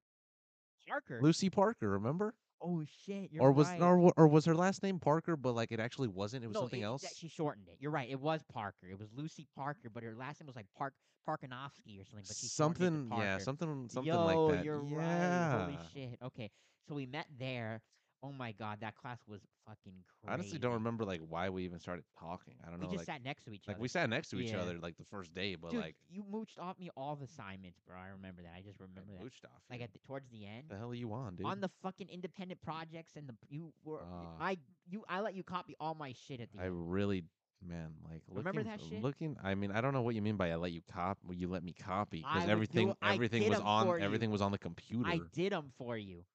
S1: Parker.
S2: Lucy Parker. Remember?
S1: Oh shit, you're
S2: or was
S1: right.
S2: or, wa- or was her last name Parker, but like it actually wasn't. It was
S1: No,
S2: something
S1: it-
S2: else.
S1: That she shortened it. You're right. It was Parker. It was Lucy Parker, but her last name was like Park Parkanovsky or something. But she shortened it to
S2: something, yeah,
S1: Parker.
S2: something, something
S1: Yo,
S2: like that.
S1: You're
S2: yeah.
S1: right. Holy shit. Okay, so we met there. Oh my god, that class was fucking crazy.
S2: I honestly don't remember like why we even started talking. I don't
S1: We
S2: know.
S1: just
S2: like,
S1: sat next to each
S2: like
S1: other.
S2: we sat next to each
S1: Yeah.
S2: other like the first day, but
S1: Dude,
S2: like
S1: you mooched off me all the assignments, bro. I remember that. I just
S2: I
S1: remember that.
S2: mooched off.
S1: Like
S2: you.
S1: at the, towards the end,
S2: the hell are you on, dude?
S1: on the fucking independent projects, and the you were
S2: Ah.
S1: I you I let you copy all my shit at the
S2: I
S1: end.
S2: really, man, like looking,
S1: Remember that shit?
S2: looking. I mean, I don't know what you mean by I let you cop. well, You let me copy
S1: I would
S2: because
S1: do
S2: everything,
S1: it- I
S2: everything
S1: did
S2: was
S1: 'em for
S2: on,
S1: you.
S2: everything was on the computer.
S1: I did them for you.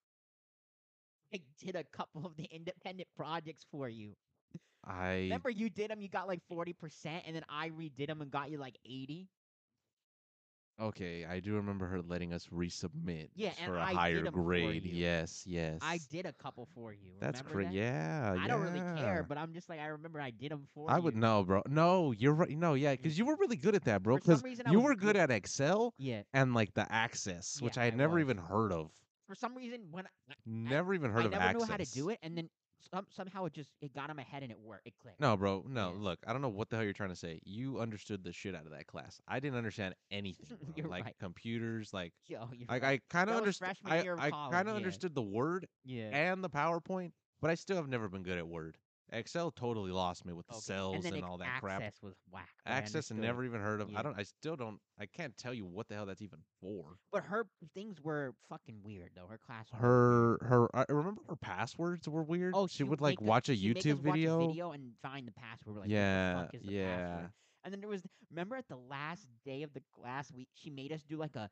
S1: I did a couple of the independent projects for you.
S2: I
S1: Remember, you did them, you got like 40%, and then I redid them and got you like 80?
S2: Okay, I do remember her letting us resubmit
S1: Yeah, and
S2: for a
S1: I did
S2: higher
S1: 'em for
S2: grade.
S1: you.
S2: Yes, yes.
S1: I did a couple for you.
S2: That's
S1: remember
S2: great.
S1: that?
S2: Yeah,
S1: I don't really
S2: yeah.
S1: care, but I'm just like I remember I did them for.
S2: I would
S1: you. Mm.
S2: know, bro. No, you're right. No, yeah, because you were really good at that, bro.
S1: For some
S2: Because
S1: reason, I
S2: you
S1: was
S2: were good
S1: good-
S2: at Excel
S1: Yeah.
S2: and like the Access, which
S1: Yeah,
S2: I had
S1: I
S2: never
S1: was.
S2: even heard of.
S1: For some reason, when I,
S2: Never even heard
S1: I
S2: of
S1: never
S2: Access.
S1: knew how to do it, and then some, somehow it just it got in my head and it worked. It clicked.
S2: No, bro. No,
S1: Yeah.
S2: look, I don't know what the hell you're trying to say. You understood the shit out of that class. I didn't understand anything. bro.
S1: You're
S2: like
S1: right.
S2: computers, like
S1: Yo, you're
S2: like
S1: right.
S2: I kind of
S1: That was
S2: understood.
S1: freshman
S2: I,
S1: year of
S2: I
S1: college,
S2: kind of
S1: yeah.
S2: understood the Word
S1: yeah.
S2: and the PowerPoint, but I still have never been good at Word. Excel totally lost me with the
S1: Okay,
S2: cells and,
S1: then it-
S2: all that
S1: access
S2: crap.
S1: was whack. but I
S2: Access
S1: understood
S2: and
S1: it.
S2: never even heard of. I
S1: Yeah.
S2: don't. I still don't. I can't tell you what the hell that's even for.
S1: But her things were fucking weird though. Her class. was
S2: Her
S1: weird.
S2: her. I remember her passwords were weird.
S1: Oh,
S2: she would
S1: make
S2: like
S1: us-
S2: watch a
S1: she'd make us
S2: YouTube
S1: watch
S2: video.
S1: and find the password. We're like,
S2: Yeah,
S1: what the fuck is the
S2: yeah.
S1: Password? And then there was remember at the last day of the class, we she made us do like a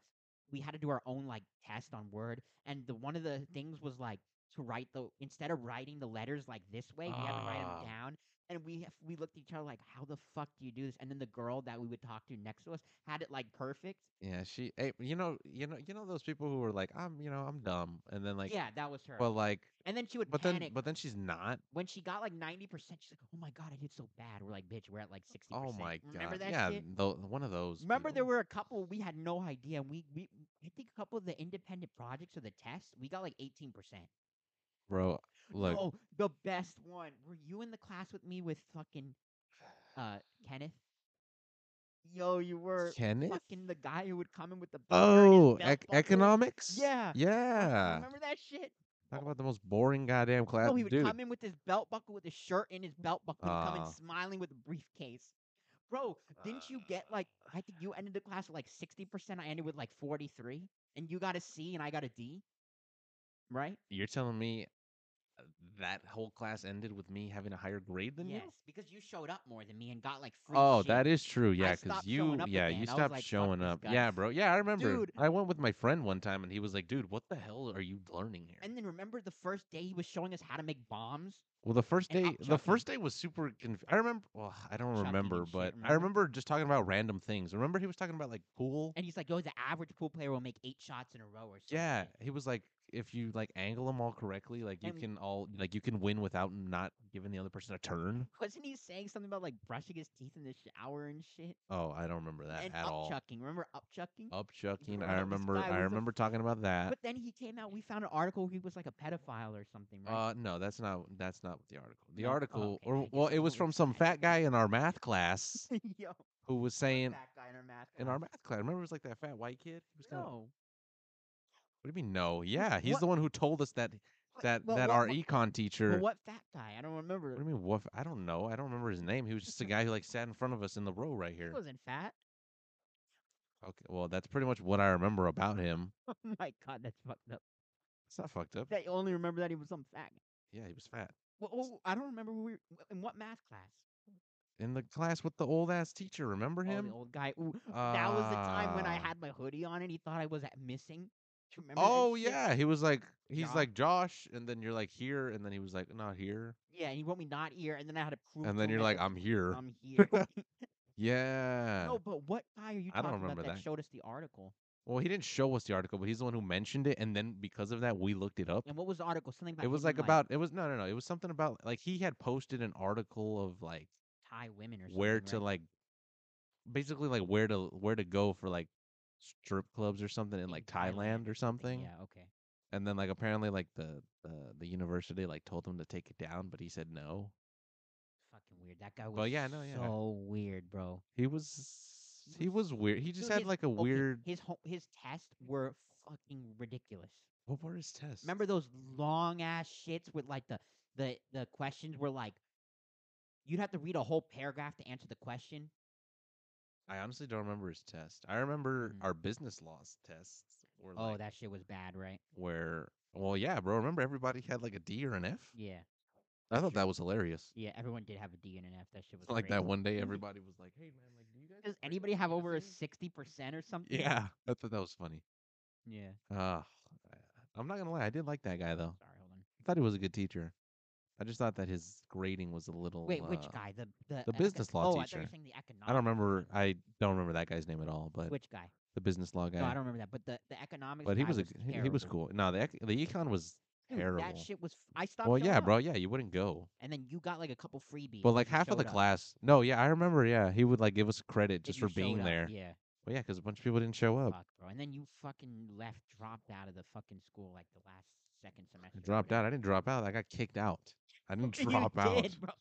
S1: we had to do our own like test on Word, and the one of the things was like to write the instead of writing the letters like this way, we had to write
S2: Ah.
S1: them down. And we have- we looked at each other like, how the fuck do you do this? And then the girl that we would talk to next to us had it like perfect.
S2: Yeah, she. Hey, you know, you know, you know those people who are like, I'm, you know, I'm dumb, and then like,
S1: yeah, that was her.
S2: but like,
S1: and then she would
S2: but
S1: panic.
S2: then, but then she's not.
S1: when she got like ninety percent, she's like, "Oh my god, I did so bad." We're like, "Bitch, we're at like sixty
S2: Oh
S1: percent."
S2: my
S1: Remember
S2: god.
S1: that
S2: yeah,
S1: shit?
S2: tho- one of those.
S1: Remember there
S2: people.
S1: were a couple we had no idea, and we we I think a couple of the independent projects or the tests we got like eighteen percent.
S2: bro. Look,
S1: Oh, the best one. Were you in the class with me with fucking uh Kenneth? Yo, you were
S2: Kenneth.
S1: fucking the guy who would come in with the beer and his
S2: Oh,
S1: belt
S2: ec-
S1: buckle.
S2: economics.
S1: Yeah.
S2: Yeah.
S1: Remember that shit?
S2: Talk about the most boring goddamn class,
S1: No, he would
S2: dude.
S1: come in with his belt buckle, with his shirt in his belt buckle, and come
S2: Ah.
S1: in smiling with a briefcase. Bro, didn't you get
S2: Uh,
S1: like I think you ended the class with like sixty percent. I ended with like forty three, and you got a C and I got a D. Right?
S2: You're telling me uh, that whole class ended with me having a higher grade than
S1: yes,
S2: you?
S1: because you showed up more than me and got like free.
S2: Oh,
S1: shit.
S2: that is true. Yeah, because
S1: stopped
S2: you,
S1: showing up
S2: yeah,
S1: again.
S2: you
S1: I was
S2: stopped
S1: like, "Fuck
S2: showing
S1: these
S2: up. Yeah,
S1: guys."
S2: bro. Yeah, I remember.
S1: Dude.
S2: I went with my friend one time, and he was like, "Dude, what the hell are you learning here?"
S1: And then remember the first day he was showing us how to make bombs.
S2: Well, the first
S1: And
S2: day,
S1: up
S2: the
S1: Chucky.
S2: first day was super. Conf- I remember. Well, I don't
S1: Chucky and
S2: remember,
S1: shit,
S2: but I
S1: remember?
S2: remember just talking about random things. Remember, he was talking about like pool.
S1: And he's like, "Yo, the average pool player will make eight shots in a row or something."
S2: Yeah, he was like, if you like angle them all correctly, like you
S1: And-
S2: can all like you can win without not giving the other person a turn.
S1: Wasn't he saying something about like brushing his teeth in the shower and shit?
S2: Oh, I don't remember that
S1: and
S2: at all. Oh,
S1: upchucking. Remember upchucking?
S2: Up chucking.
S1: Bro,
S2: I
S1: this
S2: remember.
S1: guy
S2: I
S1: was a
S2: remember talking about that.
S1: But then he came out. We found an article. He was like a pedophile or something, right?
S2: Uh, no, that's not. That's not the article. The
S1: No? Oh,
S2: article,
S1: okay, I
S2: or
S1: guess
S2: well,
S1: I
S2: it was
S1: totally
S2: from some
S1: forgot.
S2: fat guy in our math class
S1: Yo,
S2: who was saying
S1: that guy in our math.
S2: in our
S1: class.
S2: math class. Remember, it was like that fat white kid. He was kinda-
S1: No.
S2: What do you mean? No, yeah, he's
S1: what-
S2: the one who told us that
S1: What-
S2: that
S1: well,
S2: that
S1: what-
S2: our
S1: what-
S2: econ
S1: well,
S2: teacher.
S1: what fat guy? I don't remember.
S2: What do you mean? What? I don't know. I don't remember his name. He was just a guy who like sat in front of us in the row right
S1: He
S2: here.
S1: wasn't fat.
S2: Okay, well, that's pretty much what I remember about him.
S1: Oh my god, that's fucked up.
S2: It's not fucked up.
S1: I only remember that he was some fat. Guy.
S2: Yeah, he was fat
S1: Well, oh, I don't remember who we were, in what math class.
S2: in the class with the old ass teacher. Remember
S1: Oh,
S2: him?
S1: the old guy. Ooh, that was the time when I Uh.
S2: Ah.
S1: had my hoodie on and he thought I was at missing. Do you remember that
S2: Oh
S1: shit?
S2: yeah, he was like he's
S1: Josh.
S2: like Josh, and then you're like here, and then he was like not here,
S1: Yeah, and he wrote me not here, and then I had to prove.
S2: and
S1: to
S2: then
S1: him
S2: you're
S1: I
S2: like
S1: was-
S2: I'm here.
S1: oh I'm here.
S2: yeah.
S1: no, but what guy are you
S2: I don't
S1: talking about
S2: remember
S1: that,
S2: that.
S1: showed us the article?
S2: Well, he didn't show us the article, but he's the one who mentioned it, and then because of that, we looked it up.
S1: And what was the article? Something about
S2: It was
S1: him
S2: like
S1: and,
S2: about it was no no no it was something about like he had posted an article of like
S1: Thai women or something.
S2: where to
S1: right?
S2: like basically like where to where to go for like strip clubs or something in
S1: In
S2: like
S1: Thailand
S2: Thailand or something.
S1: Yeah, okay.
S2: And then like apparently like the, the the university like told him to take it down, but he said no.
S1: Fucking weird. That guy was
S2: But yeah, no, yeah.
S1: so weird, bro.
S2: He was he was weird. He just
S1: Dude,
S2: had
S1: his-
S2: like a
S1: okay,
S2: weird
S1: Oh, His ho- his tests were fucking ridiculous.
S2: what were his tests?
S1: Remember those long ass shits with like the the the questions were like you'd have to read a whole paragraph to answer the question.
S2: I honestly don't remember his test. I remember
S1: Mm.
S2: our business laws tests were
S1: Oh,
S2: like
S1: that shit was bad, right?
S2: where well yeah, bro, remember everybody had like a D or an F?
S1: Yeah,
S2: I thought that was hilarious.
S1: yeah. Everyone did have a D and an F. That shit was
S2: Like
S1: crazy.
S2: that one day, everybody was like, "Hey man, like, do you guys?"
S1: Does
S2: grade
S1: anybody have over a
S2: magazines?"
S1: sixty percent or something?
S2: Yeah, I thought that was funny.
S1: Yeah.
S2: Uh, I'm not gonna lie, I did like that guy though.
S1: Sorry, hold on.
S2: I thought he was a good teacher. I just thought that his grading was a little.
S1: Wait, which
S2: uh,
S1: guy? The the, eco-
S2: the business law
S1: oh, I thought you
S2: teacher.
S1: were saying the economic.
S2: I don't remember.
S1: one.
S2: I don't remember that guy's name at all. But
S1: Which guy?
S2: the business law guy.
S1: No, I don't remember that. But the the economics.
S2: but he
S1: guy
S2: was a g- he- he was
S1: terrible.
S2: cool. No, the ec- the econ was
S1: Dude,
S2: terrible.
S1: That shit was. f- I stopped.
S2: well,
S1: showing
S2: yeah,
S1: up,
S2: bro. Yeah, you wouldn't go.
S1: And then you got like a couple freebies.
S2: But
S1: if
S2: like
S1: you
S2: half of the
S1: showed up.
S2: class. No, yeah, I remember. Yeah, he would like give us credit
S1: If
S2: just
S1: you
S2: for being
S1: showed up,
S2: there. Oh.
S1: Yeah.
S2: Well, yeah, because a bunch of people didn't show up.
S1: Fuck, bro. And then you fucking left, dropped out of the fucking school like the last second semester.
S2: I
S1: or
S2: dropped out. I
S1: whatever.
S2: didn't drop out. I got kicked out. I didn't
S1: You
S2: drop out.
S1: did, bro.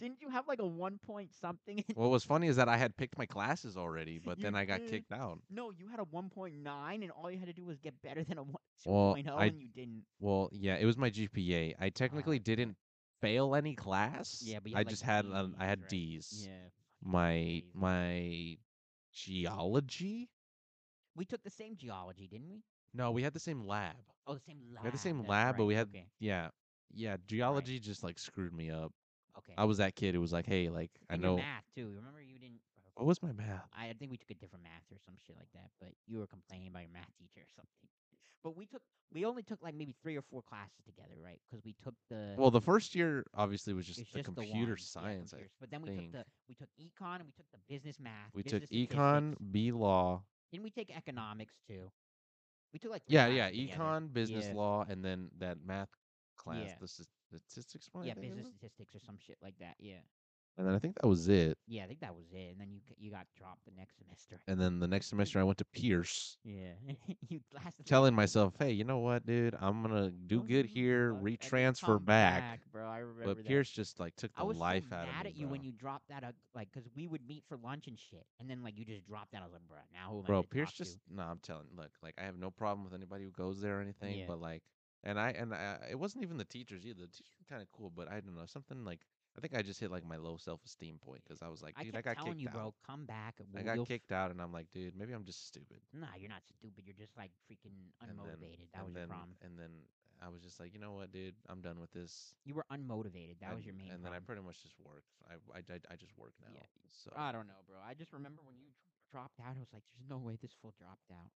S1: Didn't you have like a one point something? in-
S2: What was funny is that I had picked my classes already, but
S1: You
S2: then I got
S1: did.
S2: kicked out.
S1: No, you had a 1.9, and all you had to do was get better than a 1,
S2: Well,
S1: 2.0,
S2: I-
S1: oh, and you didn't.
S2: Well, yeah, it was my GPA. I technically didn't fail any class.
S1: Ah, Yeah, but you
S2: I
S1: had, like,
S2: just had um, I
S1: Ds,
S2: had
S1: right?
S2: D's.
S1: Yeah.
S2: My
S1: Ds.
S2: my geology.
S1: We took the same geology, didn't we?
S2: No, we had the same lab.
S1: Oh, the same lab.
S2: We had the same
S1: that's
S2: lab, but
S1: right,
S2: we had
S1: Okay.
S2: yeah, yeah. Geology just like screwed me up.
S1: okay.
S2: I was that kid who was like, hey, like I
S1: And
S2: know
S1: Your math, too. Remember you didn't.
S2: what was my math.
S1: I think we took a different math or some shit like that, but you were complaining about your math teacher or something. But we took, we only took like maybe three or four classes together, right? Because we took the
S2: Well, the first year obviously was
S1: it
S2: just
S1: was
S2: the
S1: just
S2: computer
S1: one, yeah,
S2: science. I-
S1: computers. but then we took
S2: think.
S1: the we took econ and we took the business math.
S2: we took
S1: business
S2: econ,
S1: statistics.
S2: B law.
S1: Didn't we take economics too? We took like three
S2: Yeah, yeah,
S1: classes together.
S2: econ, business
S1: Yeah.
S2: law, and then that math class,
S1: Yeah.
S2: the stas- statistics one. I
S1: Yeah,
S2: think it
S1: business
S2: was?
S1: statistics or some shit like that. Yeah,
S2: And then I think that was it.
S1: yeah, I think that was it. And then you c- you got dropped the next semester.
S2: And then the next semester, I went to Pierce,
S1: Yeah, you lasted
S2: telling myself, "Hey, you know what, dude? I'm gonna do good here, retransfer back."
S1: bro. I remember.
S2: But
S1: that.
S2: Pierce just like took
S1: I
S2: the
S1: was
S2: life
S1: so
S2: out of
S1: mad
S2: me,
S1: at you
S2: bro.
S1: when you dropped out of like because we would meet for lunch and shit, and then like you just dropped out. I was like, bro, now who am I
S2: bro
S1: gonna
S2: pierce
S1: talk to?"
S2: just no i'm telling look like i have no problem with anybody who goes there or anything
S1: Yeah.
S2: but like and i and I, it wasn't even the teachers either the teachers were kind of cool but i don't know something like i think i just hit like my low self-esteem point because i was like
S1: I
S2: dude i,
S1: kept
S2: got
S1: telling
S2: kicked
S1: you,
S2: out
S1: bro, come back.
S2: i
S1: we'll-
S2: got
S1: you'll
S2: kicked out and i'm like dude maybe i'm just stupid
S1: Nah, you're not stupid. You're just like freaking
S2: and then,
S1: unmotivated. that
S2: and
S1: was
S2: then,
S1: your problem.
S2: and then i was just like you know what dude i'm done with this
S1: You were unmotivated. That was your
S2: and-
S1: main.
S2: and then i
S1: problem.
S2: pretty much just worked i i, I, I just work now
S1: Yeah. uh
S2: so
S1: I don't know, bro. I just remember when you dro- dropped out. I was like, "There's no way this fool dropped out."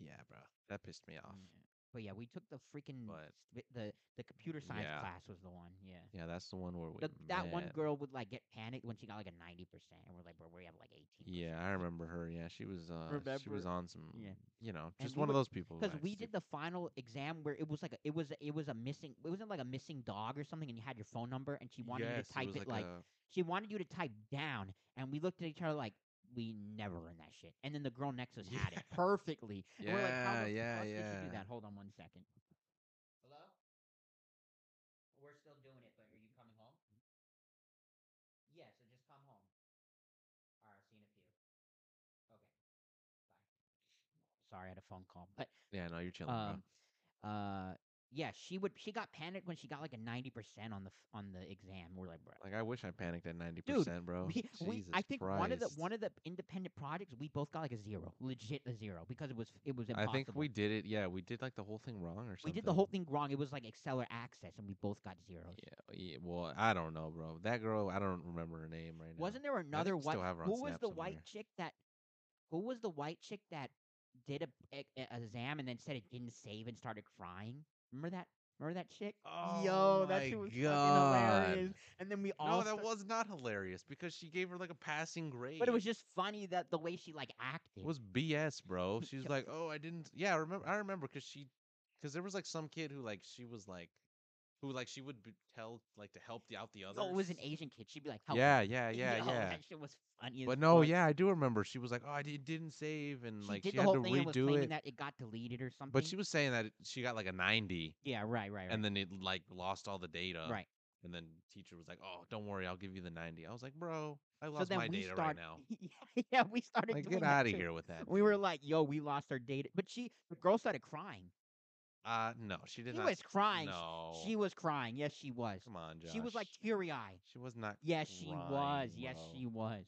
S2: yeah bro that pissed me off
S1: Yeah. But yeah, we took the freaking
S2: But-
S1: st- the the computer science
S2: Yeah.
S1: class was the one. Yeah.
S2: yeah that's the one where we
S1: The, that one
S2: met.
S1: girl would like get panicked when she got like a ninety percent, and we're like, "Bro, we have like 18
S2: Yeah, I remember her. Yeah, she was uh she was
S1: Remember-
S2: on some
S1: yeah.
S2: you know,
S1: And
S2: just
S1: we
S2: one of
S1: were-
S2: those people. who
S1: because we
S2: acts
S1: did
S2: like-
S1: the final exam where it was like a, it was it was a missing it wasn't like a missing dog or something and you had your phone number and she wanted you
S2: Yes,
S1: to type
S2: was
S1: it like
S2: a-
S1: she wanted you to type down and we looked at each other like we never learned that shit and then the girl next to us had it
S2: Yeah.
S1: perfectly and we're like how the
S2: Yeah, yeah,
S1: fuck did she
S2: yeah.
S1: do that hold on one second hello we're still doing it but are you coming home yeah so just come home all right see you in a few okay bye sorry i had a phone call but
S2: Yeah, no, you're chilling. bro.
S1: um, uh, yeah, she would. She got panicked when she got like a ninety percent on the f- on the exam. We're like, bro,
S2: Like I wish I panicked at ninety percent, bro.
S1: we, we, I
S2: Oh, Jesus
S1: think one of the
S2: Christ.
S1: one of the independent projects we both got like a zero, legit a zero, because it was it was
S2: I
S1: impossible.
S2: think we did it. Yeah, we did like the whole thing wrong or something.
S1: We did the whole thing wrong. It was like Excel or Access, and we both got zeros.
S2: Yeah, yeah, well, I don't know, bro. That girl, I don't remember her name right now.
S1: Wasn't there another
S2: we
S1: white?
S2: still have her on
S1: Who was
S2: Snap
S1: the white
S2: somewhere.
S1: chick that? Who was the white chick that did a, a, a exam and then said it didn't save and started crying? Remember that? Remember that chick? Yo, that
S2: Oh my
S1: shit was
S2: God.
S1: fucking hilarious. And then we all
S2: No, that
S1: sta-
S2: was not hilarious because she gave her like a passing grade.
S1: But it was just funny that the way she like acted.
S2: It was BS, bro. She was
S1: Yo.
S2: like, "Oh, I didn't." Yeah, I remember. I remember because she, because there was like some kid who like she was like, who like she would be tell like to help the out the others.
S1: oh, it was an Asian kid. She'd be like, "Help me."
S2: Yeah, yeah, yeah,
S1: Yo,
S2: yeah.
S1: oh, That shit was funny. as
S2: But no,
S1: fuck.
S2: yeah, I do remember. She was like, "Oh, I did, didn't save," and
S1: she
S2: like
S1: did
S2: she
S1: the
S2: had
S1: whole
S2: to
S1: thing and was
S2: redo
S1: claiming
S2: it.
S1: that it got deleted or something.
S2: But she was saying that it- she got like a ninety,
S1: yeah, right, right, right,
S2: and then it like lost all the data.
S1: right.
S2: And then uh, teacher was like, "Oh, don't worry, I'll give you the 90. I was like, "Bro, I
S1: so
S2: lost
S1: then
S2: my
S1: we
S2: data right
S1: start,
S2: now.
S1: yeah, yeah, we started
S2: Like,
S1: doing
S2: get
S1: that
S2: out of
S1: too.
S2: here with that."
S1: We were
S2: dude.
S1: like, "Yo, we lost our data," but she, the girl, started crying.
S2: "Uh, no, she did
S1: She
S2: not."
S1: was crying. Sh-
S2: No,
S1: She was crying. Yes, she was.
S2: Come on, Josh.
S1: She was like teary eyed.
S2: She was not.
S1: Yes, she was.
S2: crying,
S1: Yes,
S2: bro.
S1: she was.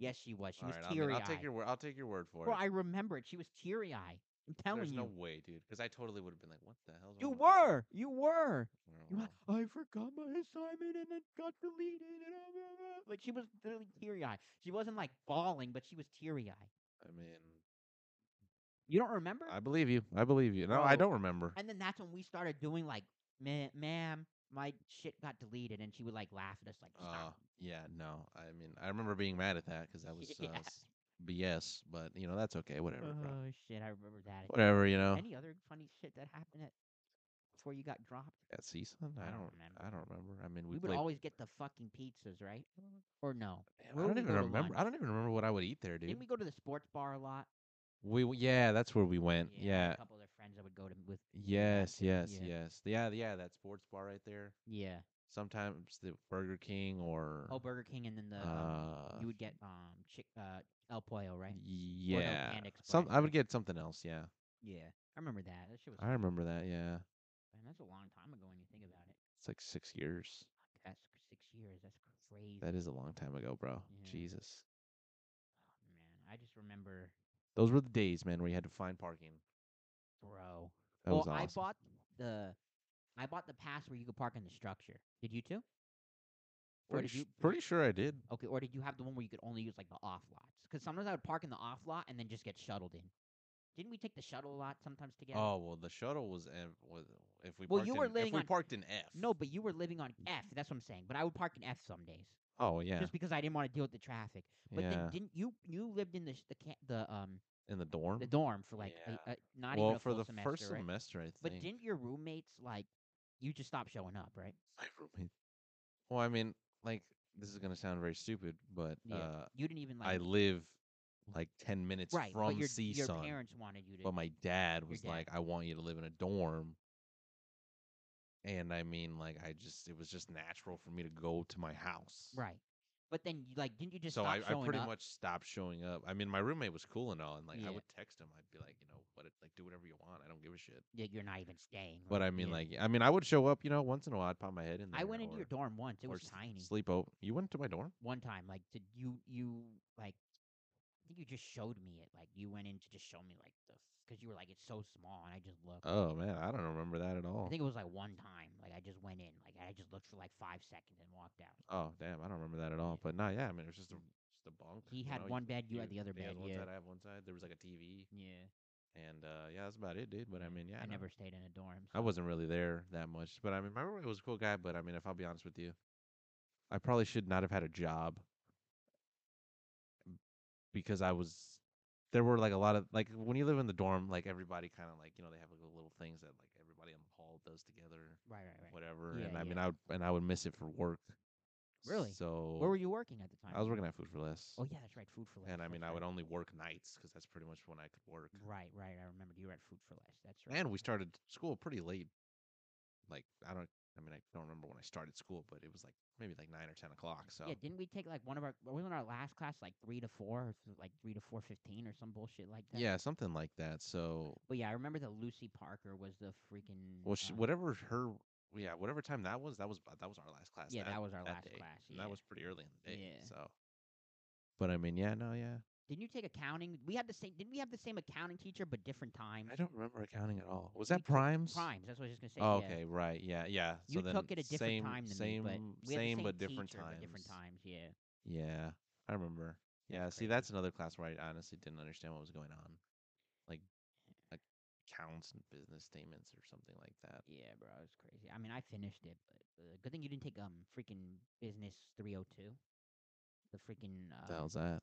S1: Yes, she was. She
S2: All
S1: was
S2: right,
S1: teary
S2: I'll,
S1: eyed.
S2: I'll take your word. I'll take your word for
S1: Bro,
S2: it.
S1: I remember it. She was teary eyed. I'm telling
S2: There's
S1: you.
S2: no way, dude. Because I totally would have been like, "What the hell?"
S1: you were. You were. You were
S2: Well,
S1: like, I forgot my assignment and it got deleted. And I blah, blah." like she was literally teary eyed. She wasn't like bawling, but she was teary eyed.
S2: I mean,
S1: You don't remember?
S2: I believe you. I believe you. No, I
S1: Bro,
S2: don't remember.
S1: and then that's when we started doing like, "Ma- ma'am, my shit got deleted, and she would like laugh at us like,
S2: Uh,
S1: stop.
S2: yeah, no. I mean, I remember being mad at that because that was uh,
S1: Yeah.
S2: s- BS, but you know that's okay. Whatever, bro.
S1: Oh shit, I remember that.
S2: Whatever, you know.
S1: Any other funny shit that happened at, before you got dropped?
S2: That season, I
S1: I don't
S2: don't.
S1: remember.
S2: I don't remember. I mean,
S1: We,
S2: we,
S1: would
S2: played.
S1: always get the fucking pizzas, right? Or no?
S2: Man,
S1: where
S2: I
S1: would
S2: don't
S1: we
S2: even
S1: go to
S2: remember. I
S1: lunch?
S2: don't even remember what I would eat there, dude.
S1: Didn't we go to the sports bar a lot?
S2: We, w yeah, that's where we went.
S1: I had
S2: Yeah.
S1: A couple of their friends I would go to with.
S2: Yes,
S1: Yeah.
S2: yes,
S1: Yeah.
S2: yes. Yeah, yeah. That sports bar right there.
S1: Yeah.
S2: Sometimes the Burger King or
S1: Oh, Burger King, and then the um,
S2: uh,
S1: you would get um chick uh El Pollo, right?
S2: yeah.
S1: Panda
S2: Some
S1: Express,
S2: I would
S1: right?
S2: get something else. Yeah,
S1: Yeah, I remember that. That shit was.
S2: I remember that. Yeah,
S1: Man, that's a long time ago when you think about it.
S2: it's like six years.
S1: Fuck, That's c- six years. That's crazy.
S2: That is a long time ago, bro.
S1: Yeah.
S2: Jesus,
S1: Oh, man, I just remember,
S2: those were the days, man, where you had to find parking.
S1: bro.
S2: That
S1: well,
S2: was awesome.
S1: I bought the, I bought the pass where you could park in the structure. Did you too? or
S2: pretty,
S1: did you-
S2: sh- pretty sure I did.
S1: Okay, or did you have the one where you could only use like the off lots? Because sometimes I would park in the off lot and then just get shuttled in. Didn't we take the shuttle lot sometimes together?
S2: Oh well, the shuttle was ev- was if we
S1: Well,
S2: parked
S1: you were
S2: in, if
S1: living
S2: we
S1: on-
S2: parked in F.
S1: No, but you were living
S2: Mm.
S1: on F. That's what I'm saying. But I would park in F some days,
S2: Oh yeah,
S1: just because I didn't want to deal with the traffic. But
S2: yeah.
S1: then didn't you? You lived in the sh- the ca- the um
S2: in the dorm.
S1: the dorm for like
S2: Yeah.
S1: a, a, not
S2: well,
S1: even a
S2: for
S1: full
S2: the
S1: semester,
S2: first
S1: right?
S2: semester, I think.
S1: But didn't your roommates like you just stopped showing up, right?
S2: My roommate. Well, I mean, like this is gonna sound very stupid, but
S1: Yeah.
S2: uh,
S1: You didn't even like
S2: I live like ten minutes
S1: right.
S2: from
S1: but your, your
S2: CSUN.
S1: parents wanted you to.
S2: but my dad was
S1: dad.
S2: like, "I want you to live in a dorm." And I mean, like, I just it was just natural for me to go to my house.
S1: right. But then you like didn't you just
S2: so
S1: stop
S2: I, I
S1: showing
S2: pretty
S1: up?
S2: much stopped showing up. I mean, my roommate was cool and all, and like
S1: Yeah.
S2: I would text him. I'd be like, you know, what, like do whatever you want. I don't give a shit.
S1: Yeah, you're not even staying.
S2: But
S1: right?
S2: I mean,
S1: Yeah.
S2: like, I mean, I would show up, you know, once in a while. I'd pop my head in there.
S1: I went into your
S2: or-
S1: dorm once. It
S2: or
S1: was
S2: s-
S1: tiny.
S2: Sleep over. You went to my dorm?
S1: One time, like did you you like I think you just showed me it. Like you went in to just show me like the because you were like it's so small, and I just looked.
S2: Oh man, I don't remember that at all.
S1: I think it was like one time. Like I just went in, like I just looked for like five seconds and walked out.
S2: oh damn, I don't remember that at all. But nah, yeah, I mean, it was just a just a bunk.
S1: He
S2: you
S1: had
S2: know,
S1: one bed, you had the other
S2: he has
S1: bed,
S2: One
S1: yeah.
S2: side, I have one side. There was like a TV,
S1: Yeah,
S2: and uh, yeah, that's about it, dude. But I mean, yeah,
S1: Mm, I
S2: no,
S1: never stayed in a dorm.
S2: I wasn't really there that much. But I mean, my roommate was a cool guy. But I mean, if I'll be honest with you, I probably should not have had a job because I was. There were like a lot of like when you live in the dorm, like everybody kind of like you know they have like little things that like everybody in the hall does together.
S1: right, right, right.
S2: whatever.
S1: Yeah,
S2: and I mean,
S1: yeah.
S2: I would, and I would miss it for work.
S1: Really?
S2: So
S1: Where were you working at the time?
S2: I was working at Food for Less.
S1: Oh yeah, that's right. Food for less.
S2: and I
S1: that's
S2: mean,
S1: right.
S2: I would only work nights because that's pretty much when I could work.
S1: Right, right. I remember you were at Food for Less. That's right.
S2: And we started school pretty late. Like I don't. I mean, I don't remember when I started school, but it was like maybe like nine or ten o'clock. So
S1: Yeah, didn't we take like one of our? Wasn't our last class like three to four, or th- like three to four fifteen, or some bullshit like that?
S2: yeah, something like that. So
S1: But yeah, I remember that Lucy Parker was the freaking.
S2: well, she,
S1: uh,
S2: whatever her yeah, whatever time that was, that was that was our last class.
S1: Yeah, that, was our last
S2: day.
S1: class.
S2: And
S1: yeah.
S2: that was pretty early in the day.
S1: Yeah.
S2: So, but I mean, yeah, no, yeah,
S1: Didn't you take accounting? We had the same. Didn't we have the same accounting teacher but different times?
S2: I don't remember accounting at all. Was
S1: We
S2: that
S1: took
S2: primes?
S1: Primes. That's what I was just gonna say.
S2: Oh,
S1: yeah.
S2: okay, right, yeah, yeah. So
S1: You
S2: then
S1: took it a different
S2: same,
S1: time than
S2: same,
S1: me, but we had the
S2: same,
S1: same
S2: but different
S1: teacher,
S2: times.
S1: But different times, yeah.
S2: Yeah, I remember. Yeah,
S1: crazy.
S2: see, that's another class where I honestly didn't understand what was going on, like
S1: Eh.
S2: accounts and business statements or something like that.
S1: Yeah, bro, it was crazy. I mean, I finished it, but uh, good thing you didn't take um freaking business three hundred two. The freaking uh,
S2: What the hell's that?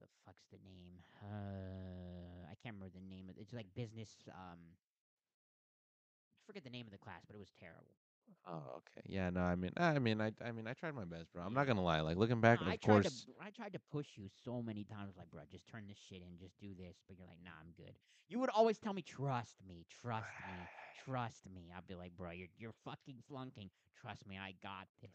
S1: the fuck's the name? Uh, I can't remember the name of. It's like business. Um, I forget the name of the class, but it was terrible.
S2: Oh, okay. Yeah, no, I mean, I mean, I, I mean, I tried my best, bro. I'm not
S1: Yeah.
S2: gonna lie. Like looking back,
S1: No,
S2: of
S1: I tried
S2: course,
S1: to I tried to push you so many times, like, bro, just turn this shit in, just do this. But you're like, nah, I'm good. You would always tell me, trust me, trust me, trust me. I'd be like, bro, you're you're fucking flunking. Trust me, I got this.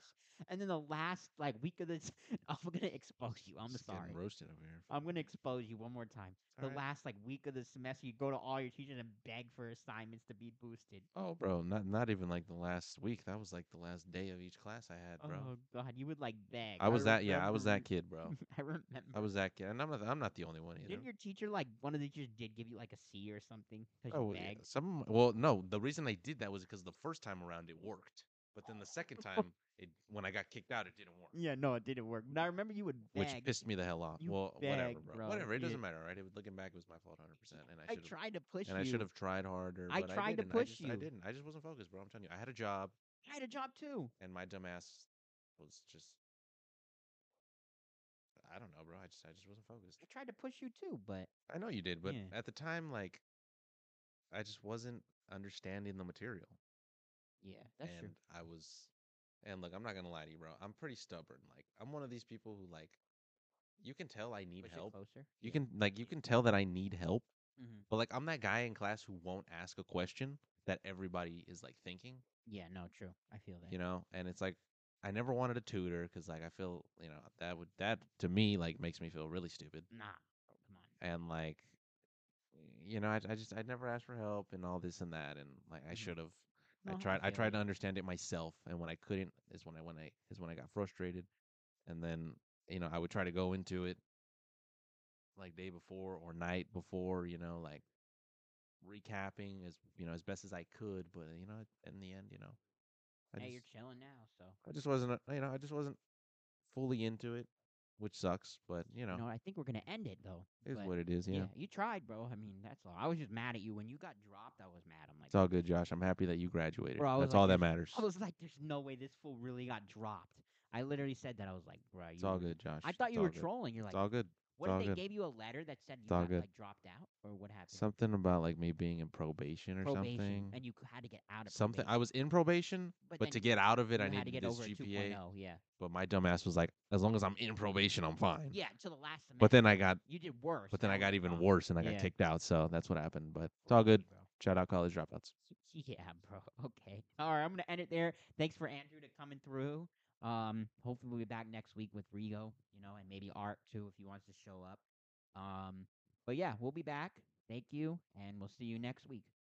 S1: And then the last like week of this, I'm gonna expose you. I'm
S2: just
S1: sorry. Um,
S2: getting roasted over here.
S1: I'm gonna expose you one more time.
S2: It's
S1: The
S2: alright.
S1: last like week of the semester, you go to all your teachers and beg for assignments to be boosted.
S2: Oh, bro, not not even like the last week. That was like the last day of each class I had, bro.
S1: Oh god, you would like beg.
S2: I was that. Yeah, I was that
S1: remember-
S2: kid, bro.
S1: I remember.
S2: I was that kid, and I'm not. I'm not the only one either.
S1: Didn't your teacher like one of the teachers did give you like a C or something because you
S2: Oh, yeah,
S1: begged?
S2: some. Well, no. The reason I did that was because the first time around it worked, but then the second time, it when I got kicked out, it didn't work,
S1: Yeah. no, it didn't work. But I remember you would beg.
S2: which pissed me the hell off.
S1: You
S2: well, whatever,
S1: begged,
S2: bro.
S1: bro.
S2: Whatever. It
S1: Yeah.
S2: doesn't matter, right? It was looking back, it was my fault, hundred percent, and I
S1: I
S2: should. have
S1: tried to push
S2: And I
S1: you.
S2: should have tried harder.
S1: I
S2: but
S1: tried to
S2: didn't. I
S1: push
S2: just-
S1: you.
S2: I didn't. I just wasn't focused, bro. I'm telling you, I had a job,
S1: I had a job too.
S2: and my dumb ass was just. I don't know, bro. I just I just wasn't focused.
S1: I tried to push you too, but
S2: I know you did, but
S1: Yeah.
S2: at the time, like, I just wasn't understanding the material,
S1: yeah, that's
S2: and
S1: true.
S2: I was, and look, I'm not gonna lie to you, bro. I'm pretty stubborn. Like, I'm one of these people who like, you can tell I need
S1: Push it
S2: help.
S1: closer.
S2: You can like you can tell that I need help,
S1: Mhm.
S2: but like I'm that guy in class who won't ask a question that everybody is like thinking,
S1: Yeah, no, true. I feel that.
S2: you know. And it's like I never wanted a tutor because like I feel you know that would that to me like makes me feel really stupid
S1: Nah, come on.
S2: and like you know I, I just I never asked for help and all this and that and like I
S1: Mhm.
S2: should have
S1: No,
S2: I tried I
S1: feel
S2: tried to
S1: you.
S2: understand it myself and when I couldn't is when I when I is when I got frustrated and then you know I would try to go into it like day before or night before you know like recapping as you know as best as I could but you know in the end you know I
S1: Hey,
S2: just,
S1: you're chilling now, so
S2: I just wasn't uh, you know I just wasn't fully into it which sucks but you know
S1: no, I think we're gonna end it though.
S2: is
S1: but
S2: what it is yeah
S1: you tried, bro. I mean, that's all. I was just mad at you when you got dropped. I was mad. I'm like,
S2: It's all good, Josh. I'm happy that you graduated.
S1: Bro, I was
S2: That's
S1: like,
S2: all that
S1: "There's-
S2: matters.
S1: I was like, there's no way this fool really got dropped. I literally said that. I was like, bro, you
S2: It's all
S1: were-
S2: good, Josh.
S1: I thought
S2: It's
S1: you
S2: all
S1: were
S2: good.
S1: trolling. You're
S2: It's
S1: like,
S2: all good.
S1: what
S2: all
S1: if they
S2: good.
S1: gave you a letter that said you
S2: all
S1: got
S2: good.
S1: like dropped out or what happened?
S2: Something about like me being in probation or
S1: probation,
S2: something.
S1: and you c- had to get out of
S2: something.
S1: probation.
S2: I was in probation, but,
S1: then
S2: to get out of it,
S1: you
S2: I
S1: had
S2: needed
S1: to get
S2: this
S1: over a
S2: GPA.
S1: 2.0. oh, Yeah,
S2: But my dumbass was like, as long as I'm in probation, I'm fine.
S1: yeah. To the last semester.
S2: But then I got,
S1: you did worse.
S2: but then
S1: that
S2: I
S1: was
S2: got even
S1: dumb.
S2: worse, and I got
S1: Yeah.
S2: kicked out. So that's what happened. But it's all
S1: Crazy,
S2: good.
S1: bro.
S2: Shout out college dropouts.
S1: Yeah, bro. Okay. All right, I'm gonna end it there. Thanks for Andrew to coming through. Um, hopefully we'll be back next week with Rigo, you know, and maybe Art too if he wants to show up. Um, but yeah, we'll be back. Thank you, and we'll see you next week.